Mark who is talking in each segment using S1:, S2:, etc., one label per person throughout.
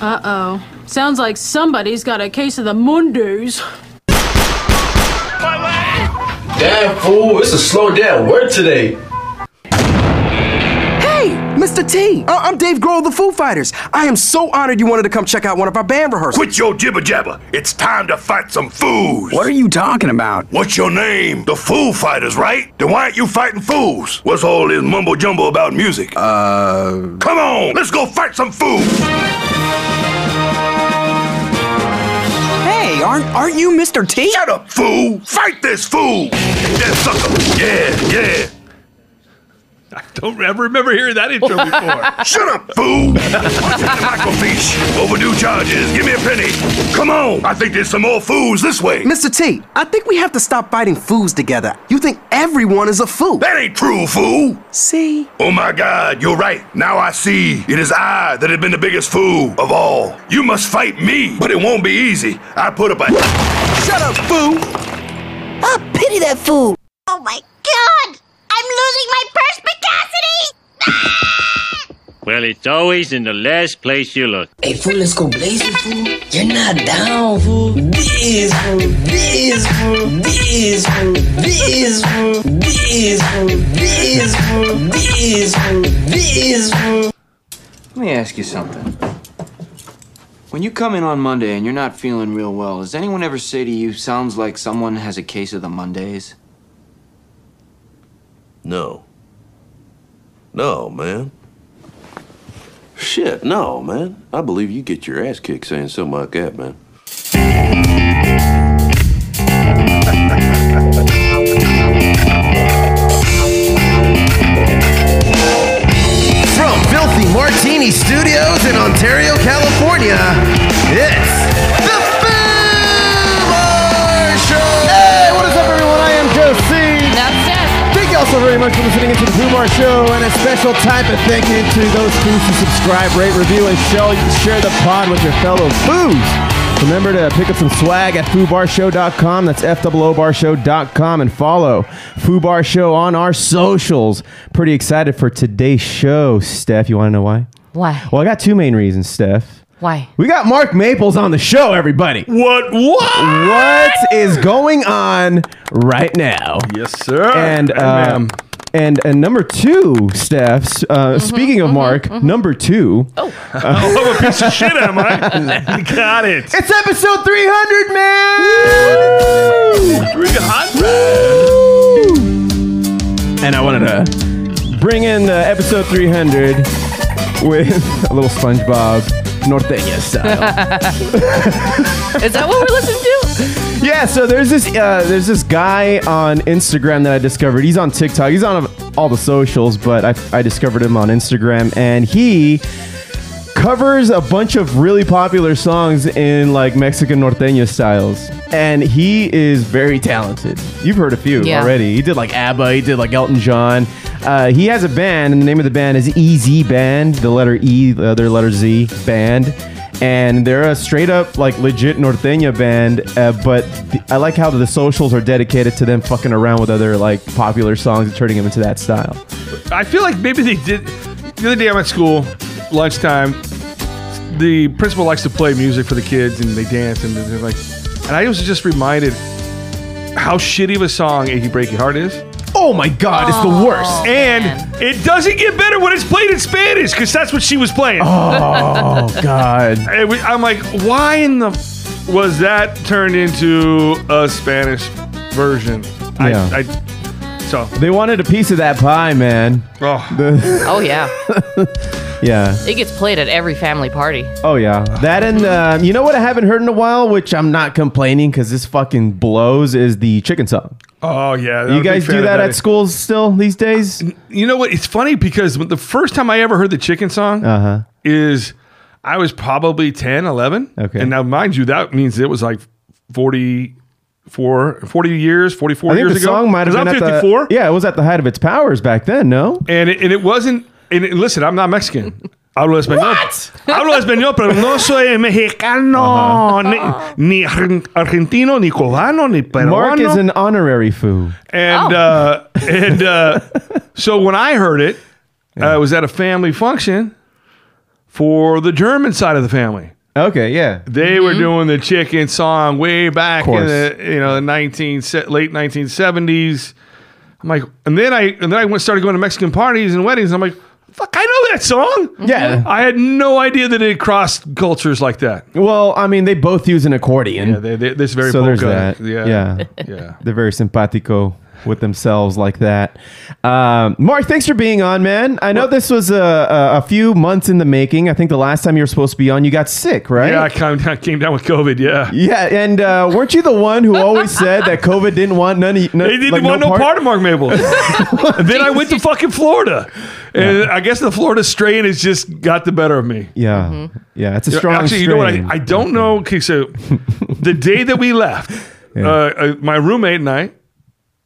S1: Uh-oh. Sounds like somebody's got a case of the Mundus.
S2: Damn fool, it's a slow day at work today.
S3: Hey, Mr. T, I- I'm Dave Grohl of the Foo Fighters. I am so honored you wanted to come check out one of our band rehearsals.
S4: Quit your jibber jabber. It's time to fight some fools.
S5: What are you talking about?
S4: What's your name? The Foo Fighters, right? Then why aren't you fighting fools? What's all this mumbo jumbo about music?
S5: Uh,
S4: Come on, let's go fight some fools.
S3: Hey, aren't aren't you Mr. T?
S4: Shut up, fool! Fight this fool! Yeah, sucker! Yeah, yeah!
S6: I don't ever remember hearing that intro before.
S4: Shut up, fool! Watch it, microfiche! Overdue charges. Give me a penny. Come on! I think there's some more fools this way.
S3: Mr. T, I think we have to stop fighting fools together. You think everyone is a fool.
S4: That ain't true, fool!
S3: See?
S4: Oh my god, you're right. Now I see. It is I that have been the biggest fool of all. You must fight me, but it won't be easy. I put up a.
S3: Shut up, fool!
S7: I pity that fool. Oh my god! I'm losing my perspicacity!
S8: Well, it's always in the last place you look.
S9: Hey, fool, let's go blazing, fool. You're not down, fool. This, fool. This, fool. This, fool. This, fool. This, fool. This, fool. This, fool. This, fool.
S10: Let me ask you something. When you come in on Monday and you're not feeling real well, does anyone ever say to you, sounds like someone has a case of the Mondays?
S2: No. No, man. Shit, no, man. I believe you get your ass kicked saying something like that, man.
S11: From Filthy Martini Studios in Ontario, California, it's the Foobar Show! Hey, what is up, everyone? I am Joe C. Thank you all so very much for listening into the Foobar Show, and a special type of thank you to those foods who subscribe, rate, review, and share, share the pod with your fellow foods. Remember to pick up some swag at foobarshow.com. That's foobarshow.com and follow Foobar Show on our socials. Pretty excited for today's show, Steph. You want to know why?
S12: Why?
S11: Well, I got two main reasons, Steph.
S12: Why?
S11: We got Mark Maples on the show, everybody.
S6: what? What?
S11: What is going on right now?
S6: Yes, sir.
S11: And uh,
S6: ma'am.
S11: and and number two, Steph. Uh, speaking of Mark, number two,
S6: Oh, I'm a piece of shit, am I? Got it.
S11: it's episode three hundred, man.
S6: 300.
S11: And I wanted to bring in uh, episode three hundred with a little SpongeBob Norteña style.
S12: Is that what we're listening to?
S11: Yeah, so there's this uh, there's this guy on Instagram that I discovered. He's on TikTok. He's on all the socials, but I, I discovered him on Instagram, and he covers a bunch of really popular songs in like Mexican norteño styles. And he is very talented. You've heard a few
S12: Yeah.
S11: already. He did like ABBA. He did like Elton John. Uh, he has a band, and the name of the band is EZ Band. The letter E, the other letter Z, Band. And they're a straight up, like legit norteña band. Uh, but th- I like how the socials are dedicated to them fucking around with other like popular songs and turning them into that style.
S6: I feel like maybe they did. The other day I'm at school, lunchtime. The principal likes to play music for the kids, and they dance, and they're like. And I was just reminded how shitty of a song "Achy Breaky Heart" is,
S11: Oh my God, it's the worst.
S6: and it doesn't get better when it's played in Spanish because that's what she was playing.
S11: Oh God.
S6: And we, I'm like, why in the f- was that turned into a Spanish version?
S11: Yeah.
S6: I, I, so,
S11: They wanted a piece of that pie, man.
S6: oh,
S12: Oh yeah,
S11: Yeah.
S12: it gets played at every family party.
S11: Oh yeah. That and uh, you know what I haven't heard in a while, which I'm not complaining because this fucking blows, is the chicken song.
S6: oh yeah.
S11: You guys do that at schools still these days?
S6: You know what? It's funny because the first time I ever heard the chicken song
S11: Uh huh.
S6: is I was probably 10, 11.
S11: Okay.
S6: And now, mind you, that means it was like 44, 40 years, 44
S11: I think
S6: years ago.
S11: the song might have
S6: 'Cause
S11: been
S6: I'm
S11: at
S6: 54.
S11: the yeah, it was at the height of its powers back then. No.
S6: And it, and it wasn't. And it- listen, I'm not Mexican. Hablo español. What? Hablo español, pero no
S11: Uh-huh.
S6: soy mexicano, ni, ni argen- argentino, ni cubano, ni peruano.
S11: Mark is an honorary foo.
S6: and uh, and uh, so when I heard it, I was at a family function. for the German side of the family.
S11: Okay, yeah.
S6: They were doing the chicken song way back in
S11: course.
S6: the you know the nineteen se- late nineteen seventies. I'm like, and then I and then I went started going to Mexican parties and weddings. And I'm like, fuck, I know that song.
S11: Yeah.
S6: I had no idea that it crossed cultures like that.
S11: Well, I mean, they both use an accordion.
S6: Yeah, they, they, this very
S11: Mm. so there's
S6: polka.
S11: that.
S6: Yeah,
S11: Yeah.
S6: yeah.
S11: They're very simpatico with themselves like that. Um, Mark, thanks for being on, man. I know this was a, a, a few months in the making. I think the last time you were supposed to be on, you got sick, right?
S6: Yeah, I came down, came down with COVID. Yeah.
S11: Yeah, and uh, weren't you the one who always said that COVID didn't want none of no,
S6: They didn't want no part, of Mark Mabel. And then I went to fucking Florida, and I guess the Florida strain has just got the better of me.
S11: Yeah, yeah, it's a
S6: Yeah,
S11: strong.
S6: Actually, you know what?
S11: strain.
S6: I, I don't know. Okay, so the day that we left, uh, uh, my roommate and I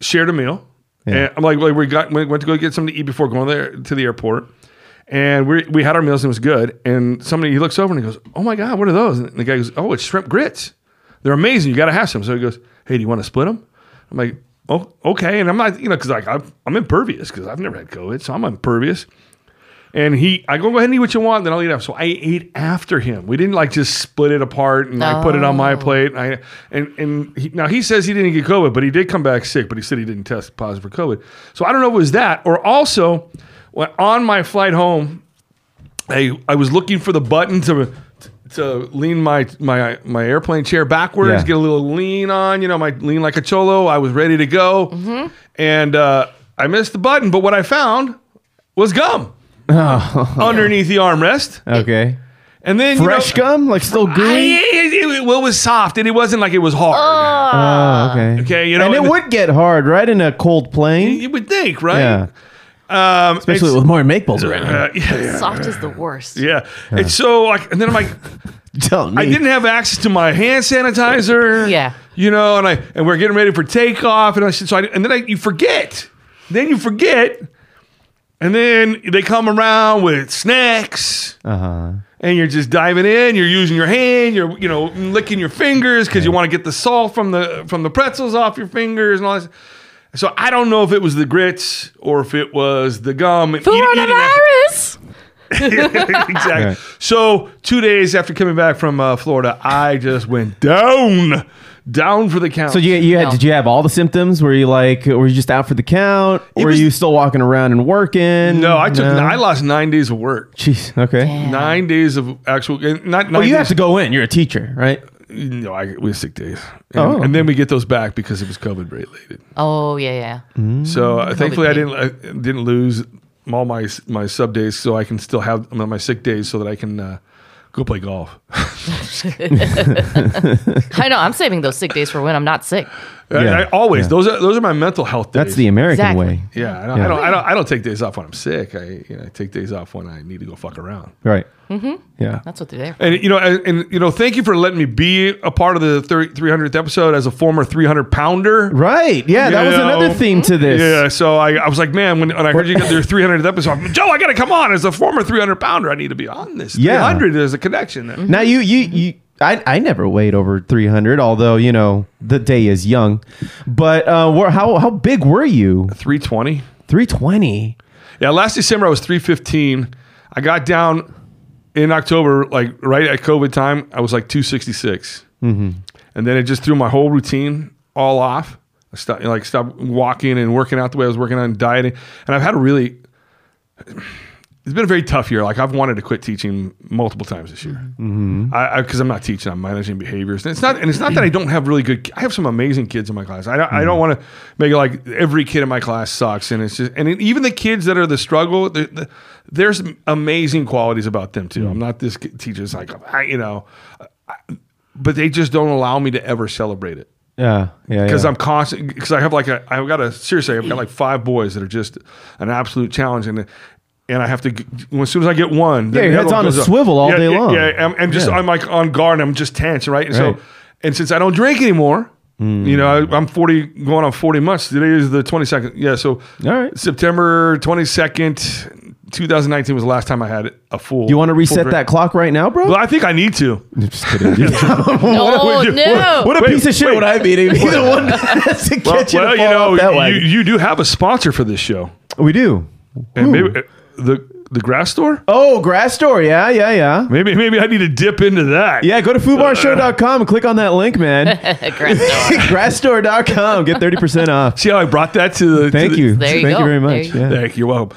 S6: shared a meal. And I'm like, like, we got we went to go get something to eat before going there to the airport, and we we had our meals and it was good. And somebody he looks over and he goes, "Oh my god, what are those?" And the guy goes, "Oh, it's shrimp grits. They're amazing. You got to have some." So he goes, "Hey, do you want to split them?" I'm like, "Oh, okay." And I'm not, you know, because like I'm, I'm impervious because I've never had COVID, so I'm impervious. And he, I go, go ahead and eat what you want, then I'll eat up. So I ate after him. We didn't like just split it apart and I put it on my plate. And I, and, and he, now he says he didn't get COVID, but he did come back sick, but he said he didn't test positive for COVID. So I don't know if it was that or also when on my flight home, I, I was looking for the button to, to lean my, my, my airplane chair backwards,
S11: Yeah.
S6: get a little lean on, you know, my lean like a cholo. I was ready to go. And uh, I missed the button, but what I found was gum
S11: Oh,
S6: underneath the armrest.
S11: okay.
S6: And then
S11: Fresh
S6: you know,
S11: gum, like still
S6: I-
S11: gooey.
S6: it, it- it- well, it was soft, and it wasn't like it was hard.
S11: Oh, okay.
S6: okay, you know,
S11: and it
S6: and the-
S11: would get hard, right, in a cold plane.
S7: Oh.
S6: you would think, right?
S11: Yeah,
S6: Um,
S11: especially
S6: it's-
S11: with more make bowls around.
S6: uh, yeah,
S7: Soft is the worst.
S6: yeah. It's so like, and then I'm like,
S11: Tell me.
S6: I didn't have access to my hand sanitizer.
S7: Yeah.
S6: you know, and I and we're getting ready for takeoff, and I said, so I, and then I, you forget, then you forget, and then they come around with snacks.
S11: Uh huh.
S6: and you're just diving in. You're using your hand. You're you know licking your fingers because you want to get the salt from the from the pretzels off your fingers and all this. So I don't know if it was the grits or if it was the gum. and eat- eating after-
S7: Coronavirus.
S6: exactly.
S11: Right.
S6: So two days after coming back from uh, Florida, I just went down, down for the count.
S11: So you you had
S7: No.
S11: did you have all the symptoms? Were you like were you just out for the count?
S6: It
S11: Were
S6: was-
S11: you still walking around and working?
S6: no, I took I lost nine days of work.
S11: Jeez. Okay.
S6: Nine days of actual and not.
S11: Well,
S6: nine
S11: you
S6: days-
S11: have to go in. You're a teacher, right?
S6: No, I, we had sick days, and,
S11: Oh.
S6: and then we get those back because it was COVID related.
S7: Oh yeah, yeah.
S6: So
S11: Mm-hmm.
S6: uh, thankfully, I didn't I didn't lose all my my sub days, so I can still have I mean, my sick days, so that I can uh, go play golf.
S7: I know. I'm saving those sick days for when I'm not sick.
S6: I- I, always those are those are my mental health days.
S11: That's the American
S7: Exactly.
S11: way,
S6: yeah. I don't,
S11: Yeah.
S6: I don't I don't I don't take days off when I'm sick. I you know, I take days off when I need to go fuck around.
S11: right? Mm-hmm. Yeah.
S7: That's what they're there. for.
S6: And you know and, and you know thank you for letting me be a part of the 30, 300th episode as a former 300 pounder.
S11: Right. Yeah. that was
S6: You know,
S11: another theme to this.
S6: Yeah, so I, I was like, man, when, when I heard you got your 300th episode, I'm, Joe, I got to come on as a former 300 pounder. I need to be on this.
S11: Yeah. Mm-hmm.
S6: 300, there's a connection there.
S11: Now you you you I, I never weighed over 300, although you know the day is young. But uh, where, how how big were you?
S6: 320.
S11: 320.
S6: Yeah, last December I was 315. I got down in October, like right at COVID time, I was like 266. And then it just threw my whole routine all off. I stopped, like stopped walking and working out the way I was working on dieting. And I've had a really, it's been a very tough year. Like I've wanted to quit teaching multiple times this year. I because I'm not teaching, I'm managing behaviors. And it's not, and it's not that I don't have really good. ki- I have some amazing kids in my class. I don't, I don't want to make it like every kid in my class sucks. And it's just, and it- even the kids that are the struggle, the, the, there's amazing qualities about them too. I'm not this ki- teacher. It's like I, you know, I, but they just don't allow me to ever celebrate it
S11: Yeah. Yeah.
S6: because
S11: yeah.
S6: I'm constant because I have like a I've got a seriously I've got like five boys that are just an absolute challenge and and I have to g- as soon as I get one then
S11: Yeah, your
S6: the
S11: head's
S6: other one
S11: on a
S6: goes up.
S11: swivel all
S6: Yeah,
S11: day
S6: yeah,
S11: long.
S6: yeah I'm, I'm just
S11: Yeah.
S6: I'm like on guard I'm just tense right and
S11: Right. Hmm.
S6: so and since I don't drink anymore you know I, I'm 40 going on 40 months today is the 22nd yeah so
S11: All right.
S6: September 22nd 2019 was the last time I had a full
S11: you want to
S6: full
S11: reset
S6: drink.
S11: that clock right now, bro?
S6: well I think I need to
S11: Just kidding. dude.
S7: Oh
S6: do-
S7: no.
S11: What a
S6: Wait,
S11: piece of shit
S6: wait.
S11: would I be to be the one to get you to fall off that
S6: you,
S11: way?
S6: you do have a sponsor for this show
S11: We do.
S6: and maybe uh, the the grass store?
S3: Oh, grass store. Yeah, yeah, yeah.
S6: Maybe maybe I need to dip into that.
S3: Yeah, go to foobarshow.com and click on that link, man. Grassstore.com. Get 30% off.
S6: See how I brought that to the.
S3: Thank
S6: to the-
S3: you. Thank you very much. yeah.
S6: Thank you. Welcome.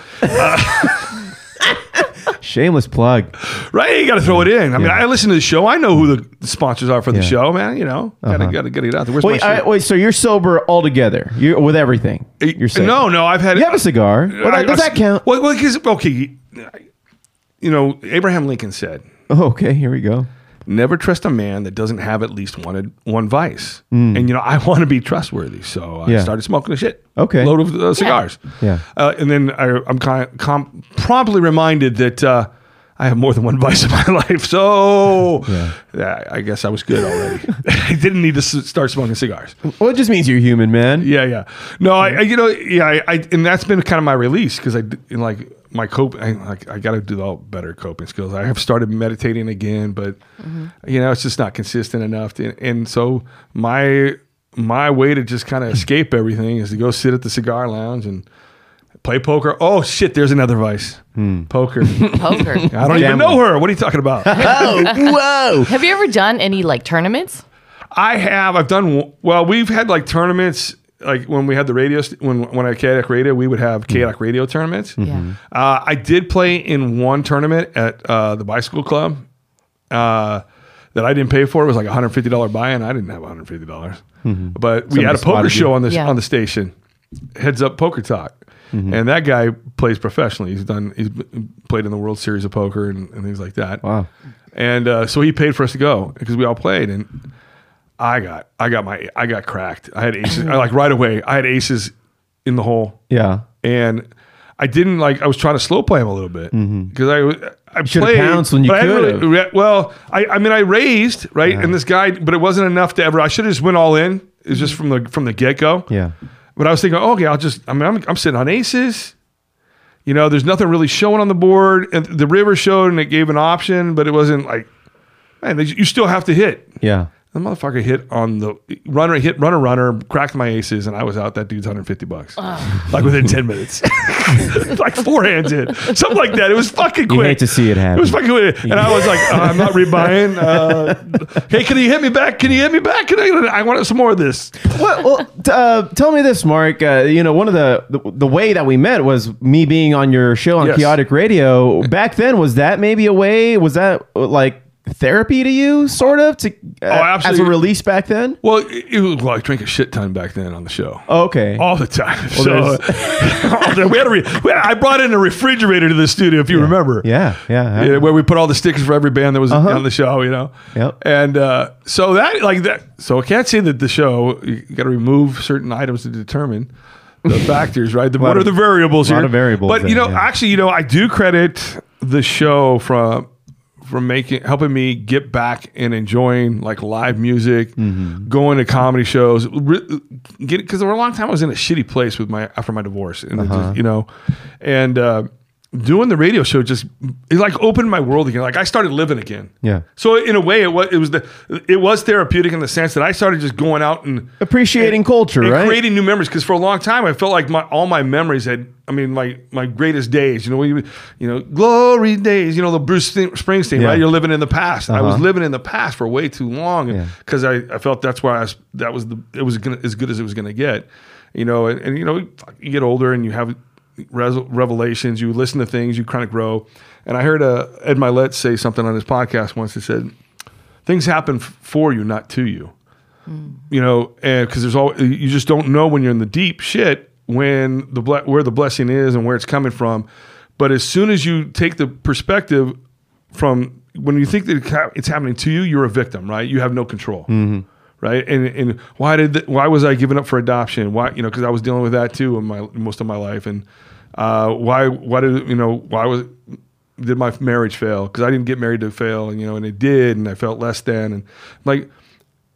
S3: Shameless plug.
S6: Right, you got to throw it in. I mean, I listen to the show. I know who the sponsors are for the
S3: Yeah.
S6: show, oh, man. You know, gotta
S3: Uh-huh.
S6: gotta get it out there. Where's
S3: Wait,
S6: my
S3: I,
S6: shirt?
S3: wait, so you're sober altogether. You with everything. You're saying.
S6: no, no, I've had.
S3: You have a cigar. What-
S6: I-
S3: does
S6: I-
S3: that count?
S6: Well, well, 'cause- okay, you know, Abraham Lincoln said,
S3: Oh, okay, here we go.
S6: "Never trust a man that doesn't have at least one one vice."
S3: Mm.
S6: And you know, I want to be trustworthy, so I
S3: Yeah.
S6: started smoking the shit.
S3: Okay.
S6: load of uh, cigars.
S3: Yeah.
S6: Uh, and then I, I'm kind of com- promptly reminded that uh, I have more than one vice in my life. So yeah, I guess I was good already. I didn't need to s- start smoking cigars.
S3: Well, it just means you're human, man.
S6: Yeah, yeah. No, I, I you know, yeah, I, I, and that's been kind of my release because I, d- and like my cope, I, like, I got to develop better coping skills. I have started meditating again, but you know, it's just not consistent enough. And, and so my, my way to just kind of escape everything is to go sit at the cigar lounge and play poker. Oh shit, there's another vice. Poker.
S7: Poker.
S6: I don't even know her. What are you talking about?
S7: whoa. Have you ever done any like tournaments?
S6: I have. I've done w- well. We've had like tournaments. Like when we had the radio, st- when when I had chaotic radio, we would have
S3: Mm-hmm.
S6: chaotic radio tournaments. Uh, I did play in one tournament at uh, the bicycle club uh, that I didn't pay for. It was like a hundred fifty dollar buy-in. I didn't have one hundred fifty dollars,
S3: Mhm.
S6: but we
S3: Somebody
S6: had a poker
S3: spotted you.
S6: show on this
S3: Yeah.
S6: on the station. Heads up, poker talk.
S3: Mhm.
S6: And that guy plays professionally. He's done. He's b- played in the World Series of Poker and, and things like that. Wow. And uh, so he paid for us to go because we all played. And I got, I got my, I got cracked. I had aces. I, like right away, I had aces in the hole.
S3: Yeah.
S6: And I didn't like. I was trying to slow play him a little bit because I, I
S3: Mm-hmm. should've
S6: played.
S3: pounced when you
S6: but I didn't
S3: could've.
S6: really- well, I, I mean, I raised right, and this guy, but it wasn't enough to ever. I should have just went all in. It was just from the from the get go.
S3: Mm-hmm. Yeah.
S6: But I was thinking, okay, I'll just, I mean, I'm, I'm sitting on aces. You know, there's nothing really showing on the board. And the river showed and it gave an option, but it wasn't like, man, they- you still have to hit.
S3: Yeah.
S6: The motherfucker hit on the runner, hit runner, runner, cracked my aces, and I was out that dude's 150 bucks. Like within 10 minutes. like four hands in. Something like that. It was fucking
S3: You
S6: quick.
S3: hate to see it happen.
S6: It was fucking weird. And I was like, uh, I'm not rebuying. Uh, hey, can you hit me back? Can you hit me back? Can I, I want some more of this.
S3: Well, well t- uh, tell me this, Mark. Uh, you know, one of the, the the way that we met was me being on your show on
S6: Yes.
S3: Chaotic Radio. Back then, was that maybe a way? Was that uh, like therapy to you, sort of, to uh, as a
S6: Oh, absolutely.
S3: release back then?
S6: Well, it, it was like drink a shit ton back then on the show.
S3: Oh, Okay.
S6: All the time.
S3: Well,
S6: so uh, we had a re- we had- I brought in a refrigerator to the studio, if you remember.
S3: Yeah, yeah,
S6: Yeah, where we put all the stickers for every band that was
S3: Uh-huh.
S6: on the show, you know.
S3: Yep.
S6: And uh, so that like that. So I can't say that the show you got to remove certain items to determine the factors, right? The,
S3: Lot
S6: what are
S3: of-
S6: the variables
S3: lot
S6: here?
S3: of variables
S6: But you
S3: there,
S6: know,
S3: yeah.
S6: actually, you know, I do credit the show from from making helping me get back and enjoying like live music,
S3: Mm-hmm.
S6: going to comedy shows, re- get because for a long time I was in a shitty place with my after my divorce, and it
S3: Uh-huh.
S6: just, you know, and uh, doing the radio show just it like opened my world again. Like I started living again.
S3: Yeah.
S6: So in a way, it was it was the it was therapeutic in the sense that I started just going out and
S3: Appreciating culture,
S6: and
S3: right?
S6: creating new memories because for a long time I felt like my all my memories had I mean my my greatest days you know when you you know glory days you know the Bruce Sting- Springsteen
S3: Yeah.
S6: right you're living in the past I was
S3: Uh-huh.
S6: living in the past for way too long because I, I felt that's where I was that was the it was gonna, as good as it was gonna get you know and, and you know you get older and you have res- revelations you listen to things you kind of grow and I heard uh, Ed Milet say something on his podcast once he said things happen f- for you not to you you know, because there's all you just don't know when you're in the deep shit when the ble- where the blessing is and where it's coming from. But as soon as you take the perspective from when you think that it ca- it's happening to you, you're a victim, right? You have no control, right? And and why did th- why was I giving up for adoption? Why you know because I was dealing with that too in my most of my life, and uh, why why did you know why was did my marriage fail? Because I didn't get married to fail, and you know, and it did, and I felt less than, and like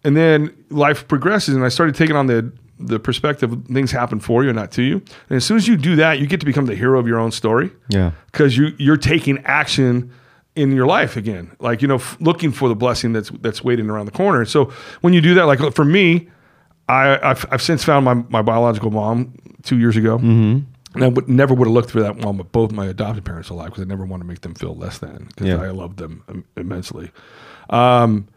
S6: and then life progresses and i started taking on the the perspective of things happen for you and not to you and as soon as you do that you get to become the hero of your own story
S3: Yeah.
S6: because you you're taking action in your life again like you know f- looking for the blessing that's that's waiting around the corner so when you do that like
S3: Mm-hmm.
S6: for me i i've, I've since found my, my biological mom two years ago And I would never would have looked for that while my, both my adopted parents were alive because I never want to make them feel less than because
S3: Yeah.
S6: I loved them im- immensely. Um,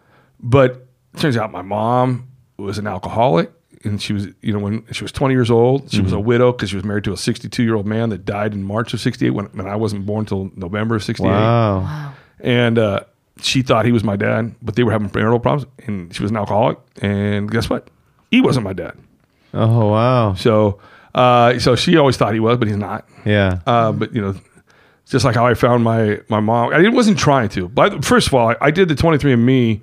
S6: but it turns out my mom was an alcoholic and she was, you know, when she was 20 years old, she was
S3: Mhm.
S6: a widow because she was married to a 62 year old man that died in March of 68 when, when I wasn't born till November of 68.
S3: Wow. Wow.
S6: And uh, she thought he was my dad, but they were having marital problems and she was an alcoholic. And guess what? He wasn't my dad.
S3: Oh wow.
S6: So, uh, so she always thought he was, but he's not.
S3: Yeah.
S6: Uh, but you know, it's just like how I found my my mom. I wasn't trying to. But first of all, I, I did the 23andMe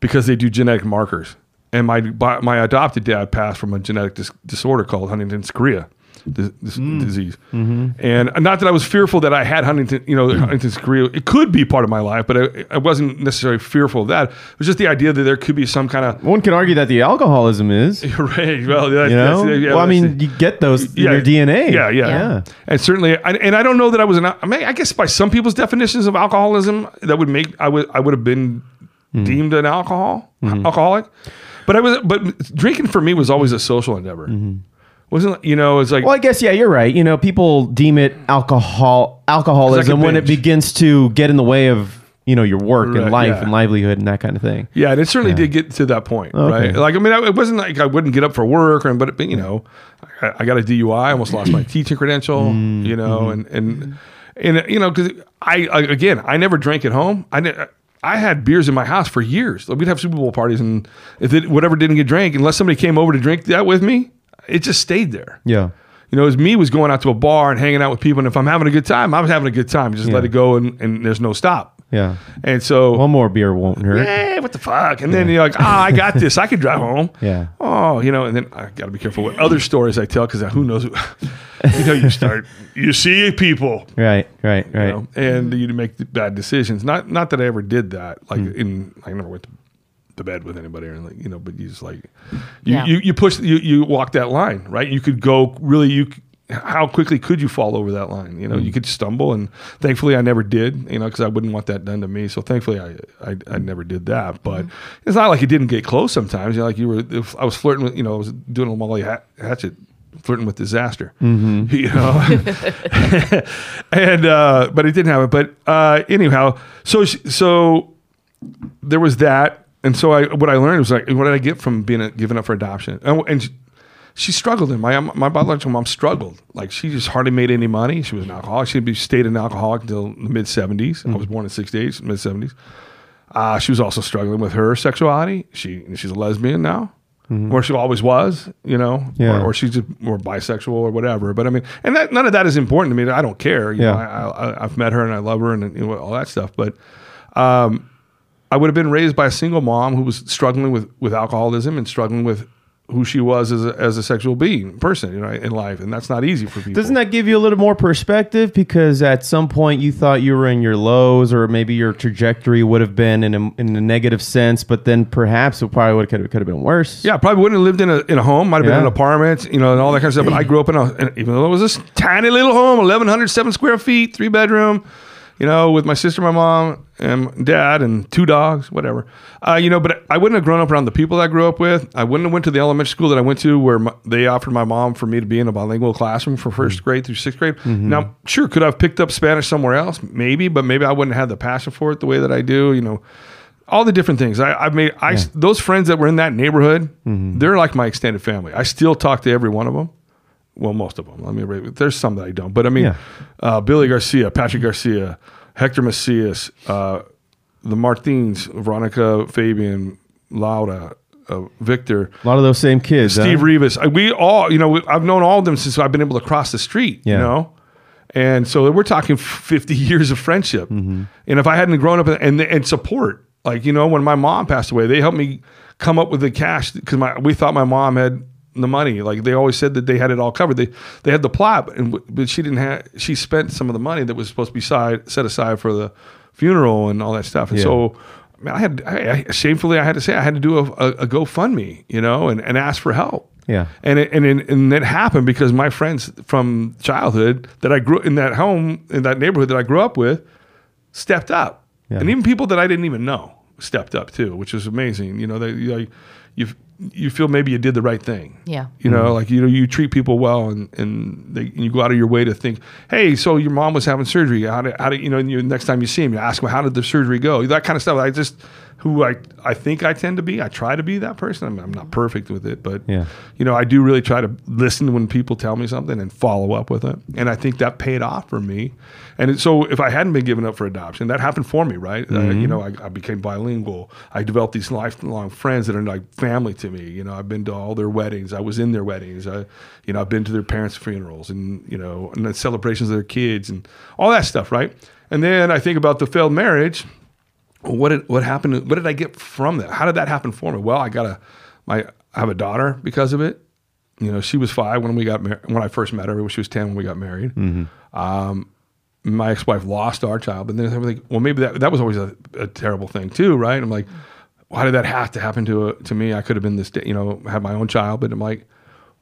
S6: because they do genetic markers, and my bi- my adopted dad passed from a genetic dis- disorder called Huntington's chorea dis- dis- disease.
S3: Mhm.
S6: And not that I was fearful that I had Huntington, you know, Huntington's chorea. It could be part of my life, but I, I wasn't necessarily fearful of that. It was just the idea that there could be some kind of
S3: One can argue that the alcoholism is. You
S6: right. Well, that's,
S3: know?
S6: that's- yeah,
S3: well, I
S6: that's-
S3: mean, you get those in your DNA.
S6: yeah, yeah, And certainly, and, and I don't know that I was an. I mean, I guess by some people's definitions of alcoholism, that would make I would I would have been
S3: Hmm.
S6: deemed an alcohol
S3: Mhm.
S6: alcoholic. But I was, but drinking for me was always a social endeavor. Wasn't you know? It's like
S3: Mm-hmm. Well, I guess yeah, you're right. You know, people deem it alcohol alcoholism when it
S6: binge.
S3: begins to get in the way of you know your work
S6: Right,
S3: and life
S6: yeah.
S3: and livelihood and that kind of thing.
S6: Yeah, and it certainly did get to that point,
S3: Okay.
S6: right? Like, I mean, I, it wasn't like I wouldn't get up for work, or but but, you know, I, I got a DUI, I almost lost my teaching credential,
S3: Mm-hmm.
S6: you know, and and and you know, because I, I again, I never drank at home. I ne- I had beers in my house for years. Like, we'd have Super Bowl parties, and if it, whatever didn't get drank, unless somebody came over to drink that with me, it just stayed there.
S3: Yeah.
S6: You know, it was me was going out to a bar and hanging out with people, and if I'm having a good time, I was having a good time. Just let it go, and, and there's no stop.
S3: Yeah.
S6: And so
S3: one more beer won't hurt.
S6: Hey, what the fuck? And then you're like, ah, I got this. I could drive home.
S3: Yeah.
S6: Oh, you know, and then I got to be careful what other stories I tell because who knows? you know, you start, you see people,
S3: Right. Right. Right.
S6: you know, and you make the bad decisions. Not, not that I ever did that. Like, in I never went to, to bed with anybody, or like, you know, but you just like, you,
S3: Yeah.
S6: you, you push, you, you walk that line, right? You could go really, you. c- How quickly could you fall over that line? You know, you could stumble, and thankfully I never did. You know, because I wouldn't want that done to me. So thankfully I I, I never did that. But it's not like it didn't get close sometimes. You know, like you were, if I was flirting with, you know, I was doing a Molly Ha- Hatchet, flirting with disaster.
S3: Mhm.
S6: You know, and uh, but it didn't happen. But uh, anyhow, so sh- so there was that, and so I what I learned was like, what did I get from being a, given up for adoption? And, and she, she struggled. And my my biological mom struggled. Like she just hardly made any money. She was an alcoholic. She stayed an alcoholic until the mid 70s I was
S3: Mm-hmm.
S6: born in '68, mid seventies. Uh, she was also struggling with her sexuality. She she's a lesbian now, or she always was, you know,
S3: Mm-hmm. Yeah.
S6: or, or she's just or bisexual or whatever. But I mean, and that, none of that is important to me. I don't care. You
S3: Yeah.
S6: know, I, I, I've met her and I love her and you know, all that stuff. But um, I would have been raised by a single mom who was struggling with with alcoholism and struggling with who she was as a, as a sexual being person, you know, in life, and that's not easy for people.
S3: Doesn't that give you a little more perspective? Because at some point you thought you were in your lows, or maybe your trajectory would have been in a, in a negative sense, but then perhaps it probably would have, could have been worse.
S6: Yeah, probably wouldn't have lived in a, in a home. Might have been in
S3: Yeah.
S6: an apartment, you know, and all that kind of stuff. But I grew up in a, in- even though it was this tiny little home, 1,107 square feet, three bedroom, you know, with my sister, my mom, and dad, and two dogs, whatever. Uh, you know, but I wouldn't have grown up around the people that I grew up with. I wouldn't have went to the elementary school that I went to where my, they offered my mom for me to be in a bilingual classroom from first grade through sixth grade. Now, sure, could I have picked up Spanish somewhere else? Maybe, but maybe I wouldn't have had the passion for it the way that I do, you know all the different things. I, I've made I, those friends that were in that neighborhood.
S3: Mm-hmm.
S6: They're like my extended family. I still talk to every one of them. Well, most of them. Let me. re- There's some that I don't, but I mean,
S3: Yeah.
S6: uh, Billy Garcia, Patrick Garcia, Hector Macias, uh, the Martins, Veronica, Fabian, Laura, uh, Victor,
S3: A lot of those same kids. huh?
S6: Steve Rivas. I- We all, you know, we- I've known all of them since I've been able to cross the street, you
S3: Yeah.
S6: know? And so we're talking 50 years of friendship. And if I hadn't grown up and, and support, like, you know, when my mom passed away, they helped me come up with the cash because my, we thought my mom had the money. Like they always said that they had it all covered. They, they had the plot, but, and, but she didn't have, she spent some of the money that was supposed to be side, set aside for the funeral and all that stuff. And
S3: Yeah.
S6: so, man, I had, I, I, shamefully, I had to say, I had to do a, a, a GoFundMe, you know, and, and ask for help
S3: Yeah.
S6: and it, and it, and it happened because my friends from childhood that I grew in that home in that neighborhood that I grew up with stepped up,
S3: Yeah.
S6: and even people that I didn't even know stepped up too, which was amazing. You know, they you, like, you you feel maybe you did the right thing.
S13: Yeah.
S6: You know, like you know, you treat people well, and and, they, and you go out of your way to think, hey, so your mom was having surgery. How did, how did you know? And you, next time you see him, you ask him, how did the surgery go? That kind of stuff. I just who I I think I tend to be. I try to be that person. I'm, I'm not perfect with it, but
S11: Yeah.
S6: you know, I do really try to listen when people tell me something and follow up with it. And I think that paid off for me. And it, so if I hadn't been given up for adoption, that happened for me, right? Uh,
S11: Mhm.
S6: you know, I, I became bilingual. I developed these lifelong friends that are like family to me. You know, I've been to all their weddings. I was in their weddings. I, you know, I've been to their parents' funerals and, you know, and the celebrations of their kids and all that stuff, right? And then I think about the failed marriage what did what happened? What did I get from that? How did that happen for me? Well, I got a my I have a daughter because of it. You know, she was five when we got mar- when I first met her. She was ten when we got married. Um, my ex-wife lost our child, but then I'm like, well, maybe that that was always a, a terrible thing too, right? I'm like, why did that have to happen to to me? I could have been this, you know, had my own child, but I'm like,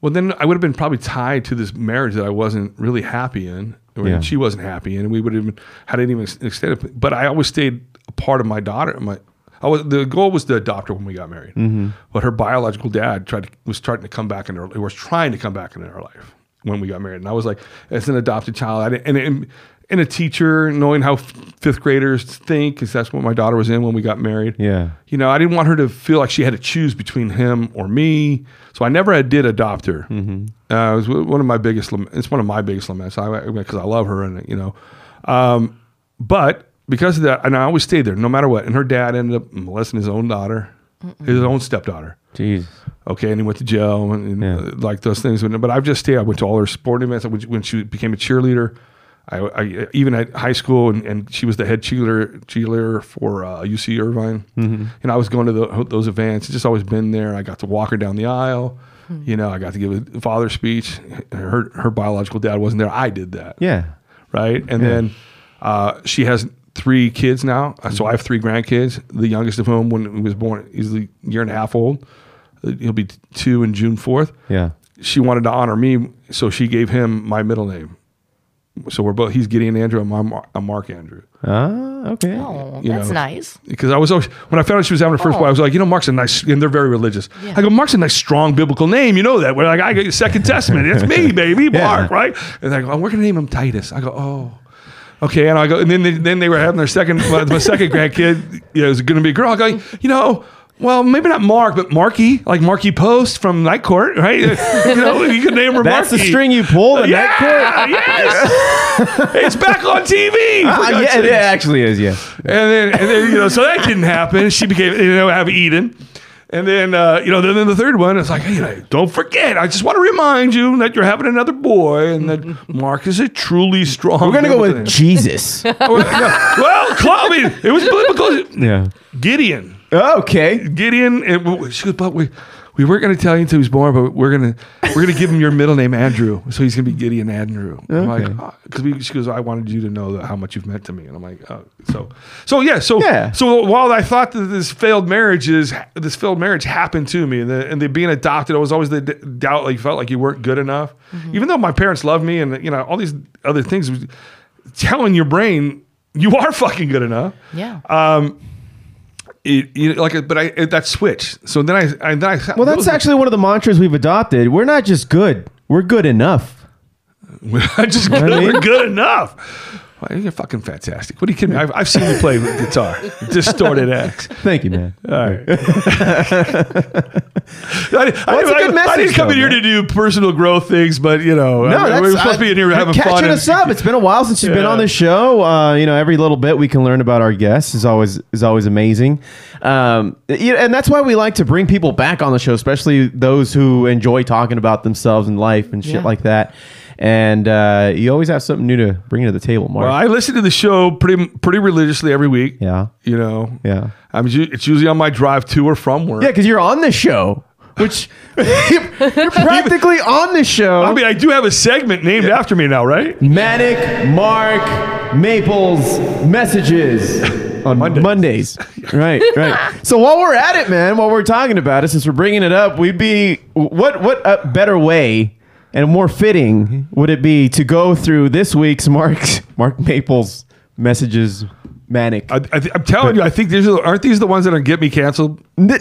S6: well, then I would have been probably tied to this marriage that I wasn't really happy in, or
S11: Yeah.
S6: she wasn't happy in, and we would have been, had an even extended. But I always stayed a part of my daughter. My I was the goal was to adopt her when we got married,
S11: Mhm.
S6: but her biological dad tried to, was starting to come back in her, was trying to come back into her life when we got married, and I was like, as an adopted child, I didn't, and, and and a teacher knowing how f- fifth graders think, because that's what my daughter was in when we got married
S11: Yeah.
S6: you know, I didn't want her to feel like she had to choose between him or me. So I never did adopt her. Uh, it was one of my biggest. lament- It's one of my biggest laments. I because I love her and you know, um, but because of that, and I always stayed there no matter what. And her dad ended up molesting his own daughter, his own stepdaughter.
S11: Jeez.
S6: Okay, and he went to jail and, and, uh, like those things. But I've just stayed. I went to all her sporting events. I went- When she became a cheerleader, I, I even at high school, and, and she was the head cheerleader cheerleader for uh, UC Irvine
S11: Mhm.
S6: and I was going to tho- those events. It's just always been there. I got to walk her down the aisle. You know, I got to give a father speech. Her her biological dad wasn't there. I did that.
S11: Yeah.
S6: Right. And
S11: Yeah.
S6: then uh, she has three kids now. Uh, So I have three grandkids. The youngest of whom, when he was born, he's a year and a half old. Uh, He'll be t- two in June fourth.
S11: Yeah.
S6: She wanted to honor me, so she gave him my middle name. So we're both. He's Gideon Andrew. and I'm, Mar- I'm Mark Andrew
S11: Ah, okay.
S13: Oh,
S6: you
S13: that's
S6: know,
S13: nice.
S6: because I was always when I found out she was having her first
S13: Oh.
S6: boy, I was like, you know, Mark's a nice, and they're very religious. I go, Mark's a nice, strong biblical name. You know that. We're like, I got your Second Testament. It's me, baby, Mark, right? And I go, we're gonna name him Titus. I go, oh. Okay, and I go, and then they, then they were having their second, my, my second grandkid. You know, it was going to be a girl. I go, you know, well, maybe not Mark, but Marky, like Marky Post from Night Court, right? You know, you could name her.
S11: That's the
S6: Marky.
S11: string you pulled in
S6: yeah,
S11: that court?
S6: Yes, it's back on TV.
S3: Uh,
S6: for
S11: Ah,
S6: God's
S11: yeah, it
S6: sakes.
S11: actually is. Yes.
S6: And then, and then you know, so that didn't happen. She became, you know, have Eden. And then, uh, you know, then, then the third one, it's like, hey, you know, don't forget. I just want to remind you that you're having another boy and that Mark is a truly strong.
S11: We're gonna go
S6: biblical
S11: with
S6: name.
S11: Jesus.
S6: well, yeah. Well, Cla- I mean, it was biblical.
S11: Yeah.
S6: Gideon.
S11: Okay.
S6: Gideon. And w- she goes, but we, we weren't going to tell you until he was born, but we're going to we're gonna give him your middle name, Andrew. So he's going to be Gideon Andrew. I'm like,
S11: Okay.
S6: because she goes, I wanted you to know that how much you've meant to me, and I'm like, oh, so, so yeah, so yeah. so while I thought that this failed marriage is this failed marriage happened to me, and the, and the being adopted, I was always the d- doubt, like you felt like you weren't good enough,
S11: Mm-hmm.
S6: even though my parents loved me, and you know all these other things, was telling your brain you are fucking good enough,
S13: Yeah.
S6: um, it, you know, like, but I it, that switch. So then I, I then I
S11: Well, that's actually one of the mantras we've adopted. We're not just good. We're good enough.
S6: I just
S11: You know what I mean?
S6: we're good enough. Well, you're fucking fantastic. What are you kidding me? I've, I've seen you play guitar, distorted axe.
S11: Thank you, man.
S6: All right. I, I,
S11: Well, that's a
S6: I-
S11: good
S6: I
S11: message,
S6: didn't come
S11: though,
S6: in here
S11: man.
S6: to do personal growth things, but you know, I-
S11: No, that's,
S6: we were supposed
S11: I-
S6: to be in here
S11: we're
S6: having
S11: catching
S6: fun. and-
S11: us up. It's been a while since you've been
S6: Yeah.
S11: on the show. Uh, you know, every little bit we can learn about our guests is always is always amazing. Um, you know, and that's why we like to bring people back on the show, especially those who enjoy talking about themselves and life and shit
S6: Yeah.
S11: like that. And uh, you always have something new to bring to the table, Mark.
S6: Well, I listen to the show pretty pretty religiously every week. Yeah, you know.
S11: Yeah.
S6: I'm. ju- It's usually on my drive to or from work.
S11: yeah, because you're on the show, which you're practically on the show.
S6: I mean, I do have a segment named after me now, right?
S11: Mm-hmm. Manic Mark Maples messages on Mondays. right, right. So while we're at it, man, while we're talking about it, since we're bringing it up, we'd be what what uh, better way and more fitting would it be to go through this week's Mark's Mark Maples messages manic?
S6: Uh, I, I th- I'm telling you, I think these are, aren't these the ones that are get me canceled?
S11: No,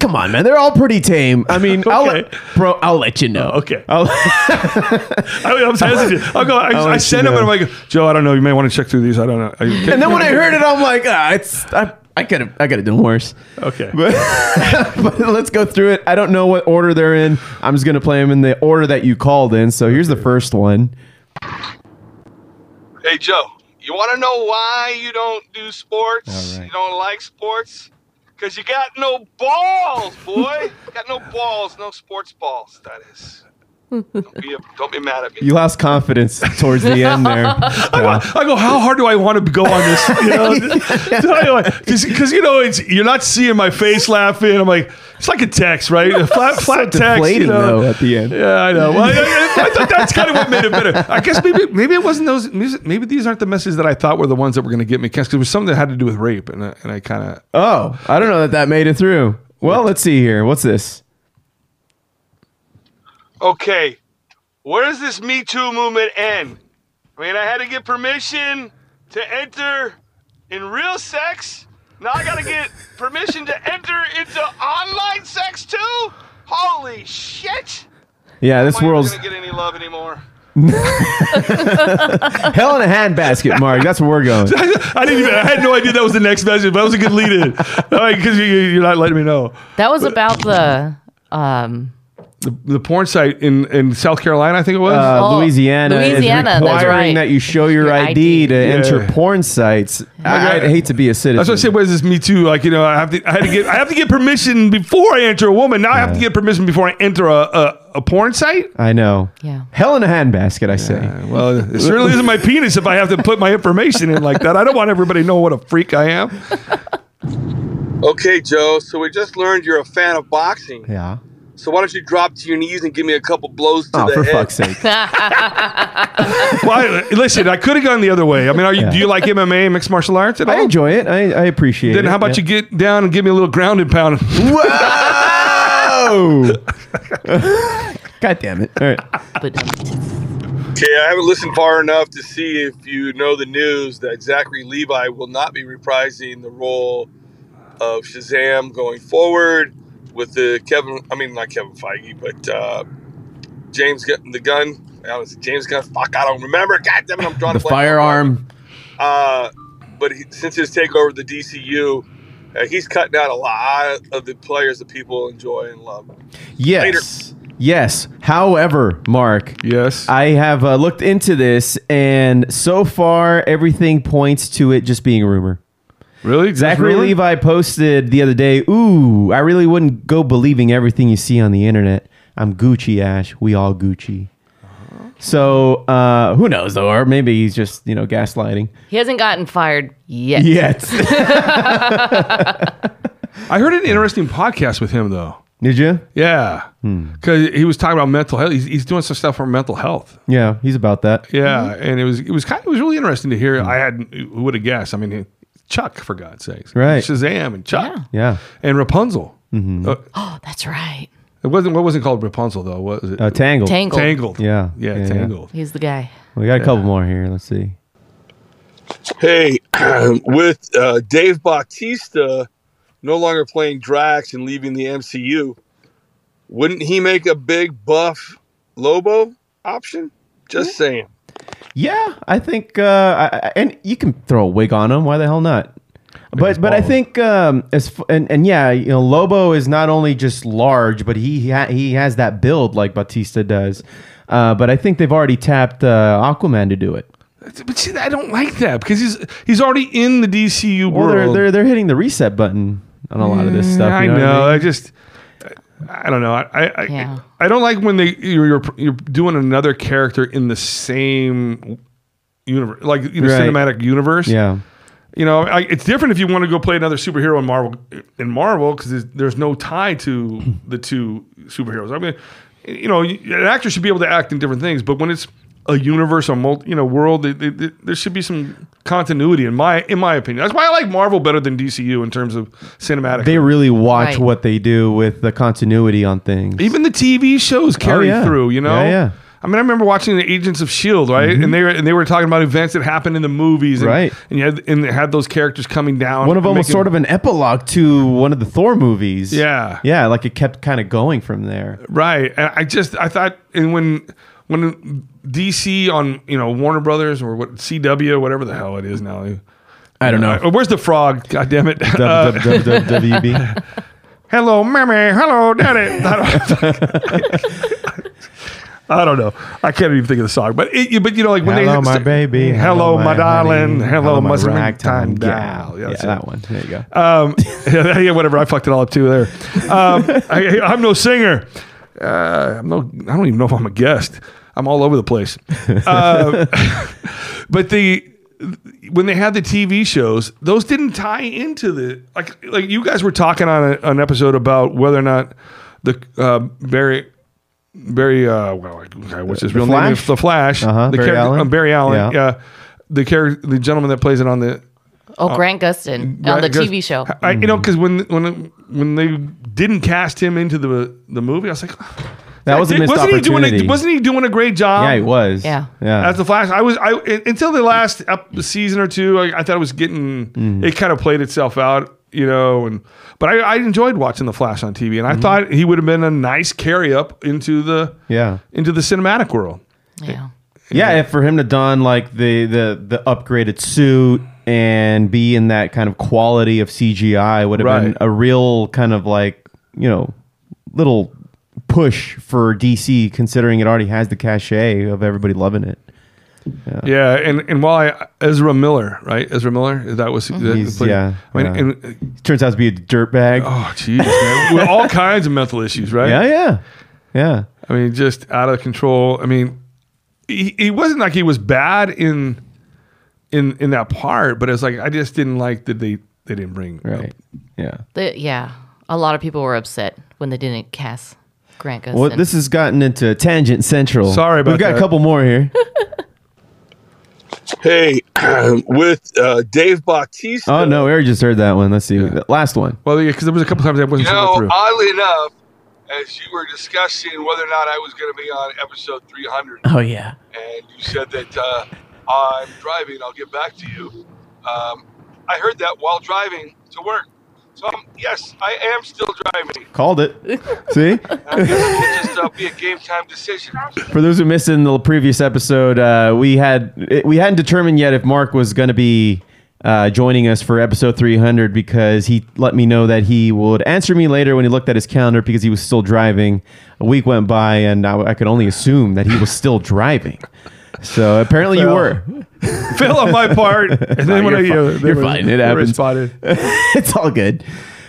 S11: Come on, man. They're all pretty tame. I mean, I'll let, bro, I'll let you know. okay.
S6: Oh. I mean, I'm hesitant. I'll go. I,
S11: I'll
S6: I,
S11: let you
S6: send them and I'm
S11: know.
S6: like, Joe, I don't know. You may want to check through these. I don't know. Are you
S11: and then when I heard it, I'm like, ah, it's I I could have I could have done worse.
S6: Okay,
S11: but, but let's go through it. I don't know what order they're in. I'm just gonna play them in the order that you called in. So here's the first one.
S4: Hey Joe, you want to know why you don't do sports?
S11: All right.
S4: You don't like sports? Cause you got no balls, boy. got no balls, no sports balls. That is. Don't be, don't be mad at me.
S11: You lost confidence towards the end there. Yeah.
S6: I go, how hard do I want to go on this? You know, because you know, it's you're not seeing my face laughing. I'm like, it's like a text, right? A flat, flat text. You
S11: deflating
S6: know?
S11: though at the end.
S6: Yeah, I know. Well, I, I- I thought that's kind of what made it better. I guess maybe maybe it wasn't those music. Maybe these aren't the messages that I thought were the ones that were going to get me because it was something that had to do with rape, and I, and I kind of
S11: Oh, I don't know that that made it through. Well, let's see here. What's this?
S4: Okay, where does this Me Too movement end? I mean, I had to get permission to enter in real sex. Now I gotta get permission to enter into online sex too. Holy shit!
S11: Yeah, this
S4: Am I ever
S11: world's
S4: gonna get any love anymore?
S11: hell in a handbasket, Mark. That's where we're going.
S6: I didn't even. I had no idea that was the next message, but that was a good lead in. because you, you're not letting me know.
S14: That was about the um
S6: The, the porn site in, in South Carolina, I think it was
S11: Uh, Louisiana,
S14: Oh, Louisiana,
S11: is
S14: that's
S11: requiring
S14: right.
S11: that you show your, ID, to
S6: Yeah. Oh
S11: enter porn sites.
S6: God.
S11: I, would hate to be a
S6: That's what I
S11: citizen.
S6: said. What is this? Me too. Like you know, I have to. I had to get. I have to get permission before I enter a woman. Now I have to get permission before I enter a, a, a porn site.
S11: I know. Yeah. Hell in a handbasket, I say.
S6: Uh, Well, It certainly isn't my penis if I have to put my information in like that. I don't want everybody to know what a freak I am.
S4: Okay, Joe. So we just learned you're a fan of boxing.
S11: Yeah.
S4: So why don't you drop to your knees and give me a couple blows to
S6: Oh,
S4: the
S6: for
S4: head?
S6: fuck's sake.
S4: sake!
S6: Well, I, listen, I could have gone the other way. I mean, are you? Do you like MMA, mixed martial arts at all?
S11: I enjoy it. I, I appreciate it.
S6: Then how about you get down and give me a little ground and pound?
S11: Whoa! God damn it. All right.
S4: Okay, I haven't listened far enough to see if you know the news that Zachary Levi will not be reprising the role of Shazam going forward with the Kevin. I mean, not Kevin Feige, but uh, James Gunn, the gun. I was James Gunn. Fuck, I don't remember. God damn it, I'm drawing
S11: the
S4: a blank.
S11: firearm.
S4: Uh, but he, since his takeover of the DCU, uh, he's cutting out a lot of the players that people enjoy and love.
S11: Yes. Yes. However, Mark.
S6: Yes.
S11: I have uh, looked into this, and so far everything points to it just being a rumor.
S6: Really? Just
S11: Zachary
S6: rumor?
S11: Levi posted the other day. Ooh, I really wouldn't go believing everything you see on the internet. I'm Gucci Ash. We all Gucci.
S14: Uh-huh.
S11: So uh, who knows though? Or maybe he's just you know gaslighting.
S14: he hasn't gotten fired yet.
S11: Yet.
S6: I heard an interesting podcast with him though.
S11: Did you?
S6: Yeah,
S11: Hmm.
S6: because he was talking about mental health. He's, he's doing some stuff for mental health.
S11: Yeah, he's about that.
S6: Yeah, and it was it was kind of, it was really interesting to hear. I had who would have guessed? I mean, Chuck for God's sakes,
S11: Right.
S6: Shazam and Chuck,
S11: Yeah.
S6: and Rapunzel.
S11: Mhm.
S6: Uh,
S14: Oh, that's right.
S6: it wasn't what wasn't called Rapunzel though. What was it?
S11: Uh, tangled.
S14: Tangled.
S6: Tangled.
S11: Yeah.
S6: Yeah. Tangled.
S14: He's the guy.
S11: We got a couple more here. Let's see.
S4: Hey, with uh, Dave Bautista no longer playing Drax and leaving the MCU, wouldn't he make a big buff Lobo option? Just saying.
S11: Yeah, I think, uh, I, I- and you can throw a wig on him. Why the hell not? But but I think um, as f- and and yeah, you know, Lobo is not only just large, but he he, ha- he has that build like Batista does. Uh, but I think they've already tapped uh, Aquaman to do it.
S6: But see, I don't like that because he's he's already in the DCU
S11: Well, they're,
S6: world.
S11: they're they're hitting the reset button on a lot of
S4: Mm,
S11: this stuff.
S6: Yeah,
S11: you
S6: I know.
S11: what
S6: I,
S11: mean?
S6: just I don't know. I I, I, I don't like when they you're, you're you're doing another character in the same universe, like you know,
S11: Right.
S6: cinematic universe.
S11: Yeah.
S6: You know, I, it's different if you want to go play another superhero in Marvel in Marvel because there's, there's no tie to the two superheroes. I mean, you know, you- an actor should be able to act in different things, but when it's a universe, a multi, you know, world, it, it, it- there should be some continuity in my in my opinion. That's why I like Marvel better than DCU in terms of cinematic.
S11: they really watch
S6: Right.
S11: what they do with the continuity on things.
S6: Even the TV shows carry
S11: Oh, yeah.
S6: through, you know?
S11: Yeah, yeah.
S6: I mean, I remember watching the Agents of Shield, E right? And they were and they were talking about events that happened in the movies, and,
S11: Right.
S6: And you had and they had those characters coming down.
S11: One of them was sort of an epilogue to one of the Thor movies.
S6: Yeah.
S11: Yeah, like it kept kind of going from there.
S6: right. And I just I thought, and when when DC on you know Warner Brothers or what CW, whatever the hell it is now,
S11: I don't know.
S6: Uh, where's the frog? God damn it! Uh,
S11: WB.
S6: Hello, Mary. Hello, Daddy. I don't know. I can't even think of the song, but it, but you know, like when
S11: hello,
S6: they
S11: my baby.
S6: hello, my, darling,
S11: honey.
S6: hello, my
S11: ragtime
S6: ragtime
S11: gal.
S6: gal.
S11: Yeah,
S6: that's it.
S11: that one. There you go.
S6: Um, yeah, yeah, whatever. I fucked it all up too there. Um, I, I'm no singer. Uh, I'm no. I don't even know if I'm a guest. I'm all over the place. Uh, but the when they had the TV shows, those didn't tie into the like. Like you guys were talking on a, an episode about whether or not the uh, Barry. Barry, uh, well, okay, what's his
S11: The
S6: real name?
S11: Flash?
S6: The Flash,
S11: Uh-huh,
S6: the
S11: Barry
S6: character-
S11: Allen?
S6: uh, Barry Allen,
S11: Yeah.
S6: yeah. the character, the gentleman that plays it on the
S7: Oh,
S6: uh,
S7: Grant Gustin on
S6: Right,
S7: the
S6: 'cause
S7: TV show.
S6: I, you know, because when when when they didn't cast him into the the movie, I was like, that,
S11: was a missed
S6: wasn't He doing
S11: opportunity.
S6: a, wasn't he doing a great job?
S11: yeah, it was. Yeah.
S6: As the Flash, I was I until the last up, season or two, I, I thought it was getting
S11: Mm-hmm.
S6: it kind of played itself out, you know. And but I, I enjoyed watching the Flash on TV, and I thought he would have been a nice carry up into the
S11: Mm-hmm. Yeah.
S6: into the cinematic world.
S7: Yeah.
S11: Yeah, if for him to don like the the the upgraded suit and be in that kind of quality of CGI would have been
S6: Right.
S11: a real kind of like you know little push for DC, considering it already has the cachet of everybody loving it.
S6: Yeah, and and while I Ezra Miller, right? Ezra Miller, that was that
S11: Mm-hmm. He's,
S6: played-
S11: yeah,
S6: I mean,
S11: yeah.
S6: and
S11: turns out to be a dirtbag.
S6: Oh, jeez, man. With all kinds of mental issues, right?
S11: Yeah, yeah, yeah.
S6: I mean, just out of control. I mean, he, he wasn't like he was bad in in in that part, but it's like I just didn't like that they they didn't bring
S11: right. Yeah.
S7: The, yeah. A lot of people were upset when they didn't cast Grant Gustin.
S11: Well, this has gotten into tangent central.
S4: Sorry about
S11: We've got a
S4: that.
S11: couple more here.
S4: Hey, with uh, Dave Bautista.
S11: oh no, we already just heard that one. Let's see, last one.
S6: Well, yeah, because there was a couple times I wasn't
S4: You
S11: sure
S4: know,
S11: through.
S4: oddly enough, as you were discussing whether or not I was going to be on episode 300.
S11: Oh, yeah.
S4: And you said that uh, I'm driving. I'll get back to you. Um, I heard that while driving to work. So um, yes, I am still driving.
S11: Called it. See?
S4: I guess it could just uh, be a game time decision.
S11: For those who missed it in the previous episode, uh, we had it- we hadn't determined yet if Mark was going to be uh, joining us for episode 300 because he let me know that he would answer me later when he looked at his calendar because he was still driving. A week went by, and I, I could only assume that he was still driving. So apparently you
S6: Well,
S11: were.
S6: fail on my part, and then when I yeah,
S11: you're, fi-
S6: they
S11: you're
S6: were-
S11: fine.
S6: they
S11: It
S6: were
S11: happens.
S6: spotted.
S11: it's all good.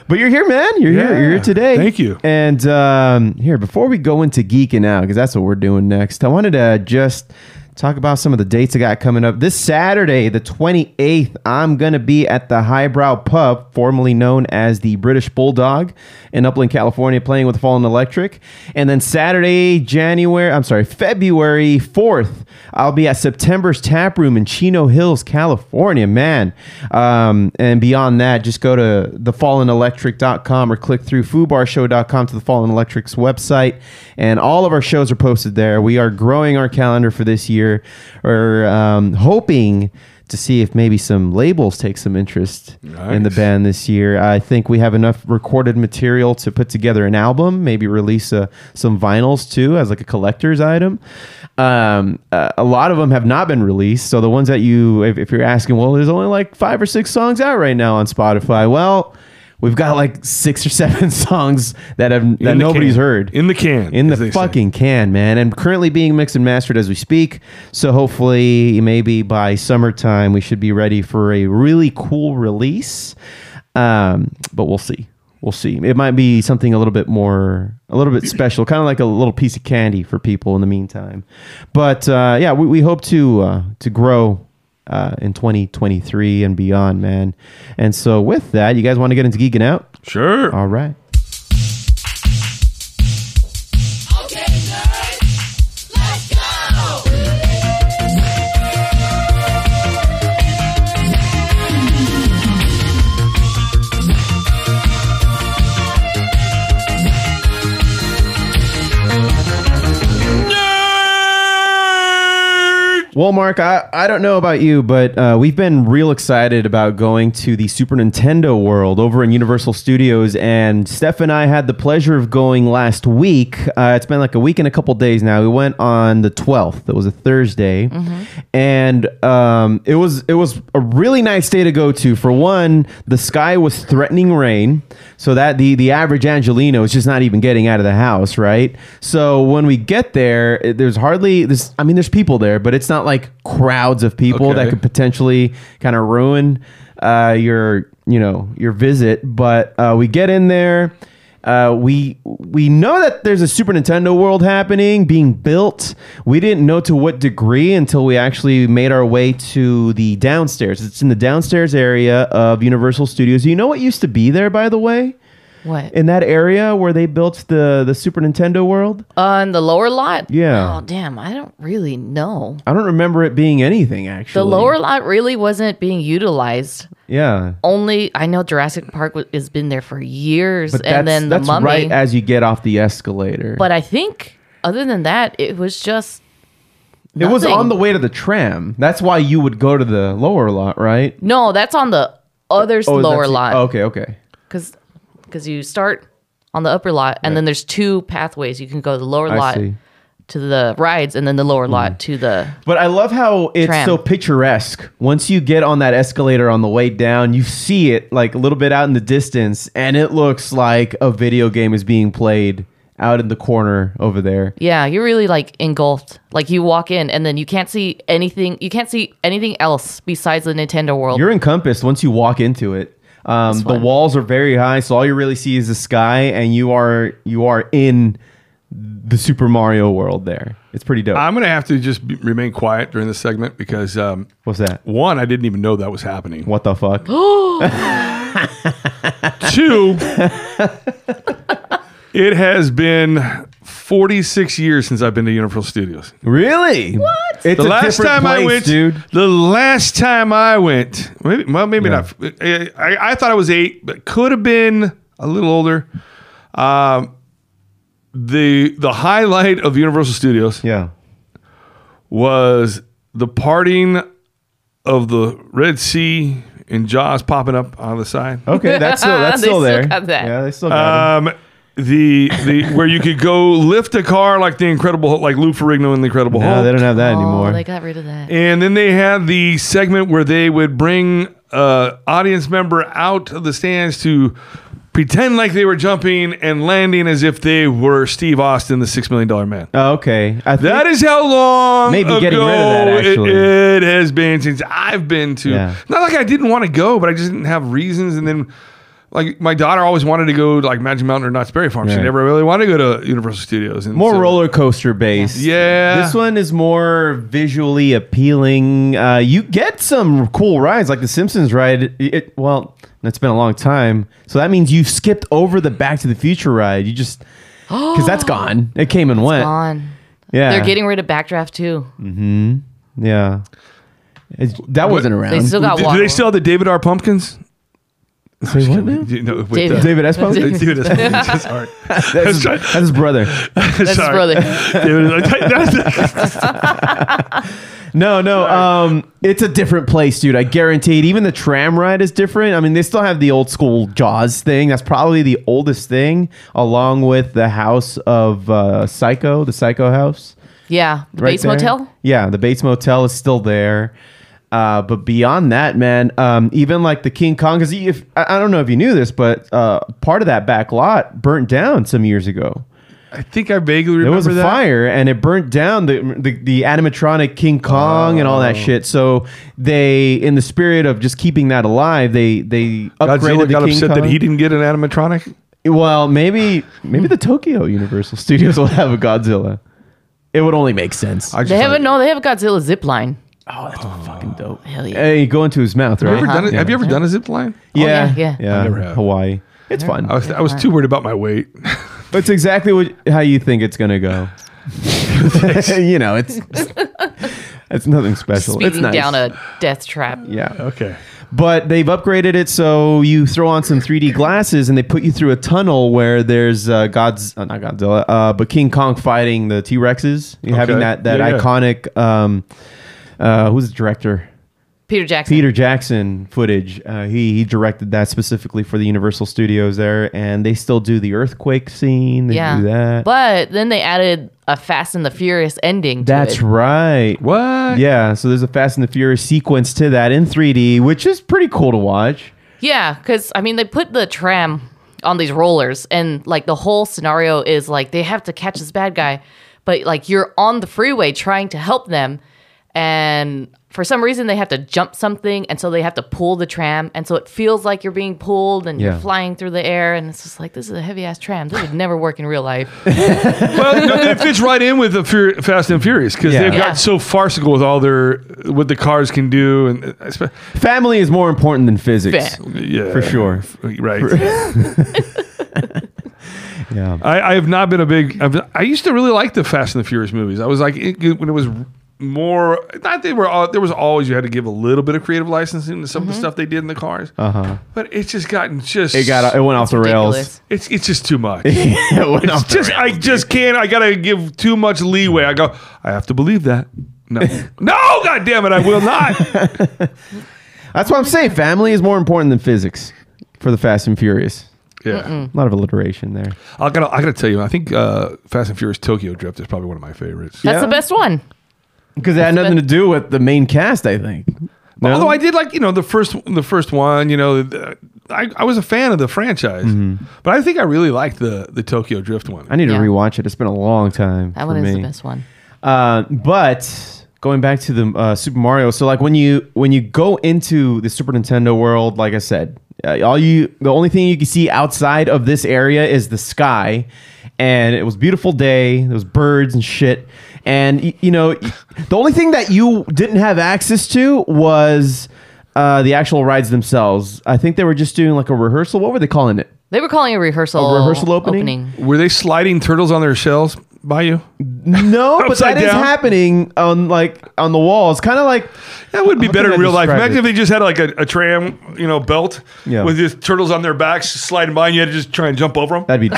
S11: But you're here, man. You're here. You're here
S6: Yeah.
S11: today.
S6: Thank you.
S11: And um, here, before we go into geeking out, because that's what we're doing next, I wanted to just talk about some of the dates I got coming up. This Saturday, the 28th, I'm going to be at the Highbrow Pub, formerly known as the British Bulldog in Upland, California, playing with Fallen Electric. And then Saturday, January, I'm sorry, February 4th, I'll be at September's Tap Room in Chino Hills, California, man. Um, and beyond that, just go to thefallenelectric.com or click through foobarshow.com to the Fallen Electric's website. And all of our shows are posted there. We are growing our calendar for this year or um, hoping to see if maybe some labels take some interest in the band this year. I think we have enough recorded material to put together an album, maybe release uh, some vinyls too as like a collector's item. Um, uh, a lot of them have not been released. So the ones that you, if, if you're asking, well, there's only like five or six songs out right now on Spotify. Well, we've got like six or seven songs that have that
S6: the
S11: nobody's
S6: can.
S11: heard
S6: in the can,
S11: in
S6: as
S11: the
S6: they say.
S11: fucking can, man. And currently being mixed and mastered as we speak. So hopefully, maybe by summertime, we should be ready for a really cool release. Um, but we'll see. We'll see. It might be something a little bit more, a little bit special, kind of like a little piece of candy for people in the meantime. But uh, yeah, we, we hope to uh, to grow uh, in 2023 and beyond, man. And so with that, you guys want to get into geeking out?
S6: Sure.
S11: All right.
S15: Nerd
S11: Well, Mark, I, I don't know about you, but uh, we've been real excited about going to the Super Nintendo World over in Universal Studios. And Steph and I had the pleasure of going last week. Uh, it's been like a week and a couple days now. We went on the 12th. That was a Thursday. And um, it was it was a really nice day to go to. For one, the sky was threatening rain. So that the, the average Angelino is just not even getting out of the house, right? So when we get there, it- there's hardly this. I mean, there's people there, but it's not like crowds of people that
S6: Okay.
S11: could potentially kind of ruin uh, your you know your visit. But uh, we get in there. Uh, we we know that there's a Super Nintendo World happening, being built. We didn't know to what degree until we actually made our way to the downstairs. It's in the downstairs area of Universal Studios. You know what used to be there, by the way,
S1: What?
S11: in that area where they built the the Super Nintendo World.
S1: On Uh, the lower lot?
S11: Yeah.
S1: Oh, damn. I don't really know.
S11: I don't remember it being anything actually.
S1: The lower lot really wasn't being utilized.
S11: Yeah.
S1: Only I know Jurassic Park wa- has been there for years,
S11: But that's,
S1: and then the
S11: that's
S1: mummy.
S11: right as you get off the escalator.
S1: but I think other than that, it was just
S11: it was
S1: nothing.
S11: on the way to the tram. That's why you would go to the lower lot, right? Oh,
S1: no. That's on the other
S11: is that
S1: lower
S11: the-
S1: lot.
S11: Okay, okay.
S1: because because you start on the upper lot and then there's two pathways you can go to the lower
S11: I
S1: lot
S11: see.
S1: to the rides and then the lower lot to the
S11: Mm. But I love how it's
S1: Tram.
S11: so picturesque. Once you get on that escalator on the way down, you see it like a little bit out in the distance, and it looks like a video game is being played out in the corner over there.
S1: yeah you're really like engulfed like you walk in and then you can't see anything you can't see anything else besides the nintendo world
S11: You're encompassed once you walk into it. Um, the walls are very high, so all you really see is the sky, and you are you are in the Super Mario world. There, it's pretty dope.
S6: I'm going to have to just be, remain quiet during this segment because um,
S11: what's that?
S6: One, I didn't even know that was happening.
S11: What the fuck?
S6: Two, it has been 46 years since I've been to Universal Studios.
S11: Really? What? It's
S6: the
S11: a
S6: last
S11: different
S6: time I
S11: place,
S6: went,
S11: dude.
S6: The last time I went, maybe, well, maybe not. I, I, I thought I was eight, but could have been a little older. Um, the the highlight of Universal Studios,
S11: yeah,
S6: was the parting of the Red Sea and Jaws popping up on the side.
S11: Okay, that's still that's
S1: They
S11: still
S1: still
S11: there.
S1: got that.
S11: Yeah, they still got
S6: Um, the the where you could go lift a car like the Incredible Hulk- like Lou Ferrigno in the Incredible
S11: it.
S6: Hulk.
S11: No, they don't have that
S1: oh
S11: anymore.
S1: they got rid of that
S6: And then they had the segment where they would bring uh audience member out of the stands to pretend like they were jumping and landing as if they were Steve Austin, the Six Million Dollar Man.
S11: Oh, okay, I think,
S6: That is how long
S11: Maybe getting rid of that,
S6: ago it-
S11: actually.
S6: It, has been since I've been to.
S11: Yeah.
S6: Not like I didn't want to go, but I just didn't have reasons. And then, like my daughter always wanted to go to like Magic Mountain or Knott's Berry Farm. She
S11: Right.
S6: never really wanted to go to Universal Studios. And
S11: more
S6: so-
S11: roller coaster based.
S6: Yeah.
S11: This one is more visually appealing. Uh, you get some cool rides, like the Simpsons ride. It, it- well, it's been a long time, so that means you've skipped over the Back to the Future ride. You just because that's gone. It came and went.
S1: gone
S11: Yeah,
S1: they're getting rid of backdraft too
S11: hmm Yeah, It's- that wasn't around.
S1: They still got
S6: Do, do
S1: water.
S6: they still have the David R. Pumpkins?
S11: Say what now?
S6: Do you know, with
S1: David-
S6: the-
S11: David S. Pumpkins?
S6: David S. Pumpkins. Sorry.
S11: That's, his, that's his brother.
S1: that's his
S6: Sorry.
S1: brother
S6: David-
S11: No, no. Um, it's a different place, dude. I guarantee it. Even the tram ride is different. I mean, they still have the old school Jaws thing. That's probably the oldest thing, along with the house of uh, Psycho, the Psycho house.
S1: yeah the
S11: right
S1: bates
S11: there.
S1: motel
S11: Yeah, the Bates Motel is still there. Uh, but beyond that, man, um, even like the King Kong, because if I, I don't know if you knew this, but uh, part of that back lot burnt down some years ago.
S6: I think I vaguely remember
S11: There was a
S6: that.
S11: fire and it burnt down the the, the animatronic King Kong and all that
S6: Oh.
S11: shit. So they, in the spirit of just keeping that alive, they they upgraded
S6: Godzilla
S11: the
S6: got
S11: King
S6: upset
S11: Kong.
S6: that he didn't get an animatronic.
S11: Well, maybe maybe the Tokyo Universal Studios will have a Godzilla. It would only make sense.
S6: I
S1: they have a no they have a godzilla zip line
S11: fucking dope.
S1: Hell yeah. Oh,
S11: Hey, go into his mouth,
S6: Have
S11: right?
S6: you ever done it?
S11: Yeah.
S6: Have you ever done a zip line? Oh,
S11: Yeah,
S1: yeah, yeah.
S11: yeah.
S6: I never have.
S11: Hawaii. It's
S1: Never.
S11: fun.
S6: I was, I was too worried about my weight.
S11: But it's exactly what how you think it's gonna go. you know, it's it's nothing special. it's
S1: speeding
S11: nice.
S1: down a death trap
S11: yeah.
S6: Okay.
S11: But they've upgraded it so you throw on some 3D glasses and they put you through a tunnel where there's uh, God's uh, not Godzilla, uh, but King Kong fighting the T Rexes, having that that
S6: Yeah, yeah.
S11: iconic um, uh, who's the director?
S7: Peter Jackson.
S11: Peter Jackson footage. Uh, he he directed that specifically for the Universal Studios there, and they still do the earthquake scene. They do that.
S7: But then they added a Fast and the Furious ending. To
S11: That's
S7: it.
S11: right. What? Yeah. So there's a Fast and the Furious sequence to that in 3D, which is pretty cool to watch.
S7: Yeah, because I mean, they put the tram on these rollers, and like the whole scenario is like they have to catch this bad guy, but like you're on the freeway trying to help them, and for some reason they have to jump something, and so they have to pull the tram, and so it feels like you're being pulled and
S11: Yeah.
S7: you're flying through the air, and it's just like this is a heavy ass tram. This would never work in real life.
S6: well, no, it fits right in with the Fur- Fast and Furious because
S11: Yeah.
S6: they've
S11: Yeah.
S6: gotten so farcical with all their what the cars can do and uh, spe-
S11: Family is more important than physics.
S6: Fa- Yeah.
S11: For sure.
S6: Right.
S11: yeah.
S6: I, I have not been a big. I've, I used to really like the Fast and the Furious movies. I was like it, when it was more. Not they were. All, there was always you had to give a little bit of creative licensing to some of the stuff they did in the cars.
S11: Uh huh.
S6: But it's just gotten just
S11: Mm-hmm. It got it went off the rails.
S6: It's it's just too much.
S11: It went
S6: It's
S11: off the
S6: just I just can't. I gotta give too much leeway. I go. I have to believe that. No, no, God damn it, I will not.
S11: That's what I'm saying. Family is more important than physics for the Fast and Furious.
S6: Yeah.
S11: A lot of alliteration there.
S6: I gotta I gotta tell you. I think uh, Fast and Furious Tokyo Drift is probably one of my favorites.
S7: That's the best one.
S11: Because it had nothing to do with the main cast, I think. No?
S6: Although I did like you know the first the first one. You know, the- I, I was a fan of the franchise, but I think I really liked the the Tokyo Drift one.
S11: I need to rewatch it. It's been a long time.
S7: That
S11: for
S7: one is the
S11: me.
S7: best one.
S11: Uh, but going back to the uh, Super Mario, so like when you when you go into the Super Nintendo world, like I said, uh, all you the only thing you can see outside of this area is the sky, and it was a beautiful day. There was birds and shit, and y- you know y- the only thing that you didn't have access to was. Uh, the actual rides themselves. I think they were just doing like a rehearsal. What were they calling it?
S7: They were calling a rehearsal.
S11: A rehearsal opening?
S6: Were they sliding turtles on their shells by you?
S11: No, but
S6: Upside
S11: that is
S6: down?
S11: happening on like on the walls. Kind of like
S6: that would be better in real life. Imagine if
S11: It.
S6: they just had like a, a tram, you know, belt
S11: Yeah.
S6: with just turtles on their backs sliding by, and you had to just try and jump over them.
S11: That'd be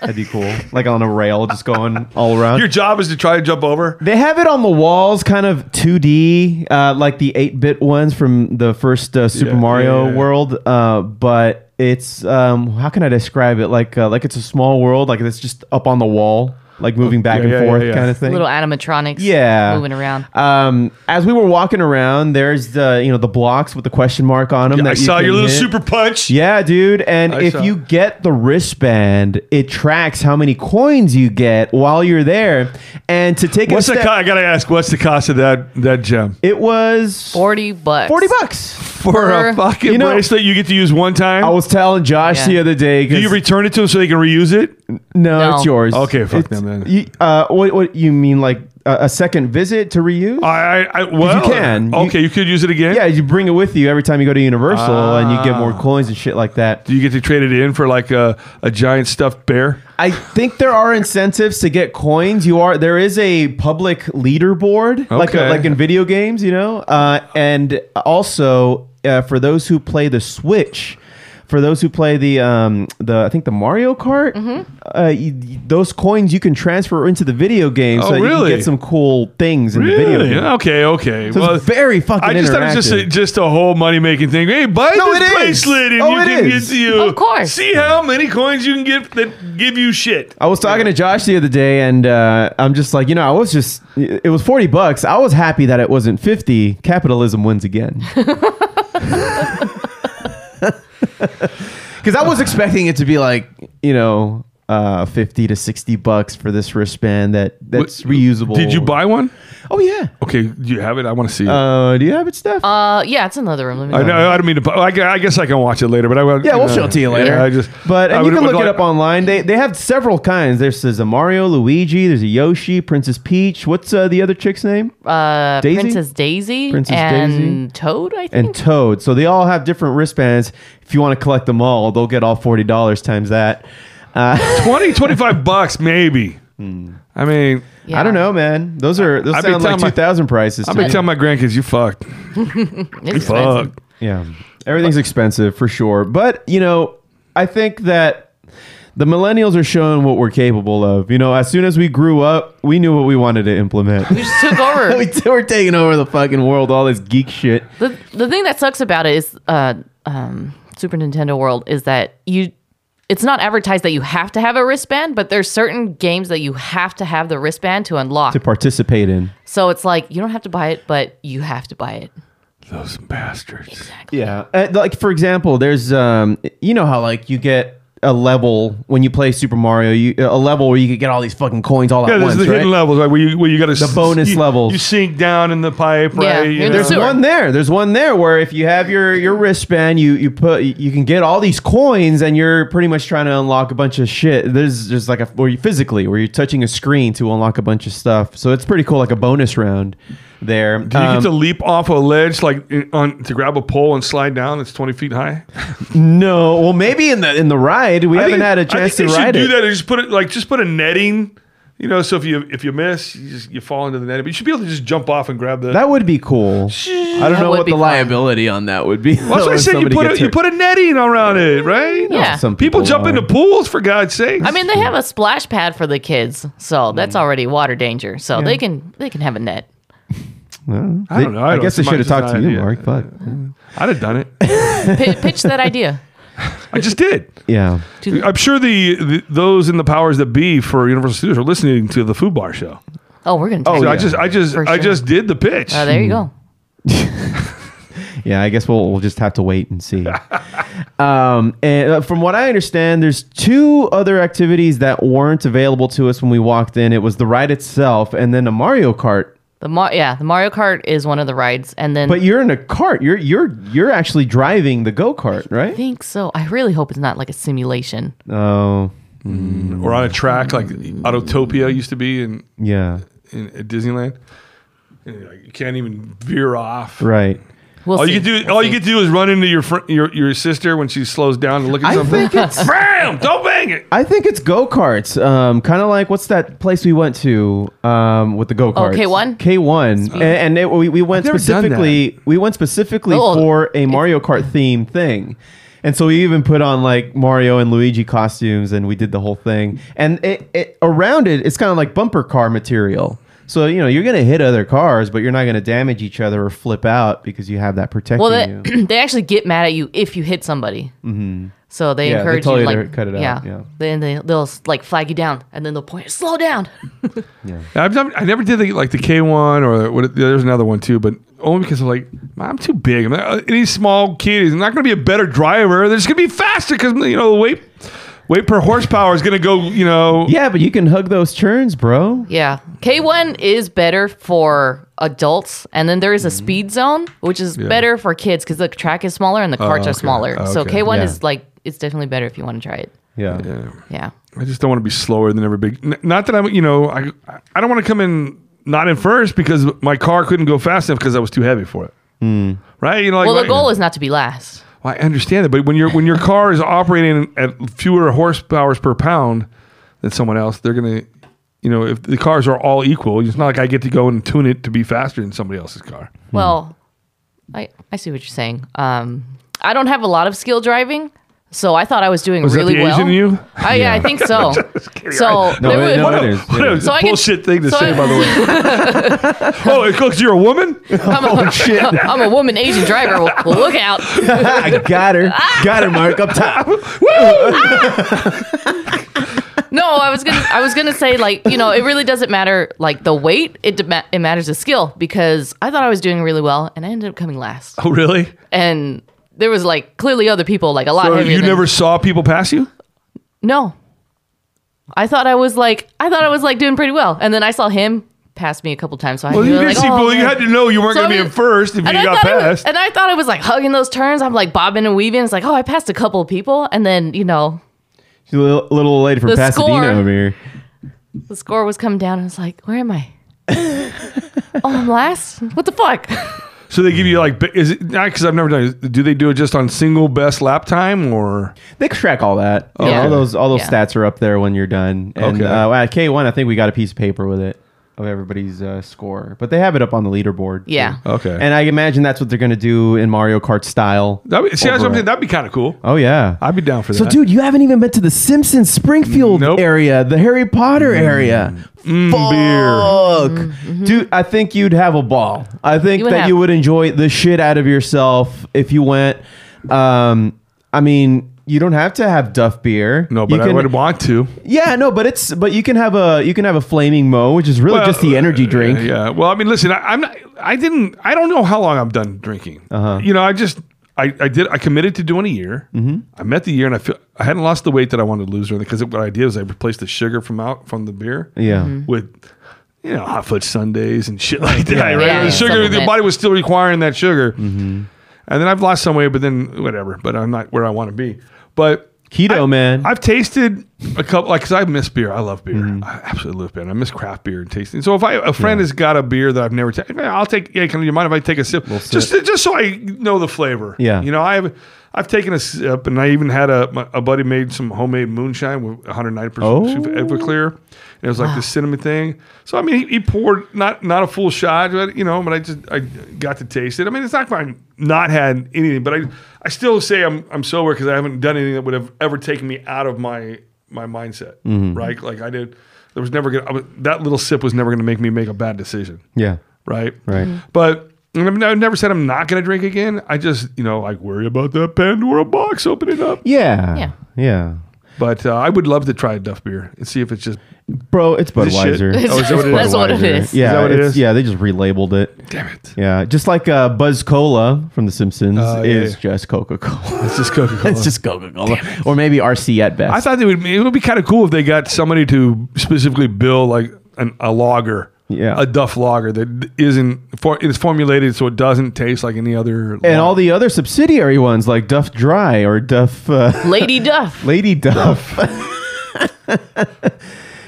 S11: that'd be cool. Like on a rail, just going all around.
S6: Your job is to try and jump over.
S11: They have it on the walls, kind of 2D, uh, like the 8-bit ones from the first uh, Super
S6: Yeah,
S11: Mario
S6: yeah.
S11: World. Uh, but it's um, how can I describe it? Like uh, like it's a small world, like it's just up on the wall, like moving back
S7: Yeah,
S11: and
S7: yeah, yeah,
S11: forth,
S7: yeah.
S11: kind of thing.
S7: Little animatronics.
S11: Yeah.
S7: Moving around.
S11: Um, as we were walking around, there's the you know the blocks with the question mark on them.
S6: Yeah, I
S11: that you
S6: saw your
S11: can
S6: little
S11: hit.
S6: super punch.
S11: Yeah, dude. And
S6: I
S11: if
S6: saw
S11: you get the wristband, it tracks how many coins you get while you're there. And to take
S6: What's
S11: it a
S6: the
S11: step,
S6: co- I gotta ask? What's the cost of that that gem?
S11: it was
S7: forty bucks.
S11: Forty bucks
S6: for, a fucking bracelet you get to use one time. I
S11: was telling Josh
S6: Yeah.
S11: the other day.
S6: Do
S11: 'cause-
S6: you return it to them so they can reuse it?
S11: No, it's yours.
S6: Okay, fuck
S11: It's-
S6: them then.
S11: You, uh, what what you mean like a, a second visit to reuse?
S6: I, I well,
S11: you can.
S6: Okay, you could use it again.
S11: Yeah, you bring it with you every time you go to Universal,
S6: Ah.
S11: and you get more coins and shit like that.
S6: Do you get to trade it in for like a, a giant stuffed bear?
S11: I think there are incentives to get coins. You are there is a public leaderboard, like
S6: Okay.
S11: a, like in video games, you know. Uh, and also uh, for those who play the Switch, for those who play the um, the I think the Mario Kart, uh, you, you- those coins you can transfer into the video game,
S6: Oh,
S11: so that you
S6: really?
S11: can get some cool things in the video
S6: Really?
S11: game.
S6: Okay, okay.
S11: So
S6: well,
S11: it's very fucking.
S6: I just thought it was just a,
S11: interactive.
S6: just a whole money making thing. Hey, buy
S11: No, it
S6: this
S11: is.
S6: bracelet and
S11: Oh,
S6: you
S11: it
S6: can
S11: is.
S6: get you.
S11: Of course.
S6: See how many coins you can get that give you shit.
S11: I was talking to Josh the other day, and uh, I'm just like, you know, I was just, it was 40 bucks. I was happy that it wasn't 50. Capitalism wins again. Because I was expecting it to be like, you know, uh, 50 to 60 bucks for this wristband that that's reusable.
S6: Did you buy one?
S11: Oh yeah.
S6: Okay, do you have it? I want to see. it.
S11: Uh, do you have it, Steph?
S7: Uh, yeah, it's another room. Let me
S6: I know. I don't mean to. bu- I, gu- I guess I can watch it later, but I will.
S11: Yeah, we'll show it to you later.
S6: Yeah, I just.
S11: but
S6: I
S11: and you
S6: would-
S11: can
S6: would
S11: look it
S6: like-
S11: up online. They they have several kinds. There's, there's a Mario, Luigi. There's a Yoshi, Princess Peach. What's uh, the other chick's name?
S7: Uh,
S11: Daisy?
S7: Princess Daisy
S11: Princess
S7: and Toad, I think.
S11: and Toad. So they all have different wristbands. If you want to collect them all, they'll get all forty dollars times that. Uh,
S6: 20, 25 bucks maybe.
S11: Hmm.
S6: I mean,
S11: I don't know, man. Those are those
S6: I've been
S11: sound like
S6: telling my-
S11: two thousand prices.
S6: I've
S11: to
S6: been
S11: me.
S6: telling my grandkids, you fucked.
S7: It's
S6: You
S7: expensive.
S6: fucked.
S11: Yeah, everything's expensive for sure. But you know, I think that the millennials are showing what we're capable of. You know, as soon as we grew up, we knew what we wanted to implement.
S7: We just took over.
S11: we t- we're taking over the fucking world, all this geek shit.
S7: the the thing that sucks about it is uh, um, Super Nintendo World is that you it's not advertised that you have to have a wristband, but there's certain games that you have to have the wristband to unlock.
S11: to participate in.
S7: so it's like you don't have to buy it, but you have to buy it.
S6: Those bastards.
S11: Yeah. Uh, like for example, there's um you know how like you get a level when you play Super Mario, you a level where you could get all these fucking coins all
S6: yeah,
S11: at
S6: there's
S11: once,
S6: the
S11: right?
S6: hidden levels, like where you where you got to
S11: The bonus
S6: you,
S11: levels.
S6: You sink down in the pipe,
S11: Yeah,
S6: right? you
S11: there's
S6: know?
S11: one there. There's one there where if you have your your wristband, you you put you can get all these coins, and you're pretty much trying to unlock a bunch of shit. There's just like a where you physically where you're touching a screen to unlock a bunch of stuff. So it's pretty cool, like a bonus round there.
S6: Do you
S11: Um,
S6: get to leap off a ledge like i- on to grab a pole and slide down? That's twenty feet high.
S11: no, well maybe in the in the ride we
S6: I
S11: haven't
S6: think-
S11: had a
S6: I
S11: chance
S6: think
S11: to
S6: they should
S11: ride
S6: do
S11: it.
S6: that. and Just put it like just put a netting. You know, so if you if you miss, you just you fall into the netting. But you should be able to just jump off and grab the.
S11: That would be cool. I don't
S6: That
S11: know
S6: would
S11: what
S6: be
S11: the
S6: fun.
S11: liability on that would be.
S6: Well, that's what I
S11: when
S6: said. You
S11: somebody
S6: put a,
S11: gets
S6: you
S11: hurt.
S6: put a netting around it, right?
S7: Yeah. Some
S6: people,
S11: people uh,
S6: jump
S11: are.
S6: into pools for God's sake.
S7: I mean, they have a splash pad for the kids, so that's already water danger. So
S6: Mm. Yeah.
S7: they can they can have a net.
S11: Well,
S6: I don't know. I
S11: I
S6: don't-
S11: guess I should
S6: somebody's
S11: have talked to you,
S6: idea.
S11: Mark. Fuck.
S6: I'd have done it.
S7: P- pitch that idea.
S6: I just did.
S11: Yeah.
S6: I'm sure the, the those in the powers that be for Universal Studios are listening to the Food Bar show.
S7: Oh, we're gonna.
S6: Oh,
S7: take
S6: I
S7: it.
S6: just I just
S7: For
S6: I
S7: sure.
S6: just did the pitch.
S7: Oh, there you go.
S11: Yeah, I guess we'll, we'll just have to wait and see. um, and uh, from what I understand, there's two other activities that weren't available to us when we walked in. It was the ride itself, and then a Mario Kart.
S7: The Mar- yeah, the Mario Kart is one of the rides, and then
S11: But you're in a kart. You're you're you're actually driving the go kart,
S7: I
S11: right?
S7: think so. I really hope it's not like a simulation.
S11: Oh,
S6: Or on a track like Autotopia used to be in
S11: yeah,
S6: in at Disneyland. And, like, you can't even veer off.
S11: right.
S6: all you can do, all you can do, is run into your fr- your your sister when she slows down to look at
S11: I
S6: something.
S11: think it's-
S6: Bam! Don't bang it.
S11: I think it's go karts. Um, kind of like what's that place we went to um, with the go karts?
S7: K1?
S11: K one, and, and it, we, we went
S7: I've never done
S11: specifically. We went specifically
S7: Oh,
S11: for a Mario Kart theme thing. And so we even put on like Mario and Luigi costumes, and we did the whole thing. And it, it around it, it's kind of like bumper car material. So you know you're gonna hit other cars, but you're not gonna damage each other or flip out because you have that protecting
S7: Well,
S11: you.
S7: they, they actually get mad at you if you hit somebody.
S11: Mm-hmm.
S7: So they
S11: Yeah, they
S7: encourage
S11: tell you
S7: you like
S11: to cut it out, yeah.
S7: Then they they'll like flag you down, and then they'll point, slow down.
S6: I've never, I never did the, like the K one or what, there's another one too, but only because I'm like I'm too big. I'm not, uh, any small kid is not going to be a better driver. They're just going to be faster because you know the weight weight per horsepower is going to go. You know.
S11: Yeah, but you can hug those churns, bro.
S7: Yeah, K one is better for adults, and then there is a speed zone, which is
S11: Yeah.
S7: better for kids because the track is smaller and the
S6: Oh,
S7: carts
S6: okay.
S7: are smaller.
S6: Oh,
S7: So
S6: okay.
S7: K one
S6: Yeah.
S7: is like it's definitely better if you want to try it.
S11: Yeah.
S7: Yeah.
S6: I just don't want to be slower than every big. n- Not that I'm, you know, I I don't want to come in not in first because my car couldn't go fast enough because I was too heavy for it. Right? You know, like
S7: well,
S6: my-
S7: the goal is not to be last.
S6: Well, I understand that, but when your when your car is operating at fewer horsepower per pound than someone else, they're gonna, you know, if the cars are all equal, it's not like I get to go and tune it to be faster than somebody else's car.
S7: Well, I I see what you're saying. Um, I don't have a lot of skill driving, so I thought I was doing
S6: Was that
S7: really
S6: the
S7: well.
S6: Asian in you?
S7: I, yeah, I think so. so
S6: No,
S7: there
S6: it-
S7: was-
S6: no, it is. What a- what a
S7: I can-
S6: bullshit thing to
S7: so
S6: say,
S7: I-
S6: by the oh, it goes. You're a woman.
S7: I'm a, I'm a woman Asian driver. Well, well, look out!
S11: I got her. Got her, Mark, up top.
S7: No, I was gonna I was gonna say like you know it really doesn't matter like the weight. It de- it matters the skill because I thought I was doing really well and I ended up coming last.
S6: Oh, really?
S7: And there was like clearly other people like a lot
S6: So
S7: heavier.
S6: Oh, you
S7: than-
S6: never saw people pass you?
S7: No. I thought I was like I thought I was like doing pretty well, and then I saw him pass me a couple times. So I
S6: Well, you
S7: knew,
S6: did
S7: like,
S6: see.
S7: oh,
S6: well, you
S7: man.
S6: had to know you weren't
S7: So I
S6: going to be
S7: was-
S6: in first if you
S7: and I
S6: got
S7: thought I
S6: passed.
S7: was, and I thought I was like hugging those turns. I'm like bobbing and weaving. It's like oh, I passed a couple of people, and then you know
S11: She's a little, little lady from
S7: The
S11: Pasadena
S7: score.
S11: over here.
S7: the score was coming down, and I was like, where am I? oh, I'm last. What the fuck?
S6: so they give you like, bi- is it because I've never done. it. Do they do it just on single best lap time or?
S11: They track all that.
S6: Oh,
S11: Yeah, all those all those
S6: Yeah.
S11: stats are up there when you're done. And
S6: Okay.
S11: uh, at K one, I think we got a piece of paper with it. of everybody's uh, score, but they have it up on the leaderboard. too.
S7: Yeah.
S6: Okay.
S11: And I imagine that's what they're going to do in Mario Kart style.
S6: That'd be, see, that's what I'm
S11: over
S6: saying.
S11: at-
S6: That'd be kind of cool.
S11: Oh yeah,
S6: I'd be down for
S11: So,
S6: that.
S11: dude, you haven't even been to the Simpsons Springfield area, the Harry Potter
S6: Mm.
S11: area. Fuck, dude! I think you'd have a ball. I think
S3: You would
S11: that
S3: have-
S11: Mm-hmm. you would enjoy the shit out of yourself if you went. Um, I mean, you don't have to have Duff beer. No,
S6: but I would want to.
S11: Yeah, no, but it's but you can have a you can have a flaming mo, which is really
S6: Well, uh,
S11: just the energy drink.
S6: Yeah. Well, I mean, listen, I, I'm not. I didn't. I don't know how long I'm done drinking. Uh-huh. You know, I just. I, I did. I committed to doing a year. Mm-hmm. I met the year, and I feel I hadn't lost the weight that I wanted to lose, or because what I did was I replaced the sugar from out from the beer,
S11: Yeah. Mhm.
S6: with you know hot foot Sundays and shit like that.
S11: Yeah,
S6: right,
S11: yeah,
S6: the sugar, the
S11: supplement.
S6: body was still requiring that sugar, and then I've lost some weight, but then whatever. But I'm not where I want to be. But
S11: keto, man, Mm-hmm.
S6: I've tasted a couple. Like, cause I miss beer. I love beer. I absolutely love beer. And I miss craft beer and tasting. So if I a friend has got a beer that I've never taken, I'll take. Yeah, can you mind if I take a sip? just just so I know the flavor.
S11: Yeah.
S6: you know I've. I've taken a sip, and I even had a my, a buddy made some homemade moonshine with 109
S11: Oh.
S6: percent Everclear, and it was like this cinnamon thing. So I mean, he, he poured not not a full shot, but you know, but I just I got to taste it. I mean, it's not like I've not had anything, but I I still say I'm I'm sober because I haven't done anything that would have ever taken me out of my my mindset,
S11: Mhm.
S6: right? Like I did, there was never gonna I was, that little sip was never gonna make me make a bad decision,
S11: Yeah.
S6: right?
S11: Right.
S6: But and I've no- never said I'm not going to drink again. I just, you know, like worry about that Pandora box opening up.
S11: Yeah. Yeah. Yeah.
S6: But uh, I would love to try a Duff beer and see if it's just.
S11: Bro, it's
S6: This shit-
S11: Budweiser.
S6: Oh, is that what it is? That's what it is.
S11: Yeah,
S6: Is that what it
S11: it's-
S6: is?
S11: yeah, they just relabeled it.
S6: Damn
S11: it. Yeah, just like uh, Buzz Cola from The Simpsons
S6: Oh, yeah,
S11: is
S6: yeah.
S11: just Coca Cola.
S6: It's just Coca Cola.
S11: it's just Coca Cola, or maybe RC at best.
S6: I thought they would. It would be kind of cool if they got somebody to specifically build like an, a lager,
S11: Yeah.
S6: a Duff lager that isn't for it's formulated so it doesn't taste like any other.
S11: and all the other subsidiary ones like Duff Dry or Duff uh,
S7: Lady Duff.
S11: Lady Duff.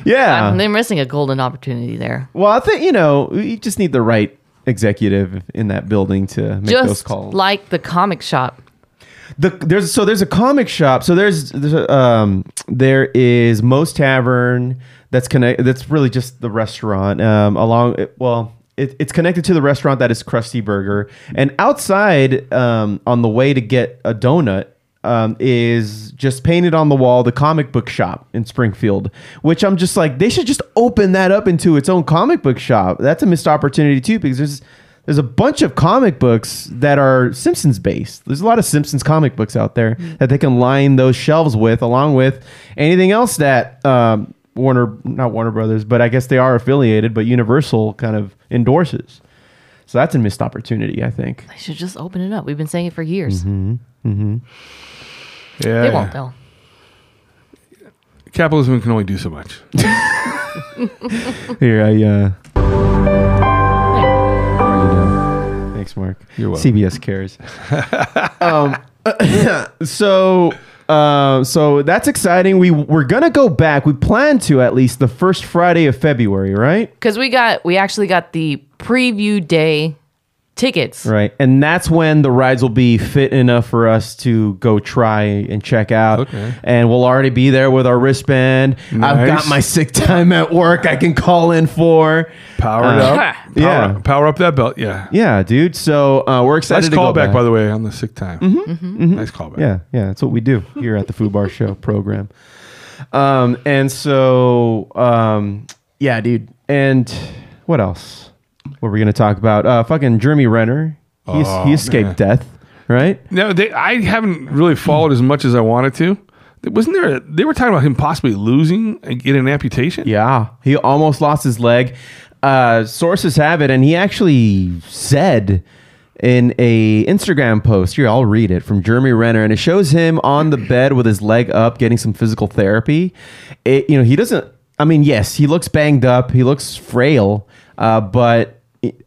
S11: yeah,
S7: I'm, they're missing a golden opportunity there.
S11: Well, I think you know you just need the right executive in that building to make those
S7: Just
S11: calls.
S7: like the comic shop.
S11: The, there's so there's a comic shop. So there's, there's a, um there is most tavern that's connect that's really just the restaurant um along it- well it, it's connected to the restaurant that is Krusty Burger and outside um on the way to get a donut um is just painted on the wall the comic book shop in Springfield which I'm just like they should just open that up into its own comic book shop that's a missed opportunity too because there's there's a bunch of comic books that are Simpsons based. There's a lot of Simpsons comic books out there that they can line those shelves with, along with anything else that um, Warner, not Warner Brothers, but I guess they are affiliated, but Universal kind of endorses. So that's a missed opportunity, I think.
S7: They should just open it up. We've been saying it for years.
S11: hmm hmm
S6: yeah,
S7: They won't though.
S6: Capitalism can only do so much.
S11: Here, I. Uh, Thanks, Mark.
S6: You're welcome.
S11: CBS cares. um, so, uh, so that's exciting. We we're gonna go back. We plan to at least the first Friday of February, right?
S7: Because we got we actually got the preview day tickets.
S11: Right, and that's when the rides will be fit enough for us to go try and check out. Okay. And we'll already be there with our wristband. I've
S6: Nice.
S11: got my sick time at work. I can call in for
S6: Power it
S11: Uh,
S6: up. Power
S11: yeah.
S6: up- power up that belt. Uh-huh. Yeah.
S11: Yeah, dude. So uh, we're excited.
S6: Nice
S11: to go
S6: callback,
S11: back.
S6: by the way, on the sick time. Nice callback.
S11: Yeah, yeah, that's what we do here at the Foo Bar Show program. Um, and so, um, yeah, dude. And what else? What were we gonna talk about? Uh, fucking Jeremy Renner. He's,
S6: Oh,
S11: he escaped
S6: man.
S11: death, right?
S6: No, they, I haven't really followed as much as I wanted to. Wasn't there? A, they were talking about him possibly losing and getting an amputation.
S11: Yeah, he almost lost his leg. Uh, sources have it, and he actually said in a Instagram post. Here, I'll read it from Jeremy Renner, and it shows him on the bed with his leg up, getting some physical therapy. It, you know, he doesn't. I mean, yes, he looks banged up. He looks frail, uh, but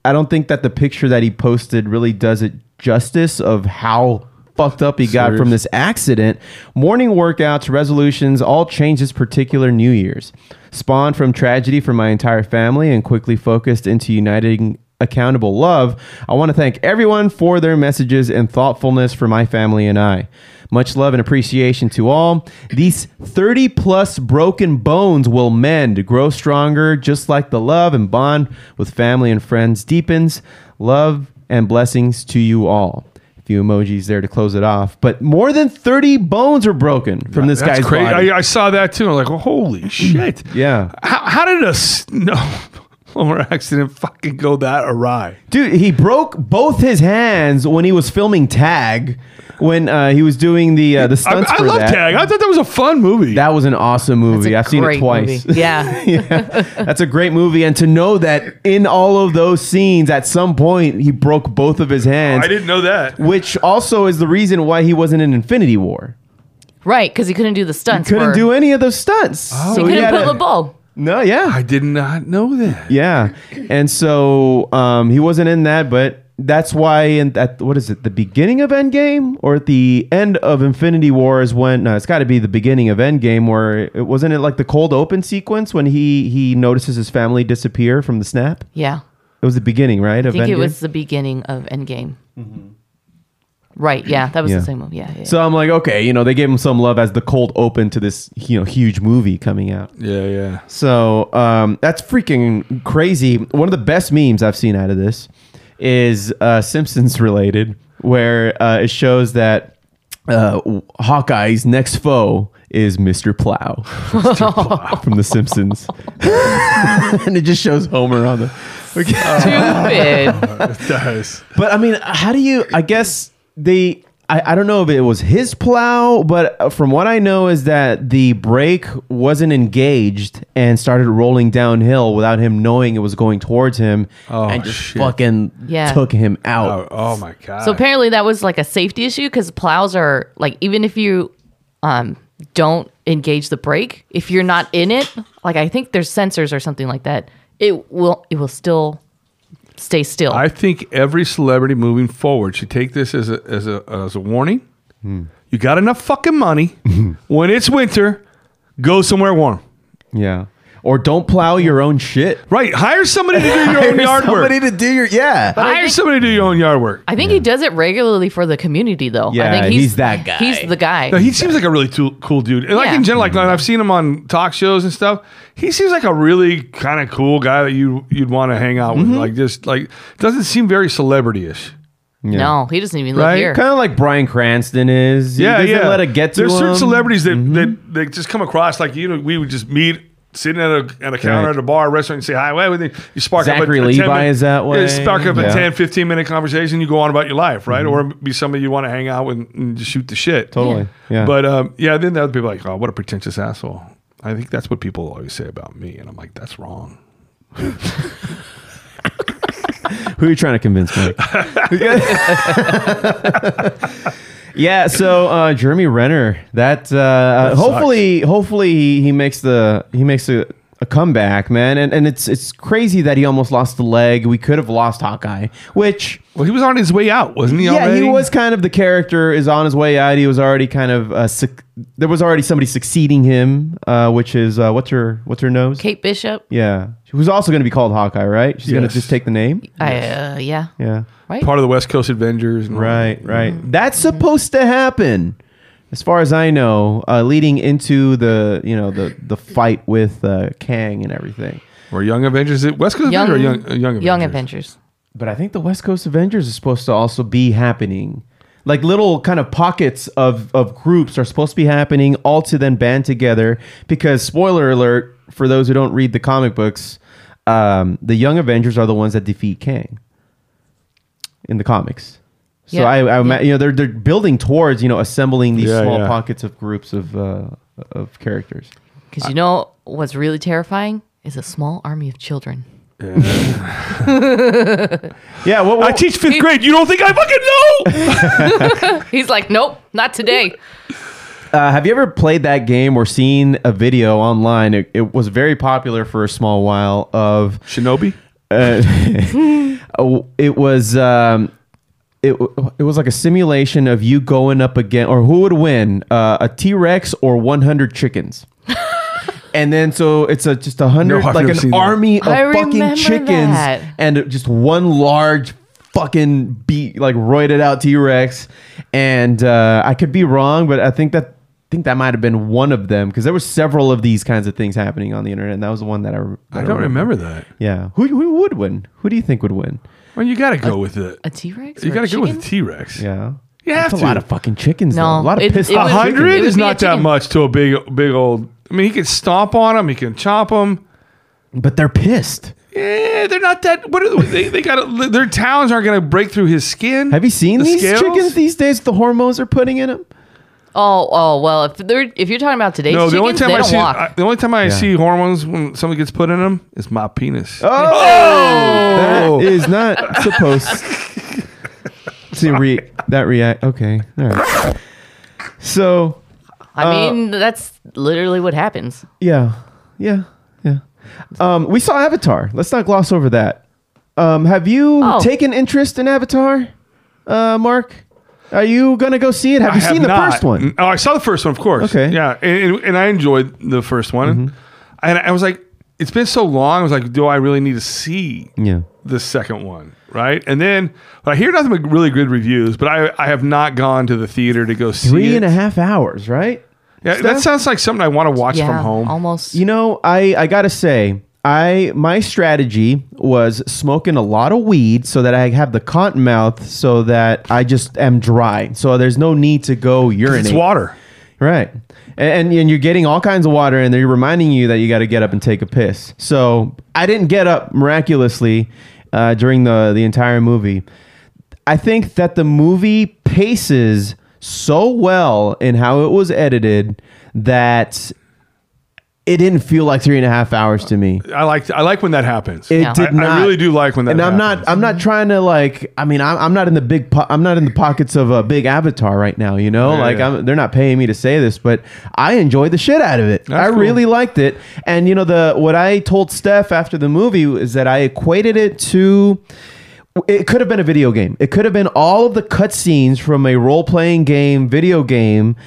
S11: I don't think that the picture that he posted really does it justice of how fucked up he got
S6: Serious.
S11: from this accident. Morning workouts, resolutions, all changed this particular New Year's. Spawned from tragedy for my entire family and quickly focused into uniting accountable love. I want to thank everyone for their messages and thoughtfulness for my family and I. Much love and appreciation to all. These 30 plus broken bones will mend, grow stronger, just like the love and bond with family and friends deepens. Love and blessings to you all. A few emojis there to close it off. But more than 30 bones are broken from this
S6: That's
S11: guy's
S6: crazy.
S11: body.
S6: I, I saw that too. I'm like, well, holy shit.
S11: yeah.
S6: How, how did a snowblower accident fucking go that awry?
S11: Dude, he broke both his hands when he was filming Tag, when uh, he was doing the uh, the stunts
S6: I
S11: for
S6: love
S11: that.
S6: Tag. I thought that was a fun movie.
S11: That was an awesome movie. I've seen it
S7: Great
S11: twice.
S7: movie. Yeah.
S11: That's a great movie, and to know that in all of those scenes, at some point he broke both of his hands.
S6: I didn't know that.
S11: Which also is the reason why he wasn't in Infinity War.
S7: Right, because he couldn't do the stunts.
S11: Couldn't
S7: for-
S11: do any of those stunts.
S6: Oh.
S7: he
S11: So
S7: couldn't
S11: had
S7: put
S11: a-
S7: the ball.
S11: No, yeah. I
S6: did not know that.
S11: Yeah. And so um, he wasn't in that, but that's why in at what is it, the beginning of Endgame or at the end of Infinity War is when no, it's gotta be the beginning of Endgame where it wasn't it like the cold open sequence when he he notices his family disappear from the snap?
S7: Yeah.
S11: It was the beginning, right?
S7: I
S11: of
S7: think it
S11: Endgame?
S7: was the beginning of Endgame. Right, yeah, that was
S11: Yeah.
S7: the same movie. Yeah, yeah.
S11: So I'm like, okay, you know, they gave him some love as the cold open to this, you know, huge movie coming out.
S6: Yeah, yeah.
S11: So um, that's freaking crazy. One of the best memes I've seen out of this is uh, Simpsons related, where uh, it shows that uh, Hawkeye's next foe is Mr. Plow, from The Simpsons, and it just shows Homer on the.
S6: Stupid. nice.
S11: But I mean, how do you? I guess they. I, I don't know if it was his plow, but uh, from what I know is that the brake wasn't engaged and started rolling downhill without him knowing it was going towards him, and just fucking
S7: Yeah.
S11: took him out.
S6: Oh, my god!
S7: So apparently that was like a safety issue because plows are like even if you um, don't engage the brake, if you're not in it, like I think there's sensors or something like that, it will it will still stay still.
S6: I think every celebrity moving forward should take this as a as a as a warning.
S11: Hmm.
S6: You got enough fucking money. when it's winter, go somewhere warm.
S11: Yeah. Or don't plow your own shit.
S6: Right. Hire somebody to do your
S11: Hire
S6: own yard work.
S11: somebody to do your yeah.
S7: But I
S6: Hire
S7: think-
S6: somebody to do your own yard work.
S7: I think he does it regularly for the community though. I
S6: Yeah,
S7: think
S6: he's that guy.
S7: He's the guy.
S6: No, he seems like a really too, cool dude. And Like
S7: Yeah.
S6: in general, like when I've seen him on talk shows and stuff. He seems like a really kind of cool guy that you you'd want to hang out with. Like just like doesn't seem very celebrity-ish.
S7: No, he doesn't even live
S11: Right,
S7: here.
S11: kind of like Brian Cranston is. He
S6: Yeah,
S11: doesn't
S6: yeah.
S11: Let it get to
S6: There's
S11: him.
S6: certain celebrities that, that that just come across like you know we would just meet sitting at a, at a counter
S11: Right.
S6: at a bar, restaurant, and say hi. Well, everything you spark up.
S11: Zachary
S6: a, a 10
S11: Levi
S6: minute-
S11: is that
S6: Yeah, Mm-hmm.
S11: way.
S6: spark up a
S11: Yeah.
S6: 10, 15 minute conversation. You go on about your life, right? Or be somebody you want to hang out with and just shoot the shit.
S11: Totally. Yeah. Yeah.
S6: But um, yeah, then the other people are like, oh, what a pretentious asshole. I think that's what people always say about me, and I'm like, that's wrong.
S11: Who are you trying to convince, Mike? yeah. So uh, Jeremy Renner. That, uh, uh,
S6: sucks.
S11: hopefully, hopefully he, he makes the he makes a, a comeback, man. And and it's it's crazy that he almost lost the leg. We could have lost Hawkeye, which
S6: well, he was on his way out, wasn't he
S11: Yeah,
S6: already?
S11: he was kind of the character is on his way out. He was already kind of uh, suc there was already somebody succeeding him, uh, which is uh, what's her what's her nose?
S7: Kate Bishop.
S11: Yeah, who's also going to be called Hawkeye, right? She's going
S6: Yes.
S11: to just take the name.
S7: I, uh, yeah.
S11: Yeah.
S7: Right.
S6: Part of the West Coast Avengers. And all
S11: Right, right. That's supposed to happen, as far as I know. Uh, leading into the you know the the fight with uh, Kang and everything.
S6: Or Young Avengers, is it West Coast
S7: Young-
S6: Avengers or Young, uh, young Avengers?
S7: Young Adventures.
S11: But I think the West Coast Avengers is supposed to also be happening. Like little kind of pockets of of groups are supposed to be happening, all to then band together. Because spoiler alert for those who don't read the comic books, um, the Young Avengers are the ones that defeat Kang in the comics. So
S7: Yeah.
S11: I, I ima- you know they're they're building towards you know assembling these
S6: Yeah,
S11: small
S6: yeah.
S11: pockets of groups of uh, of characters.
S7: Because you know what's really terrifying is a small army of children.
S11: Yeah, what,
S6: I teach fifth grade. You don't think I fucking know?
S7: He's like, nope, not today.
S11: Uh, have you ever played that game or seen a video online? It, it was very popular for a small while of
S6: Shinobi.
S11: Uh, oh, it was um, it w- it was like a simulation of you going up again or who would win uh, a T Rex or 100 chickens. And then so it's a just a hundred
S6: No, I've
S11: like
S6: never
S11: an
S6: seen that.
S11: army of
S7: I
S11: fucking
S7: remember
S11: chickens
S7: that.
S11: and just one large fucking beat like roided out T-Rex. And uh, I could be wrong, but I think that I think that might have been one of them because there were several of these kinds of things happening on the internet, and that was the one that I re-
S6: I don't remember that.
S11: Yeah, who who would win? Who do you think would win?
S6: Well, you got to go with it.
S7: A T Rex?
S6: You
S7: or a
S6: got to go with a
S7: chicken?
S6: T Rex.
S11: Yeah.
S6: You have
S11: That's a
S6: to.
S11: lot of fucking chickens.
S7: No,
S11: though. a lot of
S7: it-
S11: pissed
S7: it
S11: off
S7: was-
S6: A hundred
S7: would
S6: is
S7: be a
S6: not that
S7: chicken.
S6: much to a big, big old. I mean, he can stomp on them. He can chop them.
S11: But they're pissed.
S6: Yeah, they're not that. What are, they, they got? Their talons aren't going to break through his skin.
S11: Have you seen
S6: The
S11: these
S6: scales?
S11: chickens these days? The hormones are putting in them.
S7: Oh, oh well. If they're if you're talking about today's
S6: No,
S7: chickens,
S6: the only time
S7: they
S6: I
S7: don't
S6: see
S7: walk.
S6: I, the only time I
S11: Yeah.
S6: see hormones when something gets put in them is my penis.
S11: Oh. That is not supposed to re that react. Okay, all right. So,
S7: I mean,
S6: uh,
S7: that's literally what happens.
S11: yeah, yeah, yeah. Um, we saw Avatar. Let's not gloss over that. Um, have you
S7: Oh.
S11: taken interest in Avatar, uh, Mark? Are you gonna go see it? Have you
S6: I
S11: seen the
S6: not.
S11: first one?
S6: Oh, I saw the first one, of course.
S11: Okay. Mm-hmm.
S6: Yeah, and, and, and I enjoyed the first one, and I was like, it's been so long. I was like, do I really need to see
S11: Yeah.
S6: the second one? Right, and then but I hear nothing but really good reviews, but I I have not gone to the theater to go see
S11: Three
S6: it.
S11: and a half hours, right?
S6: yeah, that sounds like something I want to watch from home.
S7: almost.
S11: You know, I I gotta say, I my strategy was smoking a lot of weed so that I have the cotton mouth, so that I just am dry, so there's no need to go urinate.
S6: It's water.
S11: Right. And, and you're getting all kinds of water and they're reminding you that you got to get up and take a piss. So I didn't get up miraculously uh, during the, the entire movie. I think that the movie paces so well in how it was edited that it didn't feel like three and a half hours to me.
S6: I like I like when that happens.
S11: It did
S6: I,
S11: not.
S6: I really do like when that.
S11: And I'm
S6: happens.
S11: not. I'm not trying to like. I mean, I'm, I'm not in the big. Po- I'm not in the pockets of a big avatar right now. You know,
S6: Yeah,
S11: like
S6: yeah.
S11: I'm, they're not paying me to say this, but I enjoyed the shit out of it.
S6: That's
S11: I
S6: cool.
S11: really liked it. And you know, the what I told Steph after the movie is that I equated it to. It could have been a video game. It could have been all of the cutscenes from a role playing game, video game,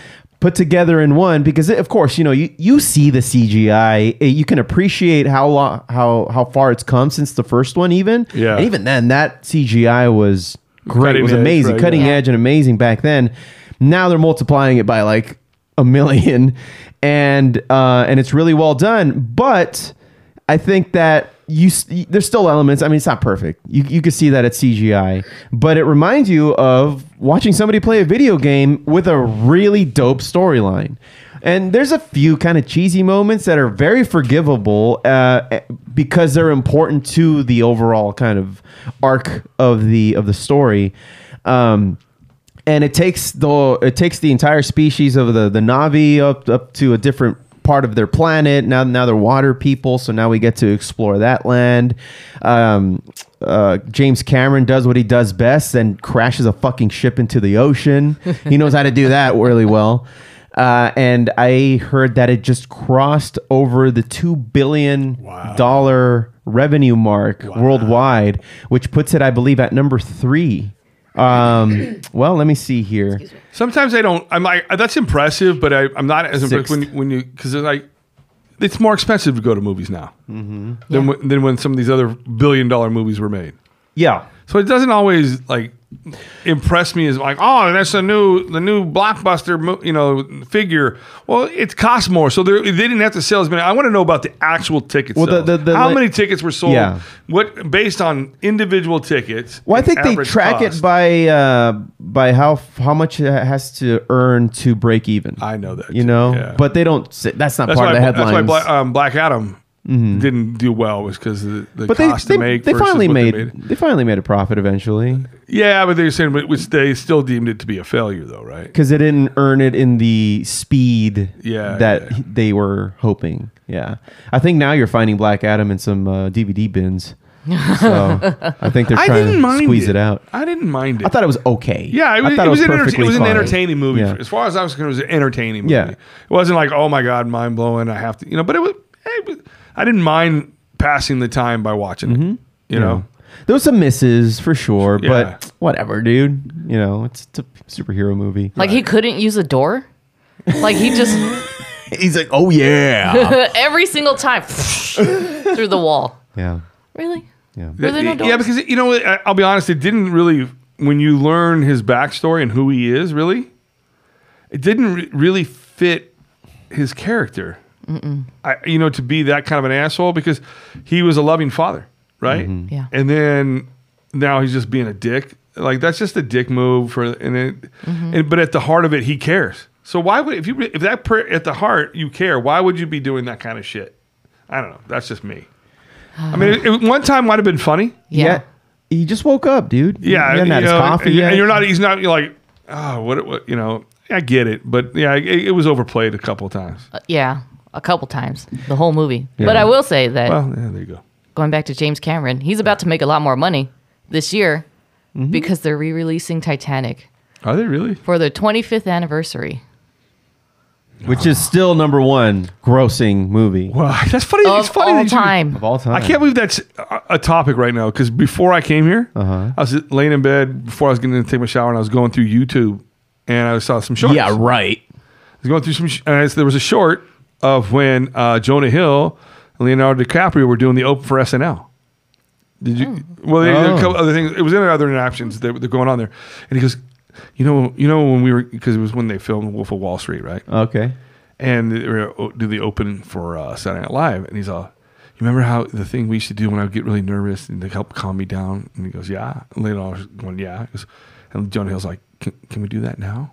S11: put together in one. Because it, of course, you know you, you see the CGI. eh, you can appreciate how long, how how far it's come since the first one, even.
S6: Yeah.
S11: And even then, that CGI was great.
S6: Cutting
S11: it was
S6: edge,
S11: amazing,
S6: right,
S11: cutting
S6: yeah.
S11: edge and amazing back then. Now they're multiplying it by like a million, and uh, and it's really well done. But I think that you s- there's still elements. I mean, it's not perfect. You you can see that it's CGI, but it reminds you of watching somebody play a video game with a really dope storyline. And there's a few kind of cheesy moments that are very forgivable uh, because they're important to the overall kind of arc of the of the story. Um, and it takes the it takes the entire species of the the Navi up up to a different part of their planet. Now now they're water people, so now we get to explore that land. Um, uh, James Cameron does what he does best and crashes a fucking ship into the ocean. He knows how to do that really well. Uh, and I heard that it just crossed over the two billion dollar revenue mark worldwide, which puts it, I believe, at number three. Um, well, let me see here.
S6: Sometimes I don't. I'm like that's impressive, but I, I'm not as impressed when you- when you because like it's more expensive to go to movies now
S11: Mm-hmm.
S6: than when, than when some of these other billion dollar movies were made.
S11: Yeah.
S6: So it doesn't always like impress me as like oh that's a new the new blockbuster mo- you know figure. Well, it costs more, so they're- they didn't have to sell as many. I want to know about the actual tickets.
S11: Well, the- the- the-
S6: how
S11: like-
S6: many tickets were sold?
S11: Yeah.
S6: What based on individual tickets?
S11: Well, I
S6: and
S11: think they
S6: average
S11: track
S6: cost.
S11: it by uh, by how how much it has to earn to break even.
S6: I know that
S11: you know,
S6: yeah.
S11: but they don't. Say, that's not
S6: That's
S11: part
S6: why,
S11: of the headlines. Mm-hmm.
S6: That's why Black, um, Black Adam didn't do well was because the, the
S11: but they
S6: cost
S11: they,
S6: to make.
S11: they
S6: versus
S11: finally
S6: what
S11: made,
S6: they
S11: they finally made a profit eventually
S6: Yeah, but they're saying but- which they still deemed it to be a failure though, right?
S11: because they didn't earn it in the speed
S6: Yeah,
S11: that they were hoping. Yeah, I think now you're finding Black Adam in some uh, DVD bins. So I think they're
S6: I
S11: trying
S6: didn't
S11: to
S6: mind
S11: squeeze
S6: it.
S11: it out.
S6: I didn't mind it.
S11: I thought it was okay.
S6: Yeah, it
S11: I
S6: was,
S11: thought
S6: it was, an, enter- it
S11: perfectly
S6: was an
S11: fine.
S6: entertaining movie.
S11: Yeah.
S6: As far as I was concerned, it was an entertaining movie.
S11: Yeah.
S6: It wasn't like oh my god, mind blowing. I have to, you know. But it was. it was- I didn't mind passing the time by watching it. You
S11: Mm-hmm. Yeah.
S6: know.
S11: there was some misses for sure,
S6: Yeah.
S11: but whatever, dude. You know, it's, it's a superhero movie.
S7: Like he couldn't use a door. Like he just
S11: He's like, oh yeah.
S7: Every single time through the wall.
S11: yeah.
S7: Really?
S11: Yeah.
S7: Were there no dogs?
S6: yeah, because you know, what, I- I'll be honest. It didn't really when you learn his backstory and who he is. Really, it didn't re- really fit his character.
S7: Mm-mm.
S6: I, you know, to be that kind of an asshole because he was a loving father, right?
S7: Mhm. Yeah.
S6: And then now he's just being a dick. Like that's just a dick move for and it,
S11: Mm-hmm.
S6: and, but at the heart of it, he cares. So why would if you if that per, at the heart you care, why would you be doing that kind of shit? I don't know. That's just me. I mean, it, it- one time might have been funny.
S11: Yeah. He just woke up, dude.
S6: Yeah,
S11: He hadn't had
S6: you
S11: his
S6: know,
S11: coffee
S6: and,
S11: yet.
S6: and you're not. He's not. You're like, oh, what, what? You know, I get it, but yeah, it, it was overplayed a couple of times.
S7: Uh, yeah, a couple times. The whole movie.
S6: Yeah.
S7: But I will say that
S6: Well, Oh, yeah, there you go.
S7: going back to James Cameron, he's about to make a lot more money this year
S6: Mm-hmm.
S7: because they're re releasing Titanic
S6: Are they really?
S7: for their 25th anniversary.
S11: Which is still number one grossing movie.
S6: Wow, that's funny. it's
S7: Of
S6: funny
S7: all
S6: that you-
S7: time.
S11: Of all time.
S6: I can't believe that's a- a topic right now because before I came here,
S11: Uh-huh.
S6: I was laying in bed before I was going to take my shower and I was going through YouTube and I saw some shorts. Yeah,
S11: right.
S6: I was going through some, sh- and I s- there was a short of when uh, Jonah Hill and Leonardo DiCaprio were doing the open for SNL. Did you? Well, there, there were a
S11: Oh.
S6: couple other things. It was in other options that were going on there, and he goes, "You know, you know when we were because it was when they filmed Wolf of Wall Street,
S11: Uh-huh.
S6: right?
S11: Okay.
S6: and they were gonna o- do the open for uh, Saturday Night Live, and he's all, "You remember how the thing we used to do when I would get really nervous and to help calm me down?" And he goes, "Yeah." And later on, I was going, "Yeah." He goes, and Jonah Hill's like, can, "Can we do that now?"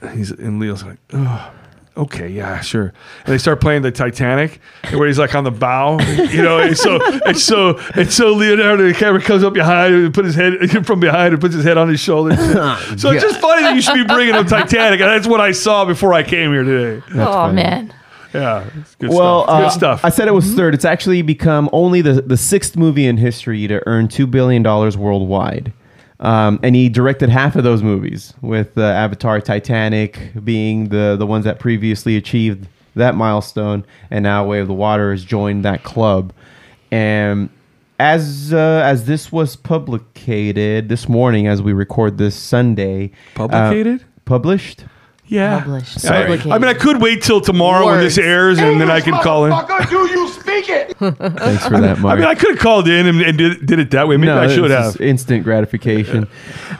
S6: And he's and Leo's like, "Oh, okay, yeah, sure." And they start playing the Titanic, where he's like on the bow, you know. And so and so and so Leonardo DiCaprio comes up behind and put his head from behind and puts his head on his shoulder. So it's just funny that you should be bringing up Titanic, and that's what I saw before I came here today.
S7: oh, man.
S6: Yeah, it's good
S11: well,
S6: stuff.
S11: uh,
S6: good stuff.
S11: I said it was third. It's actually become only the, the sixth movie in history to earn $2 billion worldwide. Um, and he directed half of those movies, with uh, Avatar, Titanic being the, the ones that previously achieved that milestone. And now Way of the Water has joined that club. And as uh, as this was publicated this morning, as we record this Sunday, uh,
S6: Publicated?
S11: published,
S6: Yeah.
S7: Published.
S11: Sorry.
S6: I, I mean, I could wait till tomorrow when this airs, and then I can call in.
S9: do you speak it?
S11: Thanks for that,
S6: I
S11: Mark.
S6: mean, I could have called in and, and did, did it that way. Maybe I
S11: it's
S6: should
S11: just
S6: have.
S11: instant gratification.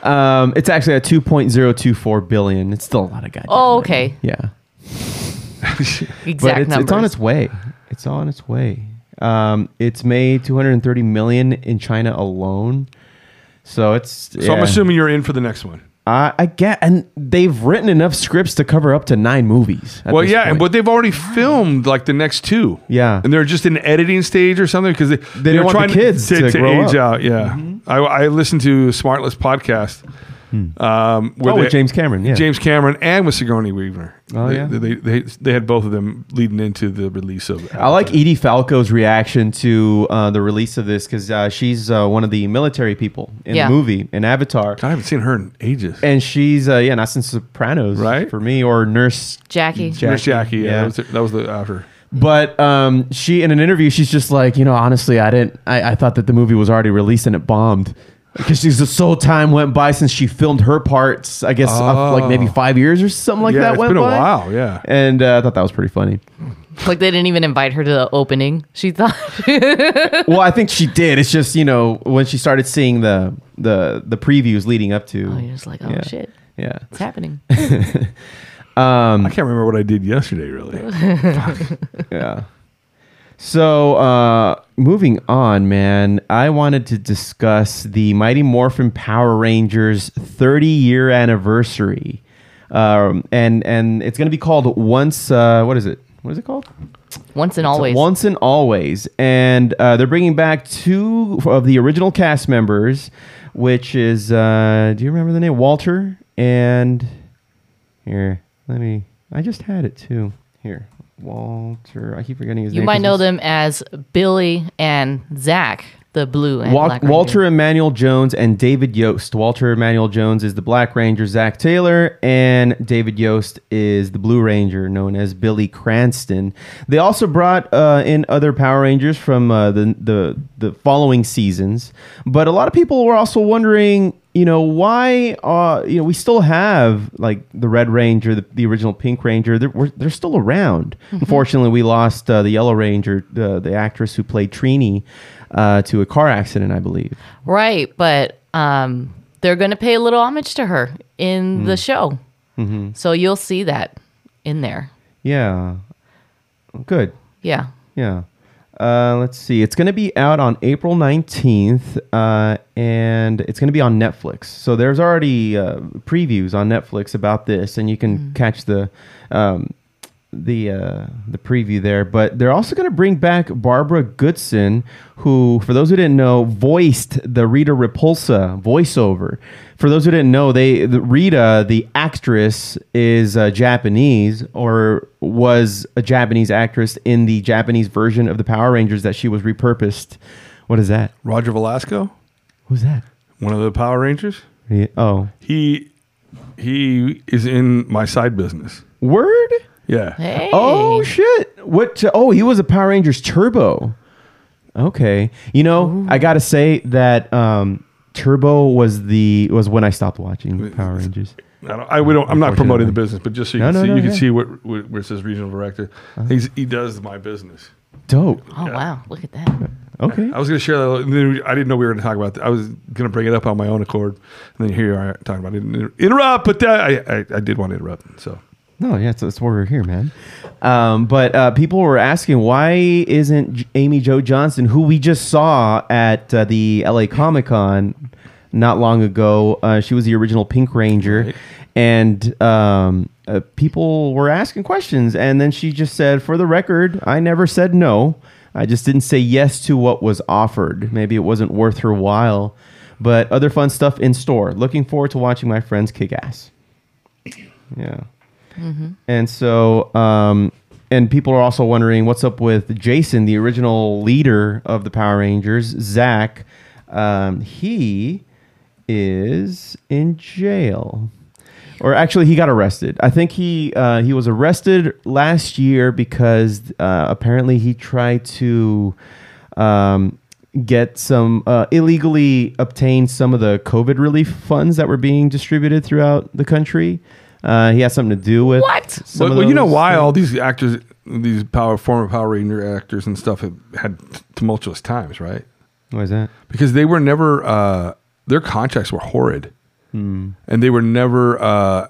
S11: um, it's actually at two point zero two four billion. It's still a lot of guys.
S7: Oh, okay.
S11: Yeah,
S7: Exact
S11: but it's,
S7: numbers.
S11: it's on its way. It's on its way. Um, it's made two hundred and thirty million in China alone. So it's.
S6: So I'm assuming you're in for the next one.
S11: I, I get, and they've written enough scripts to cover up to nine movies. at
S6: well,
S11: this
S6: yeah,
S11: point.
S6: and but they've already filmed like the next two.
S11: Yeah.
S6: and they're just in editing stage or something because they they
S11: don't want the kids
S6: to,
S11: to grow
S6: age
S11: up. Mm-hmm.
S6: out. Yeah, I, I listened to Smartless podcast. Um,
S11: Oh, with James Cameron, yeah.
S6: James Cameron, and with Sigourney Weaver.
S11: Oh,
S6: they,
S11: yeah.
S6: they, they they had both of them leading into the release of.
S11: I like Edie Falco's reaction to uh, the release of this because uh, she's uh, one of the military people in
S6: Yeah.
S11: the movie in Avatar.
S6: I haven't seen her in ages,
S11: and she's uh, yeah, not since Sopranos, right? For me, or Nurse
S7: Jackie.
S6: Nurse Jackie. Yeah, That, was, that was the after.
S11: But um, she in an interview, she's just like, you know, honestly, I didn't. I, I thought that the movie was already released and it bombed because she's just so time went by since she filmed her parts. I guess uh, like maybe
S6: Oh.
S11: five years or something like
S6: Yeah,
S11: that
S6: it's
S11: went
S6: been a
S11: by.
S6: while, yeah.
S11: and uh, I thought that was pretty funny.
S7: Like they didn't even invite her to the opening. She thought
S11: well, I think she did. It's just you know when she started seeing the the the previews leading up to. Oh,
S7: you're just like, oh,
S11: yeah.
S7: shit.
S11: Yeah,
S7: it's happening.
S11: um,
S6: I can't remember what I did yesterday, really.
S11: yeah. So, uh, moving on, man, I wanted to discuss the Mighty Morphin Power Rangers 30 year anniversary. Um, and, and it's going to be called Once, uh, what is it? What is it called?
S7: Once and always.
S11: So once and always. And uh, they're bringing back two of the original cast members, which is, uh, do you remember the name? Walter and. Here, let me. I just had it too. Here, Walter. I keep forgetting his
S7: You
S11: name.
S7: might
S11: 'cause
S7: know
S11: he's-
S7: them as Billy and Zach, the blue and
S11: Wal-
S7: black. ranger.
S11: Walter Emmanuel Jones and David Yost. Walter Emmanuel Jones is the Black Ranger, Zach Taylor, and David Yost is the Blue Ranger, known as Billy Cranston. They also brought uh, in other Power Rangers from uh, the, the the following seasons, but a lot of people were also wondering you know why uh you know we still have like the red ranger the, the original pink ranger they're, we're, they're still around
S16: Mhm.
S11: unfortunately we lost uh, the yellow ranger uh, the actress who played trini uh, to a car accident i believe
S7: Right, but um, they're going to pay a little homage to her in the
S11: Mm.
S7: show.
S11: mm-hmm.
S7: So you'll see that in there.
S11: yeah good
S7: Yeah.
S11: Yeah. Uh, let's see. It's going to be out on April 19th, uh, and it's going to be on Netflix. So there's already uh, previews on Netflix about this, and you can catch the um, the uh, the preview there. But they're also going to bring back Barbara Goodson, who, for those who didn't know, voiced the Rita Repulsa voiceover. For those who didn't know, they the, Rita, the actress, is uh, Japanese or was a Japanese actress in the Japanese version of the Power Rangers that she was repurposed. What is that?
S6: Roger Velasco.
S11: Who's that?
S6: One of the Power Rangers.
S11: Yeah, oh,
S6: He he is in my side business.
S11: word.
S6: Yeah.
S11: Oh shit! What? Oh, he was a Power Rangers Turbo. Okay, you know I gotta say that um, Turbo was the was when I stopped watching Power Rangers.
S6: I don't, I, we don't, I'm not promoting the
S11: Unfortunately.
S6: business, but just so you
S11: No,
S6: can
S11: no,
S6: see,
S11: no,
S6: you can
S11: yeah.
S6: see what, what where it says regional director. He's, he does my business.
S11: Dope.
S7: Oh, wow. Look at that.
S11: Okay.
S6: I was going to share that. and then I didn't know we were going to talk about that. I was going to bring it up on my own accord, and then here you are talking about it. Inter- interrupt, but that, I, I I did want to interrupt. So
S11: No, yeah, that's, that's why we're here, man. Um, but uh, people were asking why isn't J- Amy Jo Johnson, who we just saw at uh, the LA Comic Con not long ago, uh, she was the original Pink Ranger, and um, uh, people were asking questions, and then she just said, "For the record, I never said no. I just didn't say yes to what was offered. Maybe it wasn't worth her while." But other fun stuff in store. Looking forward to watching my friends kick ass. Yeah.
S7: Mhm.
S11: And so, um, and people are also wondering what's up with Jason, the original leader of the Power Rangers, Zach. Um, he is in jail. Or actually, he got arrested. I think he uh, he was arrested last year because uh, apparently he tried to um, get some uh, illegally obtain some of the COVID relief funds that were being distributed throughout the country. Uh, he has something to do with
S6: What?
S11: some
S6: Well,
S11: of
S6: well, you know
S11: those
S6: why
S11: things.
S6: all these actors, these power former Power Ranger actors and stuff have had tumultuous times, right?
S11: Why is that?
S6: Because they were never uh, their contracts were horrid,
S11: Hmm.
S6: and they were never uh,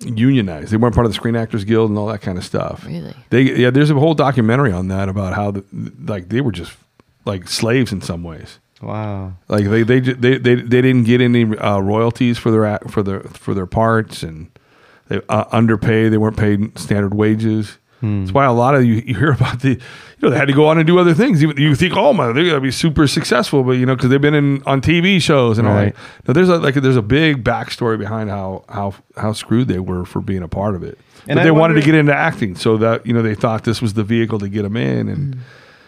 S6: unionized. They weren't part of the Screen Actors Guild and all that kind of stuff.
S7: Really?
S6: They yeah, there's a whole documentary on that about how the, like they were just like slaves in some ways.
S11: Wow.
S6: Like they they ju- they they, they didn't get any uh, royalties for their act- for their for their parts and they uh, underpaid. They weren't paid standard wages. That's why a lot of you, you hear about the you know they had to go on and do other things. You, you think oh my they're gonna be super successful, but you know because they've been in on TV shows and all
S11: Right.
S6: that. No, there's a, like there's a big backstory behind how how how screwed they were for being a part of it.
S11: And
S6: but
S11: I
S6: they wanted to
S11: wonder-
S6: get into acting, so that you know they thought this was the vehicle to get them in and.
S11: Mm.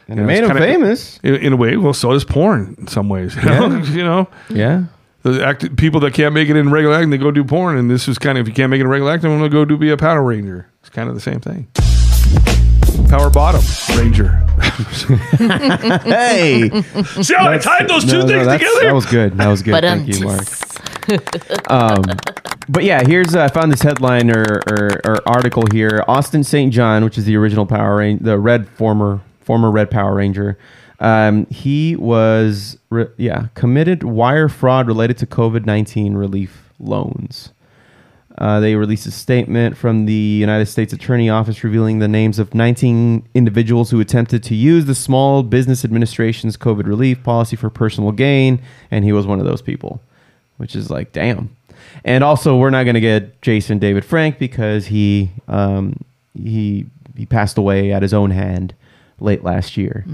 S11: And it made
S6: it's
S11: him
S6: kinda-
S11: famous.
S6: in, in a way. Well, so does porn in some ways. You know,
S11: Yeah.
S6: you know?
S11: Yeah.
S6: the act, people that can't make it in regular acting, they go do porn, and this is kind of if you can't make it in regular acting, I'm gonna go do be a Power Ranger. It's kind of the same thing. Power bottom ranger.
S11: hey,
S6: see how I
S11: That's-
S6: tied those two
S11: no, no,
S6: things
S11: that's-
S6: together?
S11: That was good. That was good. Thank you, Mark. um, but yeah, here's uh, I found this headline or, or, or article here. Austin St. John, which is the original Power Ranger, the red former former Red Power Ranger. Um, he was re- yeah committed wire fraud related to COVID nineteen relief loans. Uh, they released a statement from the United States Attorney Office revealing the names of 19 individuals who attempted to use the Small Business Administration's COVID relief policy for personal gain, and he was one of those people, which is like, damn. And also, we're not going to get Jason David Frank because he um, he he passed away at his own hand late last year,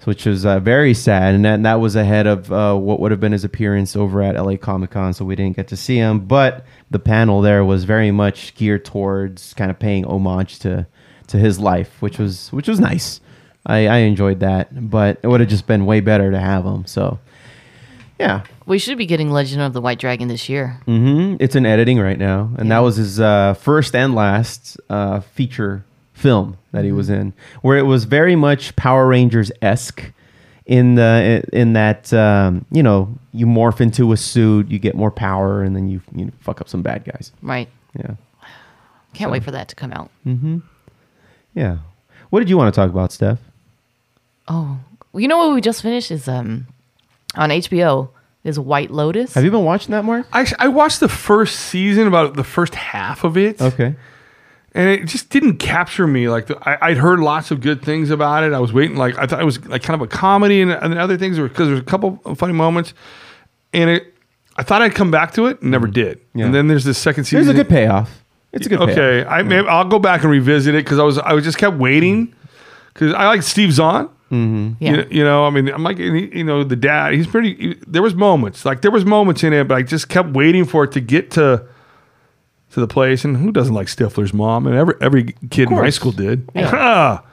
S11: so which was uh, very sad. And that, and that was ahead of uh, what would have been his appearance over at LA Comic Con, so we didn't get to see him. But the panel there was very much geared towards kind of paying homage to to his life, which was which was nice. I, I enjoyed that, but it would have just been way better to have him. So, yeah.
S7: We should be getting Legend of the White Dragon this year.
S11: hmm it's in editing right now, and that was his uh, first and last uh, feature film that he was in, where it was very much Power Rangers esque in the in that um, you know you morph into a suit, you get more power, and then you you fuck up some bad guys.
S7: Right.
S11: Yeah.
S7: Can't
S11: So-
S7: wait for that to come out.
S11: Mm-hmm. Yeah. What did you want to talk about, Steph?
S7: Oh, you know what we just finished is um on HBO is White Lotus.
S11: Have you been watching that, Mark?
S6: I, I watched the first season, about the first half of it.
S11: Okay.
S6: And it just didn't capture me. Like the, I, I'd heard lots of good things about it. I was waiting. Like I thought it was like kind of a comedy and, and other things, because there's a couple of funny moments. And it, I thought I'd come back to it, and never did. And then there's this second season.
S11: Mm-hmm. There's a good payoff. It's a good payoff.
S6: Okay, I may, I'll go back and revisit it because I was I was just kept waiting because I like Steve Zahn.
S11: Mm-hmm.
S6: You- You, know, I mean, I'm like, and he- you know, the dad. He's pretty. he- there was moments like there was moments in it, but I just kept waiting for it to get to to the place. And who doesn't like Stifler's mom? And every every kid in high
S16: course.
S6: school did. Ah.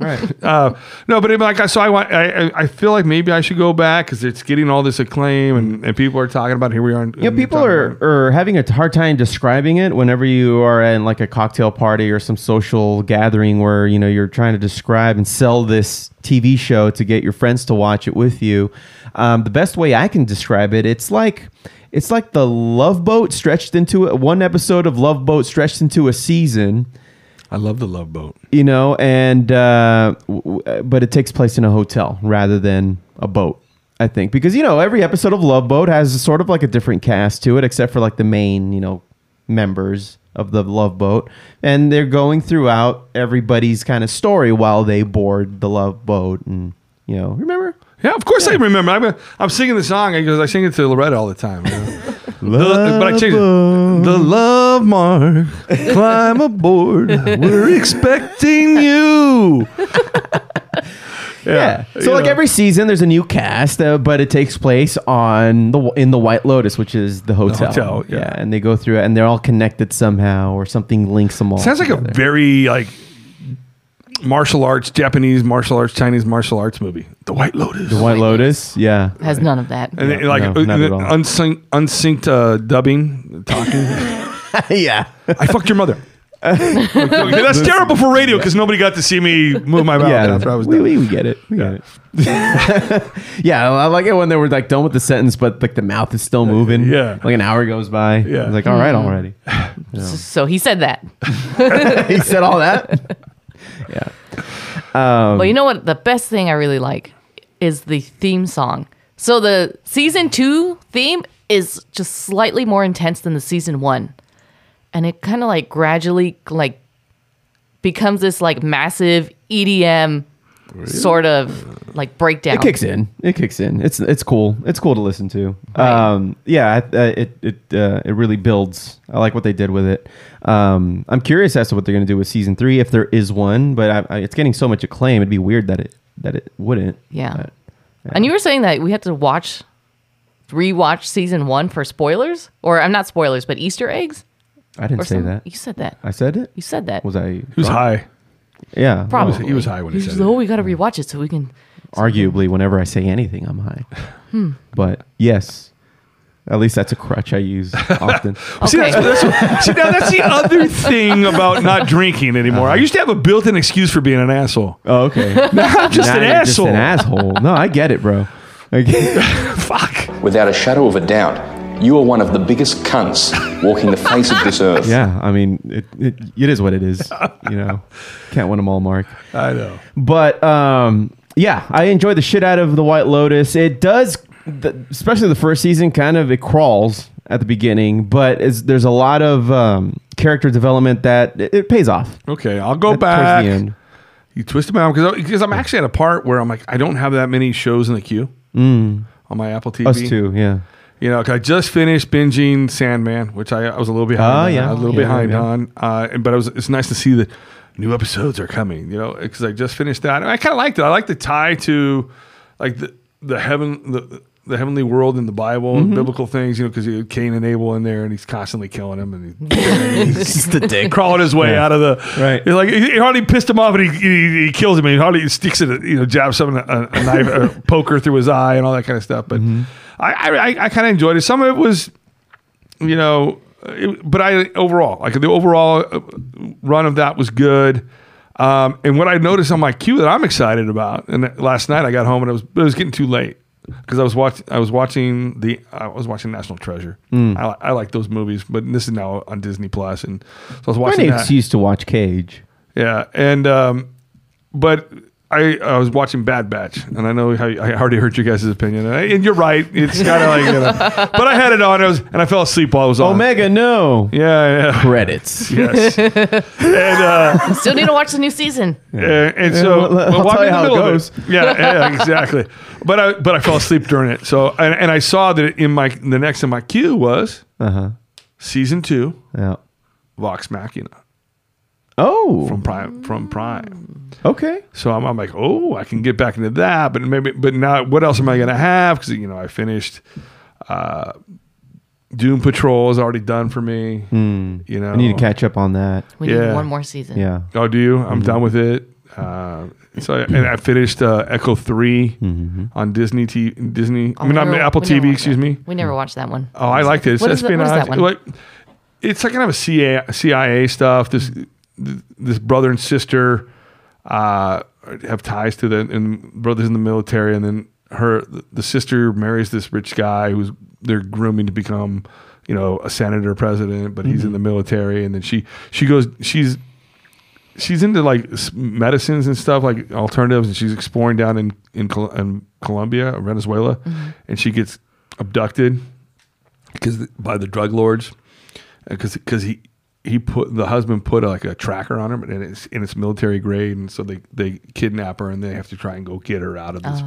S11: right.
S6: Uh, no, but it, like I so I want I I- I feel like maybe I should go back because it's getting all this acclaim and, and people are talking about it. here we are.
S11: Yeah, people are, are having a hard time describing it whenever you are in like a cocktail party or some social gathering where you know you're trying to describe and sell this TV show to get your friends to watch it with you. Um, the best way I can describe it, it's like it's like the Love Boat stretched into a, one episode of Love Boat stretched into a season.
S6: I love the Love Boat.
S11: You know, and uh, w- w- but it takes place in a hotel rather than a boat. I think because you know every episode of Love Boat has sort of like a different cast to it, except for like the main you know members of the Love Boat, and they're going throughout everybody's kind of story while they board the Love Boat, and you know remember
S6: Yeah, of course I remember. I'm, I'm singing the song because I sing it to Loretta all the time. you know. The- but I changed it. The love mark, climb aboard. We're expecting you.
S11: Yeah. So
S6: you
S11: like
S6: know.
S11: every season, there's a new cast, uh, but it takes place on the in the White Lotus, which is the hotel.
S6: hotel,
S11: yeah. and they go through it, and they're all connected somehow, or something links them all.
S6: Sounds like a very like martial arts, Japanese martial arts, Chinese martial arts movie. The White Lotus.
S11: the White Lotus. Yeah.
S7: Has none of that.
S6: And it, like uh,
S11: no, not at all.
S6: unsync, unsynced uh, dubbing, talking.
S11: yeah.
S6: I fucked your mother. That's terrible for radio because nobody got to see me move my mouth.
S11: Yeah,
S6: Oh, That's what I was
S11: we,
S6: doing.
S11: we, we get it. We get it. yeah, I like it when they were like done with the sentence, but like the mouth is still moving. Yeah, like an hour goes by. Yeah, like all
S6: Mm-hmm.
S11: right, already. Yeah.
S7: So he said that.
S11: he said all that. yeah. Um,
S7: well, you know what? The best thing I really like is the theme song. So the season two theme is just slightly more intense than the season one, and it kind of like gradually like becomes this like massive EDM sort of like breakdown.
S11: It kicks in. It kicks in. It's it's cool. It's cool to listen to. Um, yeah, I- I- it it uh, it really builds. I like what they did with it. Um, I'm curious as to what they're going to do with season three if there is one. But I, I, it's getting so much acclaim. It'd be weird that it that it wouldn't.
S7: Yeah. And you were saying that we had to watch, rewatch season one for spoilers, or I'm not spoilers, but Easter eggs.
S11: I didn't
S7: Or
S11: say
S7: some-
S11: that.
S7: You said that.
S11: I said it.
S7: You said that.
S11: Was I?
S6: was
S11: drunk?
S6: high.
S11: Yeah,
S7: Probably.
S6: He was high when he
S7: He's
S6: said
S7: just,
S6: it.
S7: Oh, we got to rewatch it so we can.
S11: Arguably, whenever I say anything, I'm high.
S7: Hmm.
S11: But yes, at least that's a crutch I use often.
S6: See, that's, that's, see, now that's the other thing about not drinking anymore. I used to have a built-in excuse for being an asshole.
S11: Uh-huh. Oh, okay.
S6: Now I'm just
S11: Now
S6: an
S11: you're just
S6: asshole.
S11: an asshole. No, I get it, bro. I get
S2: Without a shadow of a doubt, you are one of the biggest cunts walking the face of this earth.
S11: Yeah, I mean, it, it, it is what it is. You know, can't win them all, Mark.
S6: I know.
S11: But um, yeah, I enjoy the shit out of the White Lotus. It does, the, especially the first season, kind of it crawls at the beginning, but it's, there's a lot of um, character development that it, it pays off.
S6: Okay, I'll go
S11: At- towards the
S6: back.
S11: end.
S6: You twisted my arm because because I'm actually at a part where I'm like I don't have that many shows in the queue
S11: Mm.
S6: on my Apple TV.
S11: Us too, yeah.
S6: You know, 'cause I just finished binging Sandman, which I, I was a little behind.
S11: Oh,
S6: on.
S11: yeah.
S6: a little
S11: Yeah,
S6: behind
S11: yeah.
S6: on. Uh, and- but it was it's nice to see that new episodes are coming. You know, because I just finished that, and I kind of liked it. I like the tie to like the the heaven the. The heavenly world and the Bible and
S11: Mhm.
S6: biblical things, you know, because you had Cain and Abel in there, and he's constantly killing him, and he-
S11: He's just a dick.
S6: crawling his way
S11: Yeah.
S6: out of the right. He's like he, he hardly pissed him off, and he, he, he kills him. And he hardly sticks it, you know, jabs some a, a knife, a poker through his eye, and all that kind of stuff. But
S11: Mm-hmm.
S6: I I, I, I kind of enjoyed it. Some of it was, you know, it, but I overall like the overall uh, run of that was good.
S4: Um, and what I noticed on my queue that I'm excited about, and that- last night I got home and it was it was getting too late because I was watching I was watching the I was watching National Treasure.
S11: Mm.
S4: I, li- I like those movies, but this is now on Disney Plus, and so I was
S11: My
S4: watching
S11: name's
S4: that.
S11: used to watch Cage.
S4: Yeah, and um, but I I was watching Bad Batch, and I know how I already heard your guys' opinion, and, I- and you're right. It's kind of like, you know, but I had it on, I was, and I fell asleep while I was on.
S11: Omega, no.
S4: Yeah, yeah.
S11: Credits.
S4: Yes. and uh,
S7: Still need to watch the new season.
S4: yeah, and
S11: Yeah,
S4: so
S11: well, I'll
S4: well, I'm
S11: tell
S4: in
S11: you
S4: the
S11: how it
S4: middle of
S11: goes.
S4: Yeah, yeah, exactly. But I but I fell asleep during it. So and, and I saw that in my the next in my queue was
S11: Uh huh.
S4: season two,
S11: Yeah.
S4: Vox Machina.
S11: Oh.
S4: From Prime from Prime.
S11: Okay.
S4: So I'm, I'm like, oh, I can get back into that, but maybe, but now, what else am I gonna have? Because you know, I finished uh, Doom Patrol is already done for me.
S11: Hmm.
S4: You know,
S11: I need to catch Mm-hmm. up on that.
S7: We need one more season.
S11: Yeah.
S4: Oh, do you? I'm done with it. Uh, so I, and I finished uh, Echo 3 on Disney T- Disney. I mean,
S11: Oh,
S7: never-
S4: on Apple
S7: Oh, we never
S4: TV.
S7: watched
S4: Excuse
S7: that.
S4: me.
S7: We never watched that one.
S4: Oh, I liked it. It's
S7: What is, that,
S4: espionage.
S7: what is that one?
S4: Like, it's like kind of a CIA, CIA stuff. This this brother and sister uh, have ties to the and brothers in the military, and then her the sister marries this rich guy who's they're grooming to become you know a senator president, but
S11: Mm-hmm.
S4: he's in the military, and then she she goes she's she's into like s- medicines and stuff, like alternatives, and she's exploring down in in, Col- in Colombia, Venezuela, and she gets abducted because by the drug lords, because because he. He put the husband put like a tracker on her, but and it's and it's military grade, and so they, they kidnap her and they have to try and go get her out of this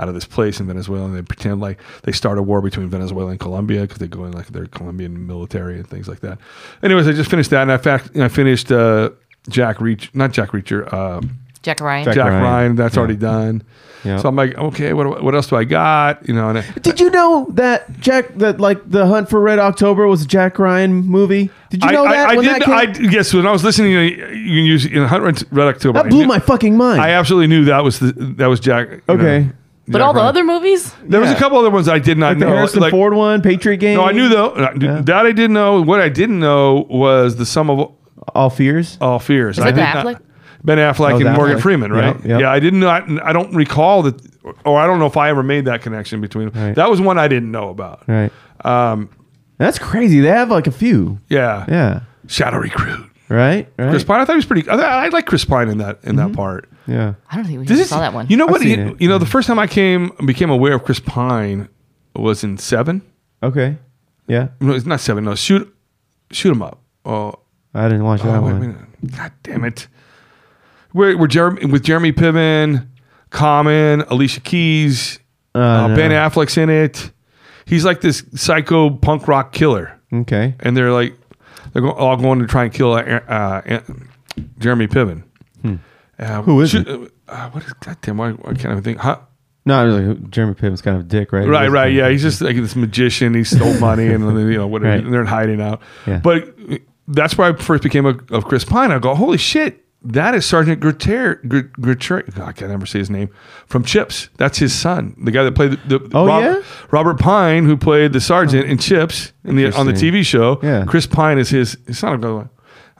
S4: out of this place in Venezuela, and they pretend like they start a war between Venezuela and Colombia because they go in like their Colombian military and things like that. Anyways, I just finished that, and I fact and I finished uh, Jack Reach, not Jack Reacher, uh,
S7: Jack Ryan.
S4: Jack, Ryan. That's already done.
S11: Yeah.
S4: So I'm like, okay, what, do I- what else do I got? You know, and I,
S11: Did you know that Jack that like the Hunt for Red October was a Jack Ryan movie? Did you know
S4: I,
S11: that?
S4: I, I
S11: when
S4: did.
S11: that came-
S4: I yes, when I was listening, to you you use in Hunt Red, Red October.
S11: That
S4: I
S11: blew
S4: knew-
S11: my fucking mind.
S4: I absolutely knew that was the, that was Jack. you
S11: Okay.
S4: know,
S7: But
S4: Jack
S7: all the
S4: Ryan.
S7: other movies?
S4: There was a couple other ones I did not
S11: Like the
S4: know.
S11: Harrison
S4: like-
S11: Ford one, Patriot Game.
S4: No, I knew though that I didn't know. What I didn't know was the sum of
S11: all fears.
S4: All fears.
S7: Was
S4: I
S7: that Ben
S4: did
S7: Affleck?
S4: Ben Affleck
S11: Oh,
S4: and
S11: that
S4: Morgan
S11: Affleck.
S4: Freeman, right?
S11: Yeah, yeah.
S4: Yeah, I didn't know. I, I don't recall that, or I don't know if I ever made that connection between them. That was one I didn't know about.
S11: Right.
S4: Um,
S11: That's crazy. They have like a few.
S4: yeah,
S11: Yeah.
S4: Shadow Recruit.
S11: Right. Right.
S4: Chris Pine. I thought he was pretty. I, thought- I like Chris Pine in that in
S11: Mm-hmm.
S4: that part.
S11: Yeah.
S7: I don't think we
S4: This
S7: even
S4: is-
S7: saw that one.
S4: You know
S11: I've
S4: what?
S11: seen
S4: You,
S11: it. Mm-hmm.
S4: you know, the first time I came became aware of Chris Pine was in Seven.
S11: Okay. Yeah.
S4: No, it's not Seven. No, shoot, shoot him up. Oh,
S11: I didn't watch that
S4: oh, wait a
S11: one.
S4: minute. God damn it. We're, we're Jeremy, with Jeremy Piven, Common, Alicia Keys, uh,
S11: no.
S4: Ben Affleck's in it. He's like this psycho punk rock killer.
S11: Okay.
S4: And they're like, they're go- all going to try and kill uh, uh, Jeremy Piven.
S11: Hmm.
S4: Uh,
S11: Who is
S4: shoot- Uh, what is, God damn, why, why can't I think? Huh?
S11: No, I was like, Jeremy Piven's kind of a dick, right?
S4: Right, right, yeah. He's just like this magician. He stole money and then, you know whatever.
S11: Right.
S4: and They're in hiding out.
S11: Yeah.
S4: But that's where I first became a, of Chris Pine. I go, holy shit, that is Sergeant Gutierrez. Gutierrez. I can never say his name from Chips. That's his son, the guy that played the, the
S11: Oh, yeah?
S4: Robert Pine, who played the sergeant in Chips in the, on the
S11: Oh. Interesting.
S4: TV show.
S11: Yeah.
S4: Chris Pine is his. His son. I go.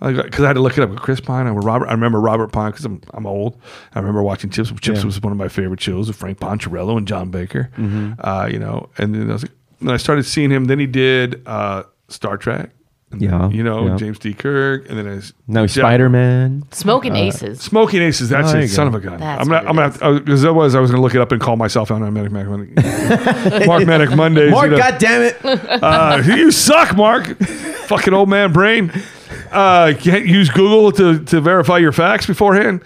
S4: Because I had to look it up. Chris Pine, I remember Robert. I remember Robert Pine because I'm, I'm old. I remember watching Chips. Chips
S11: Yeah.
S4: was one of my favorite shows with Frank Poncherello and John Baker
S11: Mhm.
S4: uh, you know, and then I was like, then I started seeing him. Then he did uh, Star Trek, and then,
S11: Yeah,
S4: you know,
S11: yeah.
S4: James D. Kirk, and then his
S11: No Spider Man.
S7: Smoking
S4: Uh,
S7: Aces.
S4: Smoking Aces. That's
S11: Oh, there
S4: it,
S11: you
S4: son of
S11: go.
S4: a gun.
S7: That's
S4: I'm not. I'm not because otherwise I was going to look it up and call myself out on Manic Mac Monday. Mark Manic Mondays.
S11: Mark,
S4: you know.
S11: God damn it.
S4: Uh, you suck, Mark. Fucking old man brain. Uh, can't use Google to, to verify your facts beforehand.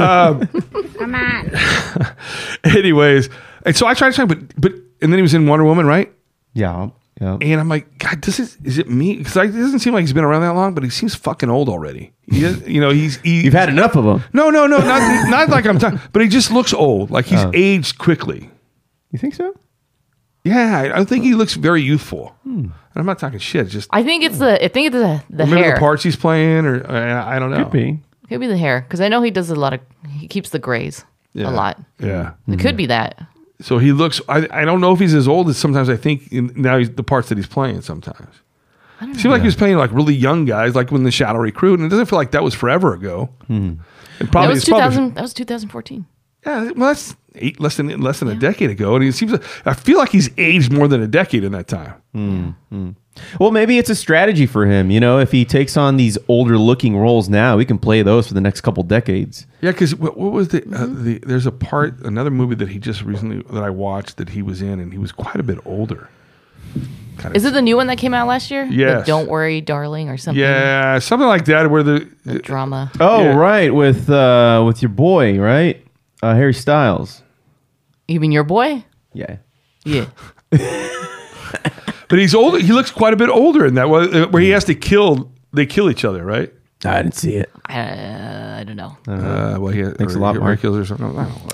S4: Um,
S17: Come on.
S4: Anyways, and so I tried to find, but but and then he was in Wonder Woman, right?
S11: Yeah, yeah.
S4: And I'm like, God, this is is it me? Because it doesn't seem like he's been around that long, but he seems fucking old already. He is, you know, he's he,
S11: You've had enough of them.
S4: no, no, no, not not like I'm talking, but he just looks old. Like he's
S11: Oh.
S4: aged quickly.
S11: You think so?
S4: Yeah, I, I think he looks very youthful.
S11: Hmm.
S4: And I'm not talking shit. Just
S7: I think it's the I think it's the the
S4: or maybe
S7: hair.
S4: the parts he's playing, or uh, I, I don't know. Could
S11: be.
S7: Could be the hair because I know he does a lot of he keeps the grays
S4: Yeah.
S7: a lot.
S4: Yeah.
S7: It could be that.
S4: So he looks. I, I don't know if he's as old as sometimes I think. In, now he's the parts that he's playing sometimes. Seemed like he was playing like really young guys, like when the Shadow Recruit, and it doesn't feel like that was forever ago. It probably
S7: that was
S4: it's probably-
S7: 2000. That was 2014.
S4: Yeah, well, that's eight, less than less than a decade ago, and he seems. like- I feel like he's aged more than a decade in that time.
S11: Well, maybe it's a strategy for him. You know, if he takes on these older looking roles now, he can play those for the next couple decades.
S4: Yeah, because what, what was the, uh,
S7: Mm-hmm.
S4: the there's a part another movie that he just recently that I watched that he was in, and he was quite a bit older.
S7: Is it the new one that came out last year? The
S4: Yes.
S7: Don't worry, darling, or something.
S4: Yeah, something like that, where the,
S7: drama.
S11: Oh, right, with uh, with your boy, right, uh, Harry Styles.
S7: You mean your boy?
S11: Yeah.
S7: Yeah.
S4: But he's older. He looks quite a bit older in that where where he has to kill. They kill each other, right?
S11: I didn't see it.
S7: Uh, I don't know.
S4: Uh, well, he
S11: Thanks a lot,
S4: he- or
S11: Mark.
S4: kills or something. I don't know.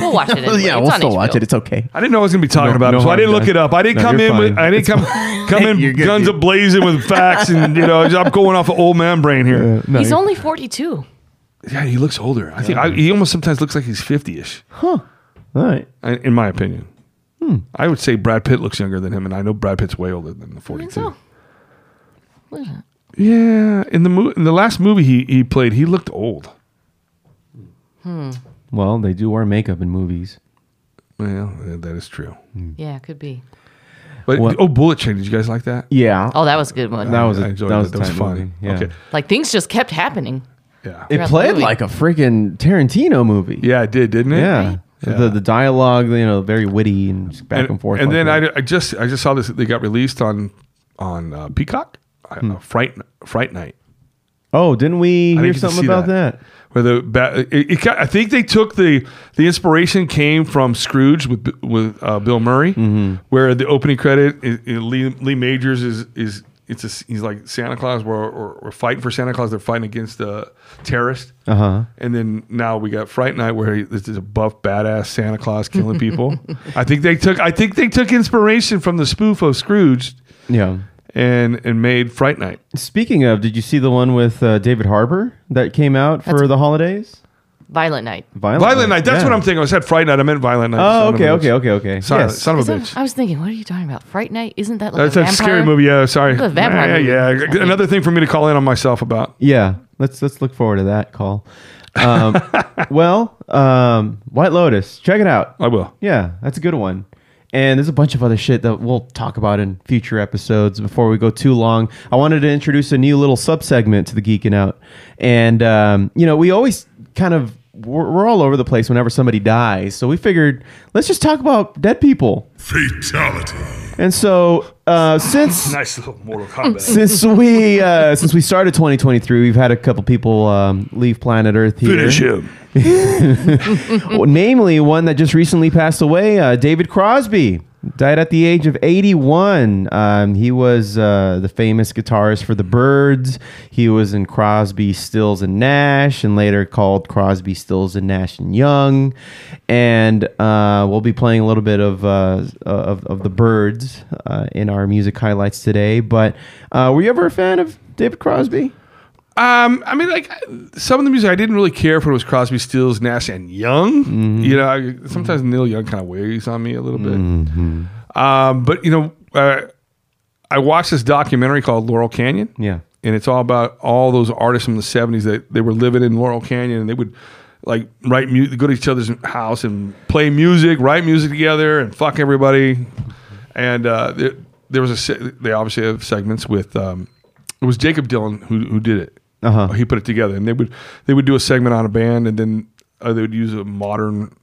S7: We'll we'll watch it. Anyway.
S11: yeah,
S7: It's
S11: we'll
S7: on
S11: still
S7: HBO.
S11: watch it. It's okay.
S4: I didn't know I was going to be talking
S11: No-
S4: about him,
S11: no
S4: so I
S11: harm
S4: didn't look
S11: done.
S4: it up. I didn't
S11: No,
S4: come
S11: you're
S4: in with
S11: fine.
S4: I didn't come come in guns a blazing with facts, and you know I'm going off an old man brain here.
S7: He's only 42.
S4: yeah, he looks older. I think I, he almost sometimes looks like he's 50ish.
S7: Huh.
S11: All right.
S4: I- in my opinion.
S11: Hmm.
S4: I would say Brad Pitt looks younger than him, and I know Brad Pitt's way older than the 42.
S7: Look at that.
S4: Yeah, in the mo- in the last movie he, he played, he looked old.
S7: Hmm.
S11: Well, they do wear makeup in movies.
S4: Well, yeah, that is true.
S7: Yeah, could be.
S4: But
S11: What-
S4: oh, Bullet Train! Did you guys like that?
S11: Yeah.
S7: Oh, that was a good one.
S11: That was a-
S4: I enjoyed
S11: that
S4: it.
S11: was a
S4: that was
S11: tight
S4: fun.
S11: movie. Yeah.
S4: Okay.
S7: Like things just kept happening.
S4: Yeah.
S11: It played like a freaking Tarantino movie.
S4: Yeah, it did, didn't it?
S11: Yeah.
S4: Right?
S11: The the dialogue, you know, very witty and just back and, forth.
S4: And
S11: like
S4: then
S11: that.
S4: I, I just I just saw this. They got released on on uh, Peacock, I-
S11: Hmm.
S4: uh, Fright Fright Night.
S11: oh, didn't we
S4: I
S11: hear
S4: didn't get to
S11: something
S4: see
S11: about that?
S4: Where the ba- it, it, got- I think they took the the inspiration came from Scrooge with with uh, Bill Murray,
S11: Mm-hmm.
S4: where the opening credit is, is Lee, Lee Majors is is it's a, he's like Santa Claus. We're, we're, we're fighting for Santa Claus. They're fighting against the terrorist.
S11: Uh huh.
S4: And then now we got Fright Night, where he- this is a buff, badass Santa Claus killing people. I think they took I think they took inspiration from the spoof of Scrooge
S11: Yeah.
S4: and and made Fright Night.
S11: Speaking of, did you see the one with uh, David Harbour that came out for the holidays?
S7: Violent Night.
S11: Violent,
S4: Violent Night. That's
S11: yeah.
S4: what I'm thinking. I said Fright Night. I meant Violent Night.
S11: Oh,
S4: Son of a
S11: okay,
S4: bitch.
S11: okay, okay, okay.
S4: Son,
S11: Yes.
S4: son of
S7: Is
S4: a
S7: that-
S4: bitch.
S7: I was thinking, what are you talking about? Fright Night? Isn't that like
S4: That's
S7: a
S4: a
S7: vampire?
S4: scary movie. Yeah, sorry.
S7: The vampire
S4: Yeah, yeah.
S7: movie.
S4: Another thing for me to call in on myself about.
S11: Yeah, let's let's look forward to that call. Um, well, um, White Lotus, check it out.
S4: I will.
S11: Yeah, that's a good one. And there's a bunch of other shit that we'll talk about in future episodes before we go too long. I wanted to introduce a new little subsegment to the Geeking Out, and um, you know we always kind of we're, we're all over the place whenever somebody dies. So we figured let's just talk about dead people.
S18: Fatality.
S11: And so uh, since
S4: Nice little Mortal Kombat.
S11: since we uh, since we started 2023, we've had a couple people um, leave planet Earth here.
S4: Finish him.
S11: Well, namely, one that just recently passed away, uh, David Crosby, died at the age of 81. Um, he was uh, the famous guitarist for the Birds. He was in Crosby, Stills, and Nash, and later called Crosby, Stills, and Nash and Young. And uh, we'll be playing a little bit of uh, of, of the Birds uh, in our music highlights today. But uh, were you ever a fan of David Crosby?
S4: Um, I mean, like some of the music, I didn't really care if it was Crosby, Stills, Nash, and Young. You know, I, sometimes Neil Young kind of weighs on me a little bit.
S11: Mm.
S4: Um, but you know, uh, I watched this documentary called Laurel Canyon.
S11: Yeah.
S4: and it's all about all those artists from the '70s that they were living in Laurel Canyon, and they would like write music, go to each other's house and play music, write music together, and fuck everybody. And uh, there, there was a se- they obviously have segments with um, it was Jacob Dylan who who did it.
S11: Uh-huh.
S4: He put it together, and they would they would do a segment on a band, and then uh, they would use a modern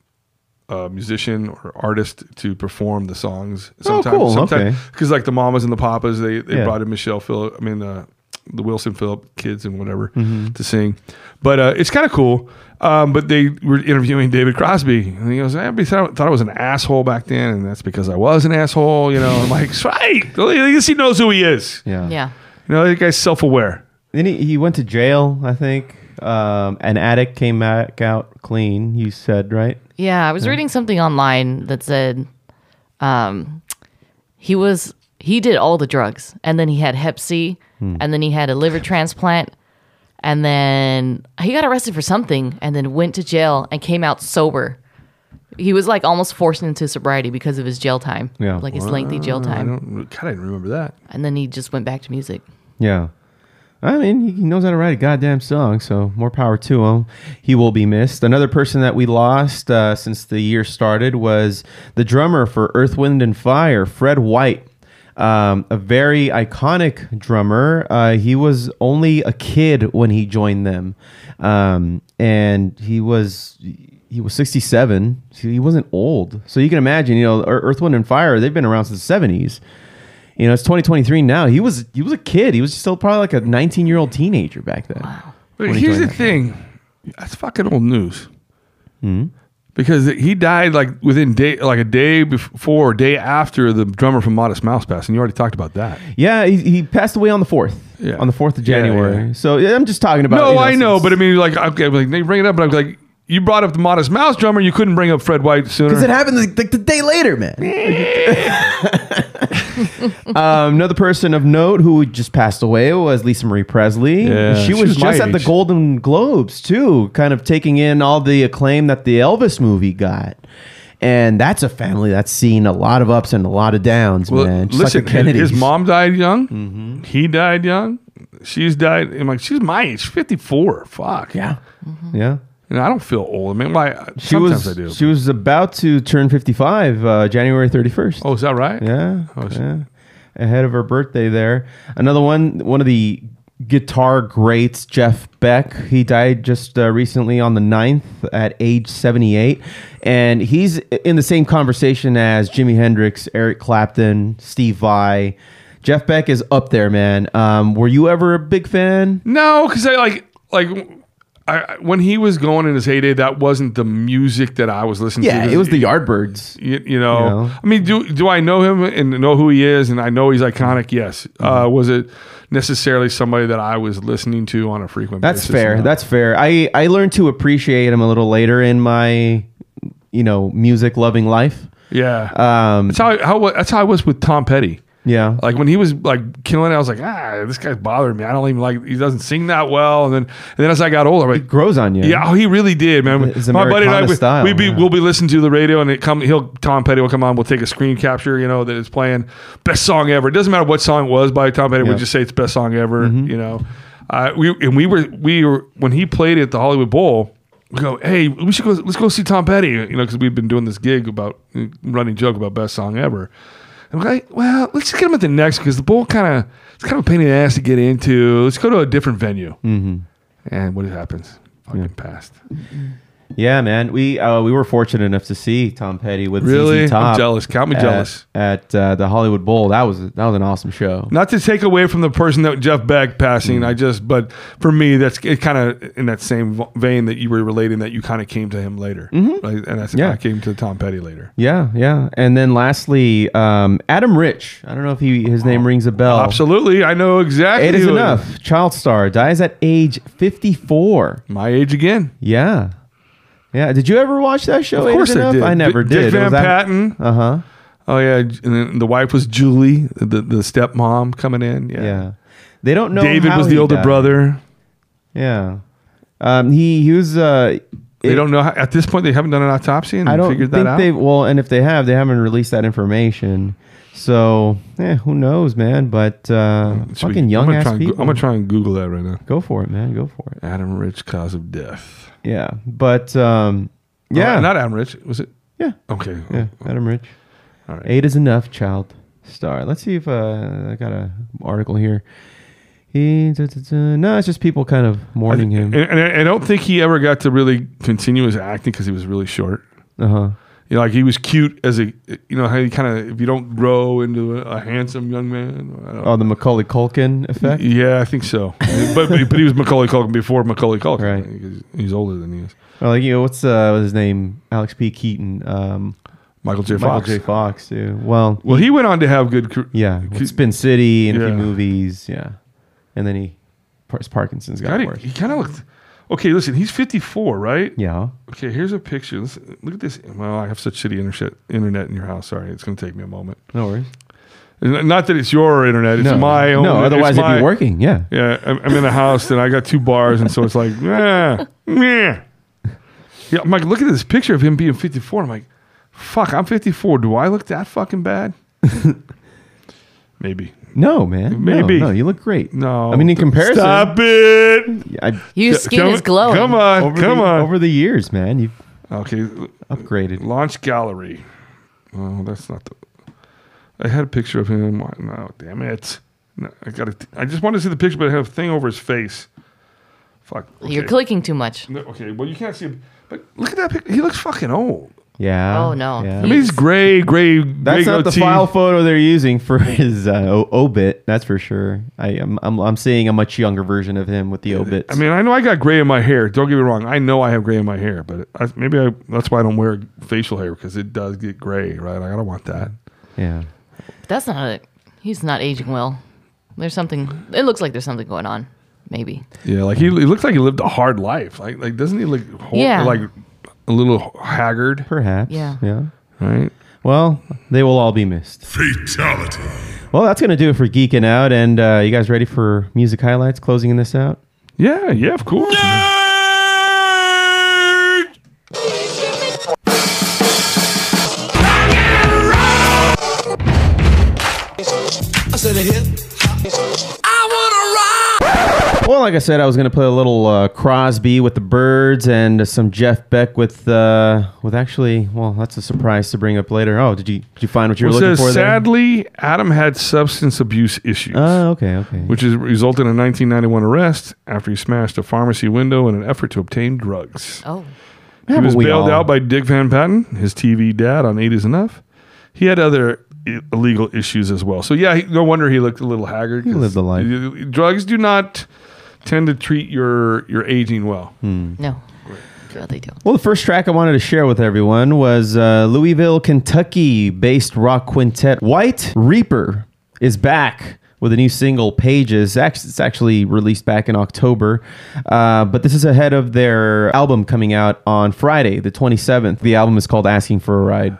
S4: uh, musician or artist to perform the songs. Sometimes,
S11: Oh, cool.
S4: sometimes,
S11: Okay.
S4: because like the mamas and the papas, they they
S11: Yeah.
S4: brought in Michelle Phil, I mean uh, the Wilson Phillip kids and whatever
S11: Mhm.
S4: to sing, but uh, it's kind of cool. Um, but they were interviewing David Crosby, and he goes, "I be- thought I was an asshole back then, and that's because I was an asshole." You know, I'm like, "Right, at least he knows who he is."
S11: Yeah.
S7: Yeah.
S4: You know, that guy's self aware.
S11: Then he, he went to jail, I think. Um, an addict came back out clean, you said, right?
S7: Yeah, I was
S11: Yeah.
S7: reading something online that said um, he was he did all the drugs and then he had hep C
S11: Hmm.
S7: and then he had a liver transplant and then he got arrested for something and then went to jail and came out sober. He was like almost forced into sobriety because of his jail time. Like his lengthy jail
S4: Wow, I
S7: time.
S4: don't kind of remember that.
S7: And then he just went back to music.
S11: Yeah. I mean, he- he knows how to write a goddamn song, so more power to him. He will be missed. Another person that we lost uh, since the year started was the drummer for Earth, Wind, and Fire, Fred White. Um, a very iconic drummer. Uh, he was only a kid when he joined them, um, and he was he was 67. So he wasn't old, so you can imagine. You know, Ear- Earth, Wind, and Fire. They've been around since the 70s you know it's 2023 now he was he was a kid he was still probably like a 19 year old teenager back then
S6: But here's the thing. That's fucking old news. Because he died like within day, like a day before, day after the drummer from Modest Mouse passed, and you already talked about that.
S11: yeah he, he passed away on the 4th yeah. on the 4th of
S6: Yeah, yeah.
S11: january so yeah, i'm just talking about
S6: no,
S11: you
S6: I
S11: since-
S6: know, but I mean, like, okay, like they bring it up, but I'm like, you brought up the Modest Mouse drummer, you couldn't bring up Fred White sooner.
S11: Because it happened like the, the day later, man. um, another person of note who just passed away was Lisa Marie Presley.
S6: Yeah,
S11: she,
S6: she
S11: was,
S6: was my
S11: just at the
S6: age.
S11: Golden Globes too, kind of taking in all the acclaim that the Elvis movie got. And that's a family that's seen a lot of ups and a lot of downs, man. Just
S6: Listen,
S11: like the Kennedys.
S6: his mom died young. He died young. She's died. I'm like, she's my age, 54. Fuck. Yeah.
S11: yeah.
S6: And I don't feel old. I mean, why?
S11: She
S6: sometimes
S11: was
S6: I do.
S11: she was about to turn 55 uh, January 31st.
S6: Oh, is that right?
S11: Yeah.
S6: Oh, shit.
S11: yeah. Ahead of her birthday there. Another one one of the guitar greats Jeff Beck. He died just uh, recently on the 9th at age 78 and he's in the same conversation as Jimi Hendrix, Eric Clapton, Steve Vai. Jeff Beck is up there, man. Um, were you ever a big fan?
S6: No, because I like like I I- when he was going in his heyday, that wasn't the music that I was listening to.
S11: Yeah, it was the Yardbirds.
S6: You, you know, I mean, do do I know him and know who he is, and I know he's iconic? Yes. Uh, was it necessarily somebody that I was listening to on a frequent?
S11: That's
S6: basis?
S11: fair.
S6: No.
S11: That's fair. I I learned to appreciate him a little later in my, you know, music loving life.
S6: yeah.
S11: Um,
S6: that's how I, how that's how I was with Tom Petty.
S11: yeah.
S6: Like when he was like killing, it, I was like, ah, this guy's bothering me. I don't even like. He doesn't sing that well. And then, and then as I got older, I'm like,
S11: grows on you.
S6: Yeah, oh, he really did, man.
S11: It's
S6: My buddy and I,
S11: Americana
S6: we,
S11: style,
S6: we'd be,
S11: yeah.
S6: we'll be listening to the radio, and it come. He'll Tom Petty will come on. We'll take a screen capture, you know, that it's playing best song ever. It doesn't matter what song it was by Tom Petty.
S11: Yeah. Mm-hmm.
S6: We just say it's best song ever, you know. Uh, we and we were we were when he played at the Hollywood Bowl. We go, hey, we should go. Let's go see Tom Petty, you know, because we've been doing this gig about running joke about best song ever. And we're like, well, let's just get him at the next because the bowl kind of it's kind of a pain in the ass to get into. Let's go to a different venue.
S11: Mm-hmm.
S6: And what happens? Fucking passed.
S11: Yeah, man. We uh, we were fortunate enough to see Tom Petty with
S6: Really?
S11: ZZ Top
S6: I'm jealous. Count me
S11: at-
S6: jealous.
S11: at uh, the Hollywood Bowl. That was that was an awesome show.
S6: Not to take away from the person that Jeff Beck
S11: Mm.
S6: passing, I just, but for me, that's it kind of in that same vein that you were relating that you kind of came to him later. Right? And that's,
S11: Mm-hmm. Yeah.
S6: I came to Tom Petty later.
S11: Yeah, yeah. And then lastly, um, Adam Rich. I don't know if he his name rings a bell.
S6: Absolutely. I know exactly.
S11: Eight is
S6: who
S11: enough. Child star dies at age 54.
S6: My age again.
S11: Yeah. Yeah. Did you ever watch that show?
S6: Of
S11: Eight
S6: course
S11: is
S6: I
S11: Enough?
S6: did.
S11: I never
S6: Dick-
S11: did.
S6: Dick
S11: It
S6: Van
S11: was that-
S6: Patten.
S11: Uh huh.
S6: Oh, yeah. And then the wife was Julie, the, the stepmom coming in. Yeah.
S11: They don't know.
S6: David
S11: how
S6: was the
S11: he
S6: older
S11: died.
S6: brother.
S11: Yeah. Um, he he was. Uh,
S6: They
S11: it-
S6: don't know. How, at this point, they haven't done an autopsy and
S11: I don't
S6: figured
S11: think
S6: that out.
S11: they. Well, and if they have, they haven't released that information. So yeah, who knows, man? But uh,
S6: Should we-
S11: fucking young
S6: I'm gonna,
S11: ass
S6: try and, go-
S11: people.
S6: I'm gonna try and Google that right now.
S11: Go for it, man. Go for it.
S6: Adam Rich, cause of death.
S11: Yeah, but um, yeah,
S6: Oh, not Adam Rich. Was it?
S11: Yeah.
S6: Okay.
S11: Yeah, Adam Rich.
S6: All right.
S11: Eight is enough, child star. Let's see if uh, I got a article here. He, da, da, da. No, it's just people kind of mourning him.
S6: And, and I- I don't think he ever got to really continue his acting because he was really short.
S11: Uh huh.
S6: You know, like he was cute as a, you know, how you kind of, if you don't grow into a, a handsome young man. I don't,
S11: Oh, the Macaulay Culkin effect.
S6: yeah, I think so. but, but but he was Macaulay Culkin before Macaulay Culkin.
S11: Right.
S6: He's, he's older than he is.
S11: Or like you know, what's uh, what's his name? Alex P. Keaton. Um,
S6: Michael J.
S11: Michael
S6: Fox.
S11: J. Fox. Too. Well,
S6: Well, he went on to have good. Cr-
S11: yeah, with Spin City and a
S6: Yeah.
S11: few movies. Yeah, and then he his Parkinson's got
S6: God, he-
S11: worse.
S6: he kind of looked. Okay, listen, he's 54, right?
S11: Yeah.
S6: Okay, here's a picture. Let's, look at this. Well, I have such shitty internet internet in your house. Sorry, it's going to take me a moment.
S11: No worries.
S6: N- Not that it's your internet. It's
S11: No.
S6: my own.
S11: No,
S6: it's
S11: otherwise it'd be
S6: my-
S11: working, yeah.
S6: Yeah, I'm, I'm in a house and I got two bars, and so it's like, yeah, yeah. Yeah, I'm like, look at this picture of him being 54. I'm like, fuck, I'm 54. Do I look that fucking bad? Maybe.
S11: No, man. No,
S6: Maybe.
S11: No, you look great.
S6: No.
S11: I mean, in comparison.
S6: Stop it.
S11: I-
S7: Your skin is glowing.
S6: Come on,
S11: Over
S6: come
S11: the-
S6: on.
S11: Over the years, man, you've
S6: okay
S11: upgraded.
S6: Launch gallery. Oh, that's not the. I had a picture of him. Why- No, damn it. No, I got. I just wanted to see the picture, but I had a thing over his face. Fuck.
S7: You're
S6: okay.
S7: clicking too much.
S6: No, okay, well you can't see him, but look at that picture. He looks fucking old.
S11: Yeah.
S7: Oh, no.
S11: yeah.
S6: I mean, he's gray, gray.
S11: That's
S6: gray
S11: not the
S6: goatee.
S11: file photo they're using for his uh, o- obit. That's for sure. I, I'm, I'm I'm seeing a much younger version of him with the obit.
S6: I mean, I know I got gray in my hair. Don't get me wrong. I know I have gray in my hair, but I, maybe I, that's why I don't wear facial hair because it does get gray, right? Like, I don't want that.
S11: Yeah.
S7: That's not it. He's not aging well. There's something. It looks like there's something going on. Maybe.
S6: Yeah, like he, he looks like he lived a hard life. Like, like doesn't he look hor-
S7: Yeah.
S6: like a little haggard?
S11: Perhaps.
S7: Yeah.
S11: Yeah.
S6: Right.
S11: Well, they will all be missed.
S4: Fatality.
S11: Well, that's gonna do it for geeking out. And uh, you guys ready for music highlights? Closing this out.
S6: Yeah. Yeah. Of course.
S9: I said a hip. I wanna rock.
S11: Well, like I said, I was gonna play a little uh, Crosby with the Birds and some Jeff Beck with uh, with actually. Well, that's a surprise to bring up later. Oh, did you did you find what you were
S6: Well, it
S11: looking
S6: says,
S11: for? there?
S6: sadly, Adam had substance abuse issues.
S11: Oh, okay, okay.
S6: Which is resulted in a 1991 arrest after he smashed a pharmacy window in an effort to obtain drugs.
S7: Oh.
S6: He
S11: Haven't
S6: was
S11: we
S6: bailed
S11: all?
S6: out by Dick Van Patten, his TV dad on Eight Is Enough. He had other i- illegal issues as well. So yeah, he, no wonder he looked a little haggard. He
S11: lived a life.
S6: Drugs do not tend to treat your your aging well.
S7: No. No, they don't.
S11: Well, the first track I wanted to share with everyone was uh, Louisville, Kentucky based rock quintet White Reaper is back with a new single, Pages. Act- It's actually released back in October, uh, but this is ahead of their album coming out on Friday, the 27th. The album is called Asking for a Ride.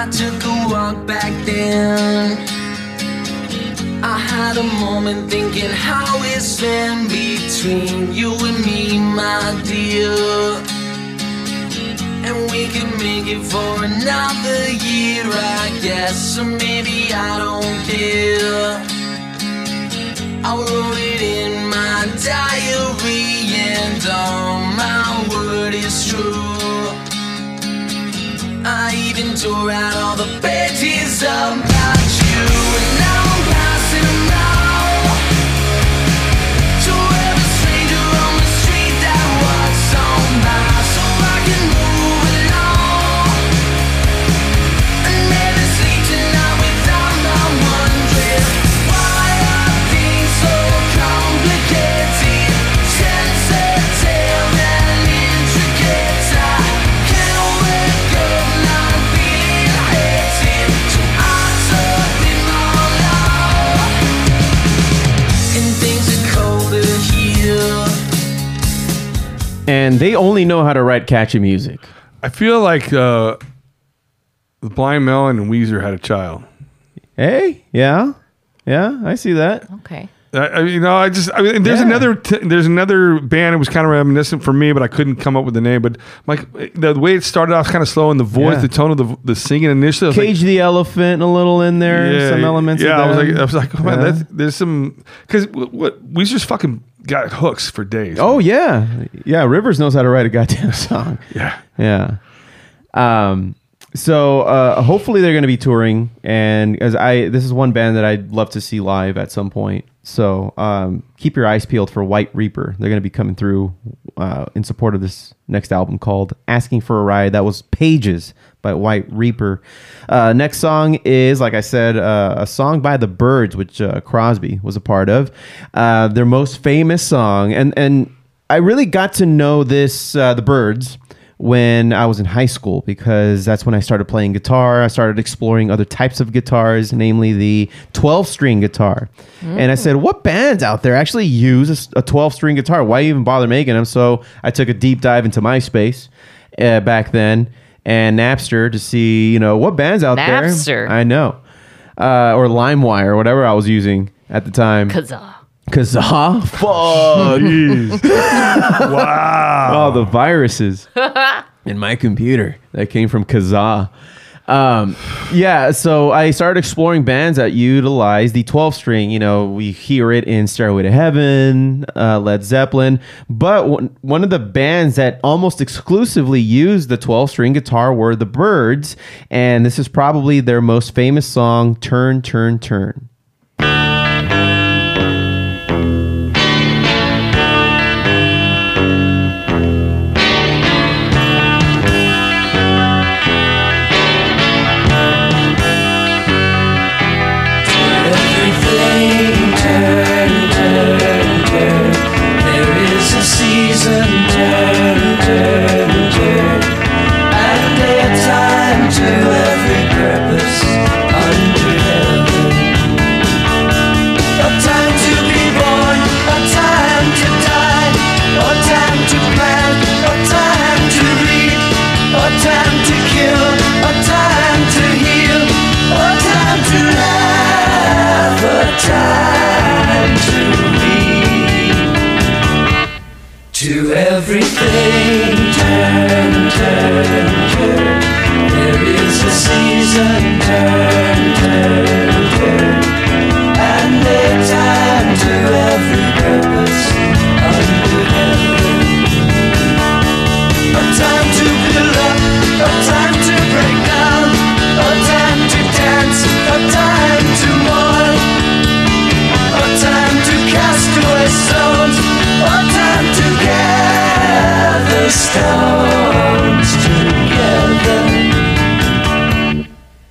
S9: I took a walk back then. I had a moment thinking how it's been between you and me, my dear. And we can make it for another year, I guess. Or maybe I don't care. I wrote it in my diary, and all my word is true. I even tore out all the pages about you, and now I'm passing out to every stranger on the street that walks on by, so I can move along. And never sleep tonight without my wondering why are things so complicated, sensitive and intricate. I can't wake up not being hated, so I took it all out. And things are colder here.
S11: And they only know how to write catchy music.
S6: I feel like uh, the Blind Melon and Weezer had a child.
S11: Hey, yeah, yeah, I see that.
S7: Okay.
S6: I, I, you know, I just I mean, there's another t- there's another band. It was kind of reminiscent for me, but I couldn't come up with the name. But like the way it started off, kind of slow, and the voice,
S11: Yeah.
S6: the tone of the the singing initially, I was like,
S11: Cage the Elephant a little in there, some elements
S6: Yeah,
S11: of
S6: I was like,
S11: them.
S6: I was like, oh, man,
S11: Yeah.
S6: that's, there's some because what, what we just fucking got hooks for days.
S11: Oh yeah, yeah. Rivers knows how to write a goddamn song.
S6: Yeah.
S11: yeah. Um. So uh, hopefully they're going to be touring, and as I, this is one band that I'd love to see live at some point. So um, keep your eyes peeled for White Reaper. They're going to be coming through uh, in support of this next album called "Asking for a Ride." That was Pages by White Reaper. Uh, next song is, like I said, uh, a song by the Birds, which uh, Crosby was a part of. Uh, their most famous song, and and I really got to know this uh, the Birds when I was in high school because that's when I started playing guitar. I started exploring other types of guitars, namely the 12 string guitar. And I said, What bands out there actually use a 12 string guitar? Why even bother making them? So I took a deep dive into MySpace uh, back then and Napster to see, you know, what bands out
S7: Napster.
S11: there. I know. Uh, or LimeWire, whatever I was using at the time.
S7: Kazaa.
S11: Kazaa. Fuck. wow. Oh, the viruses in my computer that came from Kazaa. Um, yeah, so I started exploring bands that utilize the 12 string. You know, we hear it in Stairway to Heaven, uh, Led Zeppelin, but one, one of the bands that almost exclusively used the 12 string guitar were the Birds, and this is probably their most famous song, Turn, Turn, Turn.
S3: Everything turn, turn, turn. There is a season. Turn, turn, turn. At their time to every purpose under heaven. A time to be born, a time to die, a time to plant, a time to reap, a time to kill, a time to heal, a time to laugh, a time to be. To everything, turn, turn, turn. There is a season, turn, turn, turn. And a time to every purpose under heaven. A time to build up, a time to break down, a time to dance, a time to mourn, a time to cast away stones, a time to gather stones together.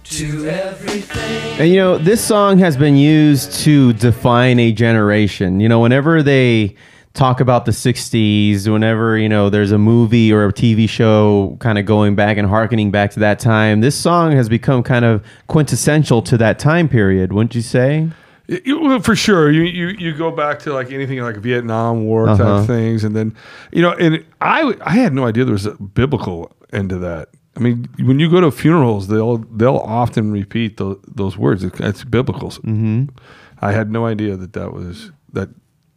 S3: To everything.
S11: And you know, this song has been used to define a generation. You know, whenever they talk about the 60s, whenever, you know, there's a movie or a TV show kind of going back and harkening back to that time, this song has become kind of quintessential to that time period, wouldn't you say?
S4: Y- y- well, for sure, you, you you go back to like anything like Vietnam War
S11: Uh-huh.
S4: type things, and then you know, and I I had no idea there was a biblical end to that. I mean, when you go to funerals, they'll they'll often repeat tho- those words. It's, it's biblical. Mm-hmm.
S11: Mhm.
S4: I had no idea that that was that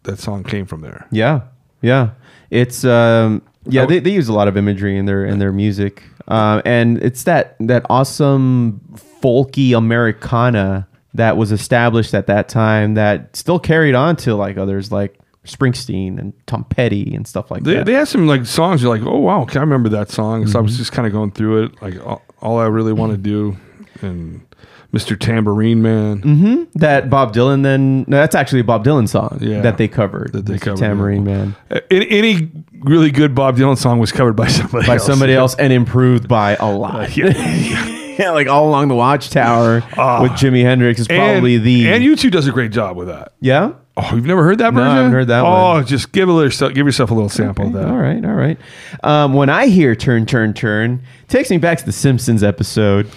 S4: that song came from there.
S11: Yeah. Yeah. It's um yeah,
S4: Oh.
S11: they, they use a lot of imagery in their in their music. Um and it's that that awesome folky Americana that was established at that time that still carried on to like others like Springsteen and Tom Petty and stuff like
S4: They,
S11: that.
S4: they had some like songs. You're like, oh wow, okay, I remember that song. So I
S11: Mm-hmm.
S4: was just kind of going through it, like all, all I really want to do, and Mr. Tambourine Man.
S11: hmm That Bob Dylan then no, that's actually a Bob Dylan song
S4: Yeah.
S11: that they covered. That
S4: they covered, yeah.
S11: Tamarine Man.
S4: A- Any, any really good Bob Dylan song was covered by somebody
S11: by
S4: else.
S11: somebody else and improved by a lot.
S4: yeah. Ah.
S11: Yeah, like all along the Watchtower with Jimi Hendrix is probably
S4: and,
S11: the
S4: and U2 does a great job with that.
S11: yeah.
S4: Oh, you've never heard that
S11: No, I
S4: version?
S11: haven't heard that
S4: Oh, just give a little, give yourself a little sample of that.
S11: All right, all right. Um, when I hear "turn, turn, turn," takes me back to the Simpsons episode.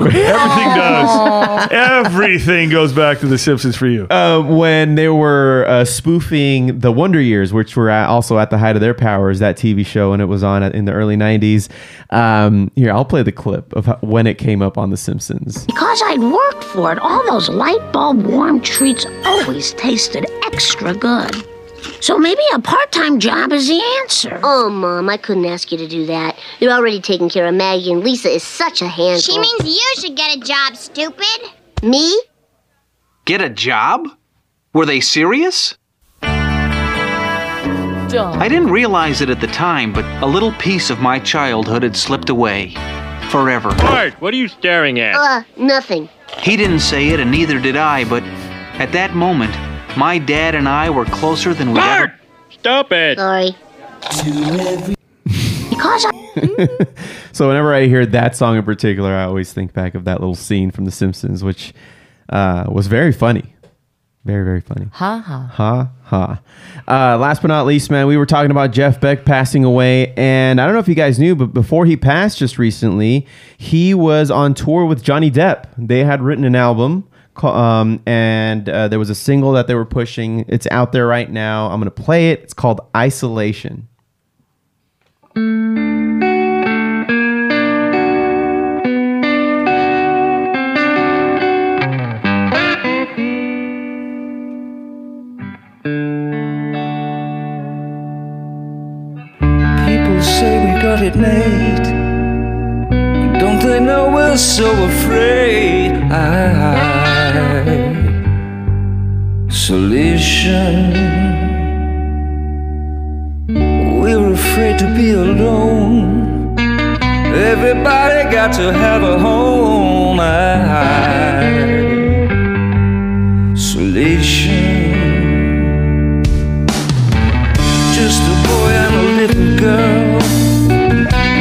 S4: Everything does. Everything goes back to the Simpsons for you.
S11: Um, when they were uh, spoofing the Wonder Years, which were at, also at the height of their powers, that TV show, and it was on at, in the early '90s. Um, here, I'll play the clip of how, when it came up on The Simpsons.
S1: Because I'd worked for it, all those light bulb warm treats always tasted extra good. So maybe a part time job is the answer.
S19: Oh, Mom, I couldn't ask you to do that. You're already taking care of Maggie, and Lisa is such a handful.
S20: She means you should get a job, stupid.
S19: me.
S7: Get a job? Were they serious? I didn't realize it at the time, but a little piece of my childhood had slipped away. Forever.
S8: Bart, what are you staring at?
S19: Uh, nothing.
S7: He didn't say it, and neither did I, but at that moment, my dad and I were closer than we Bart! ever. Stop it!
S19: Sorry.
S1: Because I.
S11: so whenever I hear that song in particular, I always think back of that little scene from The Simpsons, which uh, was very funny, very very funny.
S21: Ha ha.
S11: Ha ha. Uh, last but not least, man, we were talking about Jeff Beck passing away, and I don't know if you guys knew, but before he passed just recently, he was on tour with Johnny Depp. They had written an album. ca- Um, and uh, there was a single that they were pushing. It's out there right now. I'm going to play it. It's called Isolation.
S22: at night. Don't they know we're so afraid? Isolation. We're afraid to be alone. Everybody got to have a home. Isolation. Just a boy and a little girl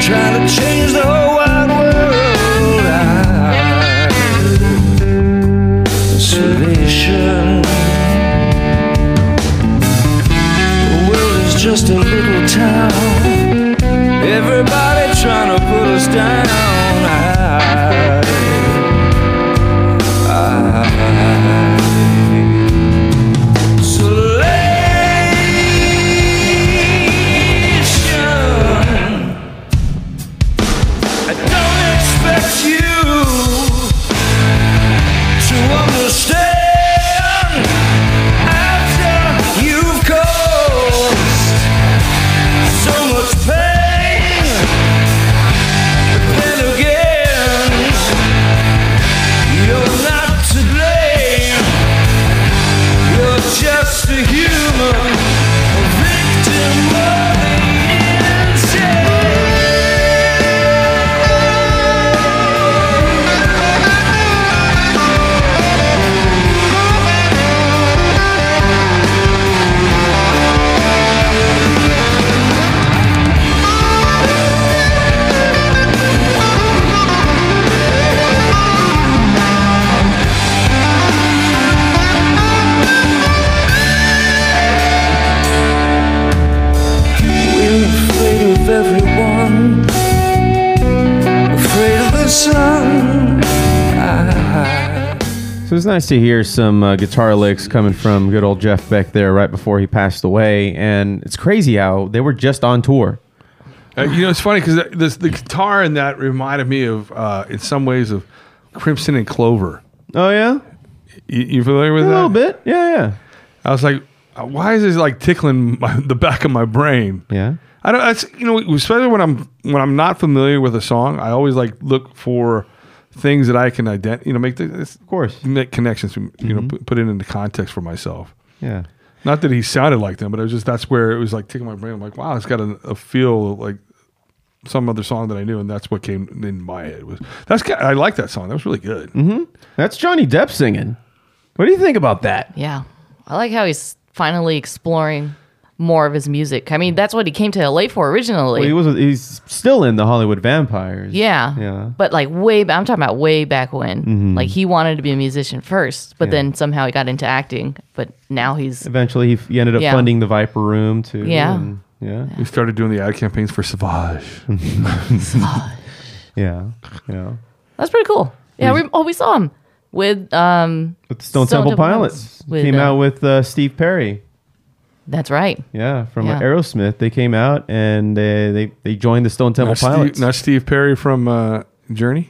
S22: trying to change the whole wide world. Isolation. The world is just a little town. Everybody trying to put us down. Isolation. I don't expect you to understand after you've caused so much pain. But then again, you're not to blame. You're just a human. a victim of the We're afraid of everyone, afraid of the sun.
S11: So it's nice to hear some uh, guitar licks coming from good old Jeff Beck there right before he passed away. And it's crazy how they were just on tour.
S6: Uh, you know, it's funny because the, the guitar in that reminded me of, uh, in some ways, of Crimson and Clover.
S11: Oh yeah,
S6: you, you familiar with that? A little
S11: bit. Yeah, yeah.
S6: I was like, uh, why is this like tickling my, the back of my brain?
S11: Yeah.
S6: I don't. That's you know, especially when I'm when I'm not familiar with a song, I always like look for things that I can identify. You know, make the, of
S11: course
S6: make connections. You know, put, put it into context for myself.
S11: Yeah.
S6: Not that he sounded like them, but it was just that's where it was like tickling my brain. I'm like, wow, it's got a, a feel like some other song that I knew, and that's what came in my head. Was that's ki- I like that song. That was really good.
S11: Mm-hmm. That's Johnny Depp singing. What do you think about that?
S7: Yeah. I like how he's finally exploring more of his music. I mean, that's what he came to LA for originally.
S11: Well, he was he's still in the Hollywood Vampires.
S7: yeah.
S11: Yeah.
S7: But like way back, I'm talking about way back when.
S11: Mhm.
S7: Like he wanted to be a musician first, but then somehow he got into acting. But now he's
S11: Eventually, he, f- he ended up
S7: Yeah.
S11: funding the Viper Room too.
S7: Yeah.
S11: and- yeah.
S6: We started doing the ad campaigns for Savage.
S11: yeah. Yeah.
S7: that's pretty cool. Yeah, we oh we saw him with um
S11: With Stone, Temple, Pilots
S7: with,
S11: came
S7: uh,
S11: out with uh, Steve Perry.
S7: That's right.
S11: Yeah, from uh,
S7: Yeah.
S11: Aerosmith, they came out and they they, they joined the Stone Temple
S6: Not
S11: Pilots.
S6: Steve, not Steve Perry from uh, Journey.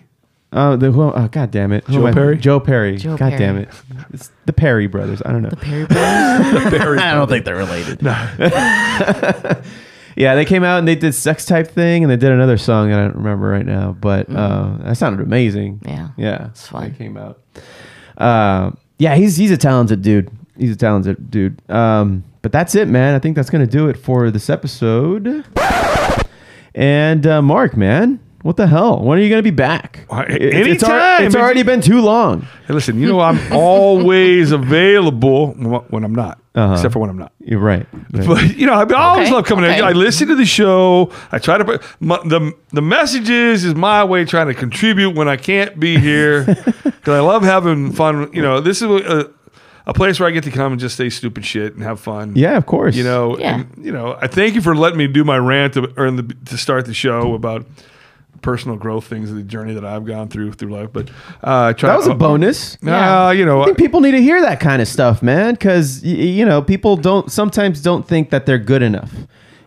S11: Uh, the, who, oh, God damn it. Who
S6: Joe
S11: am I-
S6: Perry?
S11: Joe Perry.
S6: Joe
S11: God
S6: Perry.
S11: damn it. It's the Perry brothers. I don't know. The
S7: Perry
S11: brothers?
S6: Perry
S11: I don't
S6: brothers.
S11: think they're related.
S6: No.
S11: yeah, they came out and they did Sex Type Thing and they did another song that I don't remember right now, but uh, that sounded amazing.
S7: Mm. Yeah.
S11: Yeah.
S7: It's fun.
S11: They came out. Uh, yeah, he's, he's a talented dude. He's a talented dude. Um, but that's it, man. I think that's going to do it for this episode. And uh, Mark, man, what the hell? When are you going to be back? It- it's- it's al-
S6: anytime.
S11: it's already been too long.
S6: Hey, listen, you know I'm always available when I'm not,
S11: Uh-huh.
S6: except for when I'm not.
S11: You're right. right.
S6: But you know, I, mean, I always
S11: Okay,
S6: love coming. in.
S11: okay.
S6: I listen to the show. I try to put my, the the messages is my way of trying to contribute when I can't be here because I love having fun. You know, this is a, a place where I get to come and just say stupid shit and have fun.
S11: Yeah, of course.
S6: You know,
S11: Yeah.
S6: and, you know. I thank you for letting me do my rant to, or the, to start the show about personal growth things and the journey that I've gone through through life. But uh, I try
S11: that was a bonus.
S6: Uh, you know,
S11: I think people need to hear that kind of stuff, man, because you know people don't sometimes don't think that they're good enough,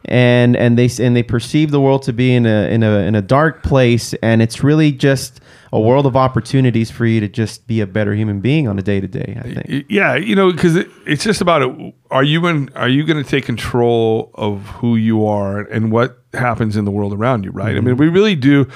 S11: and and they s- and they perceive the world to be in a in a in a dark place, and it's really just a world of opportunities for you to just be a better human being on a day to day. I think.
S6: Y- Yeah, you know, because it, it's just about it. Are you in, Are you going to take control of who you are and what happens in the world around you, right? I mean, we really do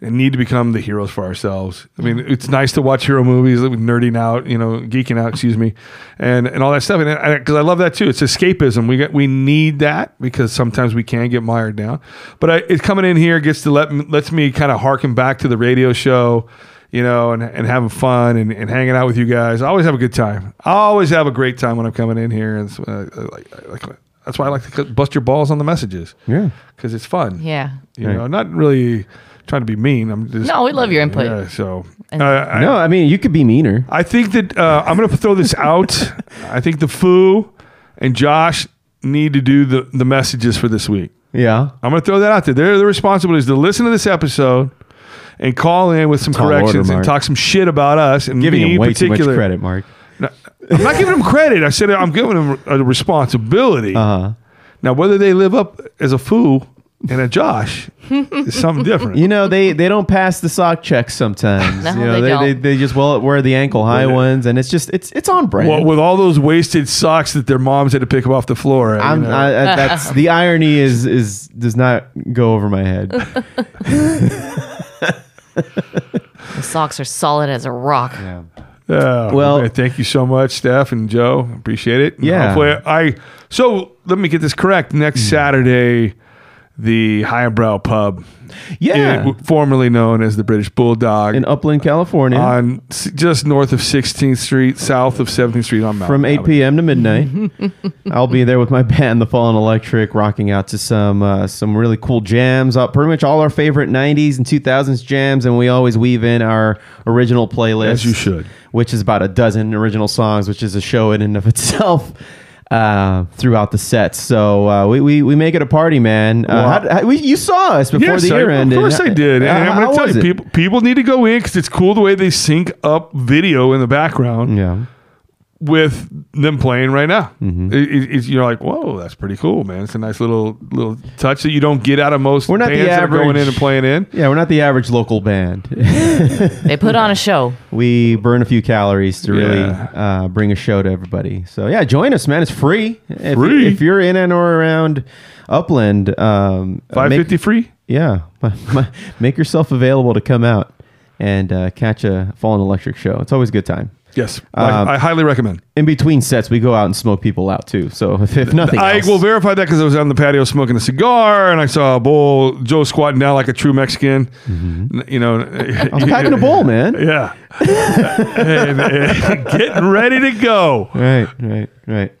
S6: need to become the heroes for ourselves. I mean, it's nice to watch hero movies, like, nerding out, you know, geeking out, excuse me, and and all that stuff. And because I, love that too, it's escapism. We get we need that because sometimes we can get mired down. But I, it's coming in here gets to let me- lets me kind of harken back to the radio show. You know, and, and having fun and, and hanging out with you guys. I always have a good time. I always have a great time when I'm coming in here. And it's, uh, like, like, that's why I like to bust your balls on the messages. Yeah. Because it's fun.
S7: Yeah.
S6: You know, not really trying to be mean. I'm just
S7: No, we love your input.
S6: Yeah, so
S7: And-
S11: no, I mean you could be meaner.
S6: I think that uh, I'm going to throw this out. I think the foo and Josh need to do the the messages for this week.
S11: Yeah.
S6: I'm going to throw that out there. Their the responsibility is to listen to this episode. And call in with some
S11: Tall order,
S6: corrections and
S11: Mark.
S6: talk some shit about us and
S11: Giving
S6: me
S11: him
S6: in
S11: way too much
S6: particular.
S11: credit, Mark.
S6: No, I'm not giving them credit. I said I'm giving them a responsibility. Uh-huh. Now, whether they live up as a fool and a Josh is something different.
S11: You know, they, they don't pass the sock checks sometimes.
S6: No,
S11: you know,
S6: they
S11: They,
S6: don't.
S11: they just well wear the ankle high ones, and it's just it's it's on brand.
S6: Well, with all those wasted socks that their moms had to pick up off the floor. you
S11: I'm,
S6: know.
S11: I, I, that's the irony is is does not go over my head.
S7: The socks are solid as a rock.
S6: Yeah. well, Oh, thank you so much, Steph and Joe. Appreciate it. And
S11: Yeah. Hmm.
S6: Hopefully, I. So let me get this correct. Next Saturday, the Highbrow Pub.
S11: Yeah.
S6: it- formerly known as the British Bulldog
S11: in Upland, California,
S6: on s- just north of 16th Street, south of 17th Street on Mountain
S11: from 8
S6: Avenue.
S11: p.m. to midnight. I'll be there with my band, The Fallen Electric, rocking out to some uh, some really cool jams. Uh, pretty much all our favorite '90s and 2000s jams, and we always weave in our original playlist,
S6: As you should,
S11: which is about a dozen original songs, which is a show in and of itself. Uh, throughout the sets, so uh, we, we we make it a party, man. Uh,
S6: Wow.
S11: how- how- we- you saw us before
S6: Yes,
S11: the
S6: I-
S11: year ended. Uh,
S6: Of course I did. And
S11: How-
S6: I'm
S11: how
S6: going to tell
S11: was
S6: you,
S11: it?
S6: people, people need to go in because it's cool the way they sync up video in the background.
S11: Yeah.
S6: With them playing right now,
S11: Mm-hmm.
S6: It- it- it's- you're like, whoa, that's pretty cool, man. It's a nice little little touch that you don't get out of most
S11: We're not
S6: bands
S11: the
S6: that are
S11: average
S6: going in and playing in.
S11: Yeah, we're not the average local band.
S7: They put on a show.
S11: we burn a few calories to really uh, bring a show to everybody. So yeah, join us, man. It's free. If,
S6: Free.
S11: If you're in and or around Upland, um, uh, make-
S6: 550 free?
S11: Yeah, make yourself available to come out and uh, catch a Fallen Electric show. It's always a good time.
S6: Yes,
S11: Um,
S6: I, I highly recommend.
S11: In between sets, we go out and smoke people out too. So if, if nothing,
S6: I
S11: else,
S6: will verify that because I was on the patio smoking a cigar and I saw a bowl, Joe squatting down like a true Mexican.
S11: Mm-hmm.
S6: N- You know, I
S11: I'm packing a bowl, man.
S6: Yeah. And- and getting ready to go.
S11: right, right, right.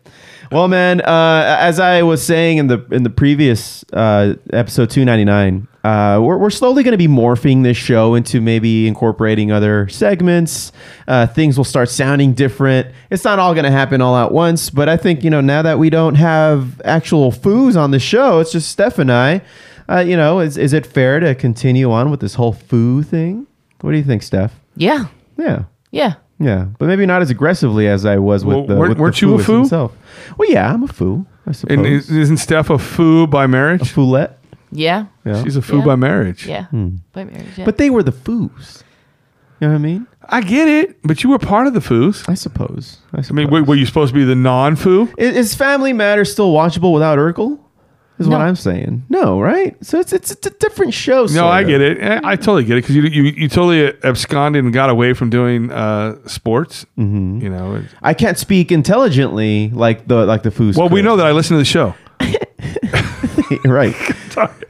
S11: Well, man, uh, as I was saying in the in the previous uh, episode two ninety nine, uh, we're we're slowly going to be morphing this show into maybe incorporating other segments. Uh, things will start sounding different. It's not all going to happen all at once, but I think you know now that we don't have actual foos on the show, it's just Steph and I. Uh, you know, is is it fair to continue on with this whole foo thing? What do you think, Steph?
S7: Yeah.
S11: Yeah.
S7: Yeah.
S11: Yeah, but maybe not as aggressively as I was with
S6: Well,
S11: the.
S6: weren't-
S11: with the
S6: weren't you a
S11: fooist
S6: foo?
S11: Himself. Well, yeah, I'm a foo. I suppose.
S6: And is, isn't Steph a foo by marriage? A
S11: foolette.
S7: Yeah.
S11: Yeah.
S6: She's a foo
S7: Yeah.
S6: by marriage.
S7: Yeah. By marriage. yeah.
S11: But they were the foos. You know what I mean?
S6: I get it, but you were part of the foos.
S11: I suppose. I,
S6: mean, were, were you supposed to be the non-foo?
S11: Is, is Family Matters still watchable without Urkel? Is what I'm saying. No, right? So it's it's, it's a different show.
S6: No, I get it. Eh, I, I totally get it because you, you you totally absconded and got away from doing uh, sports. Mm-hmm. You know. and-
S11: I can't speak intelligently like the like the foos.
S6: well, we know that I listen to the show.
S11: right.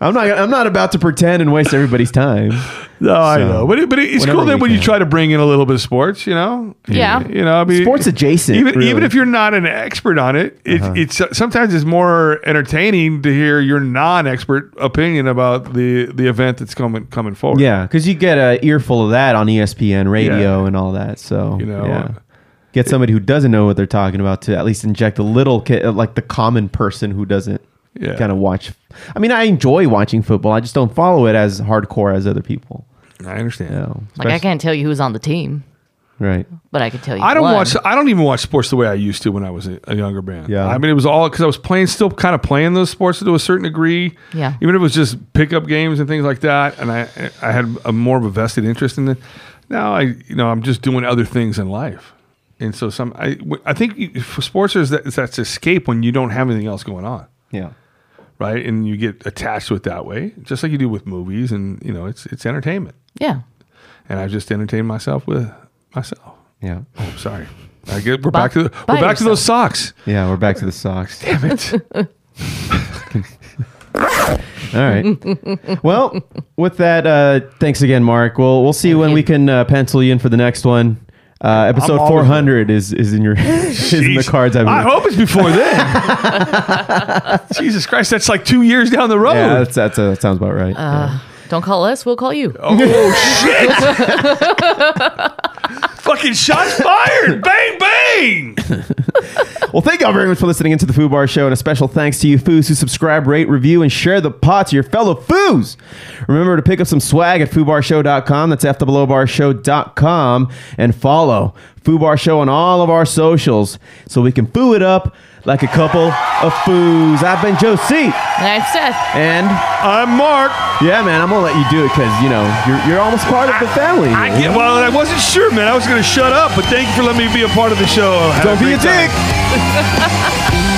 S11: I'm not. I'm not about to pretend and waste everybody's time.
S6: No, I know, but it, but it's cool that when you try to bring in a little bit of sports, you know.
S11: Yeah.
S6: You know, I mean,
S11: Sports adjacent,
S6: Even even
S11: really.
S6: if you're not an expert on it, it
S11: Uh-huh.
S6: it's sometimes it's more entertaining to hear your non-expert opinion about the the event that's coming coming forward.
S11: Yeah, because you get a earful of that on E ESPN radio and all that. So you
S6: know, uh,
S11: get somebody who doesn't know what they're talking about to at least inject a little, ca- like the common person who doesn't
S6: Yeah.
S11: kind of watch. I mean, I enjoy watching football. I just don't follow it as hardcore as other people.
S6: I understand.
S7: like I can't tell you who's on the team,
S11: Right.
S7: but I can tell you.
S6: I don't
S7: one.
S6: watch. I don't even watch sports the way I used to when I was a, a younger man.
S11: Yeah.
S6: I mean, it was all because I was playing, still kind of playing those sports to a certain degree.
S7: Yeah.
S6: Even if it was just pickup games and things like that, and I I had a more of a vested interest in it. Now I you know I'm just doing other things in life, and so some I I think you- for sports is that it's that's escape when you don't have anything else going on.
S11: Yeah.
S4: right? And you get attached to it that way, just like you do with movies, and you know, it's it's entertainment.
S7: Yeah.
S4: And I've just entertained myself with myself.
S11: Yeah.
S4: Oh, sorry. I get, we're back to the, we're
S11: By
S4: back to those socks.
S11: Yeah, we're back to the socks.
S4: Damn it.
S11: All right. well, with that, uh, thanks again, Mark. We'll we'll see when we can uh, pencil you in for the next one. Uh, episode
S4: always-
S11: 400 is is in your is in the
S4: Jeez.
S11: cards. I,
S4: I
S11: believe.
S4: hope it's before then. Jesus Christ, that's like two years down the road.
S11: Yeah, that's, that's, that sounds about right.
S7: Uh, Don't call us. We'll call
S4: Oh.
S7: you.
S4: Fucking shots fired! bang bang!
S11: well, thank y'all very much for listening into the Foo Bar Show, and a special thanks to you foos who subscribe, rate, review, and share the pot to your fellow foos. Remember to pick up some swag at foobarshow.com. That's fbarshow.com, and follow Foo Bar Show on all of our socials so we can foo it up like a couple of foos. I've been Joe C.
S7: I'm Seth.
S11: And
S4: I'm Mark.
S11: Yeah, man, I'm gonna let you do it because you know you're, you're almost part of the family.
S4: I
S11: here, you
S4: get,
S11: know?
S4: well, I wasn't sure, man. I was going to shut up, but thank you for letting me be a part of the show. Have
S11: Don't be
S4: great
S11: a
S4: time.
S11: dick.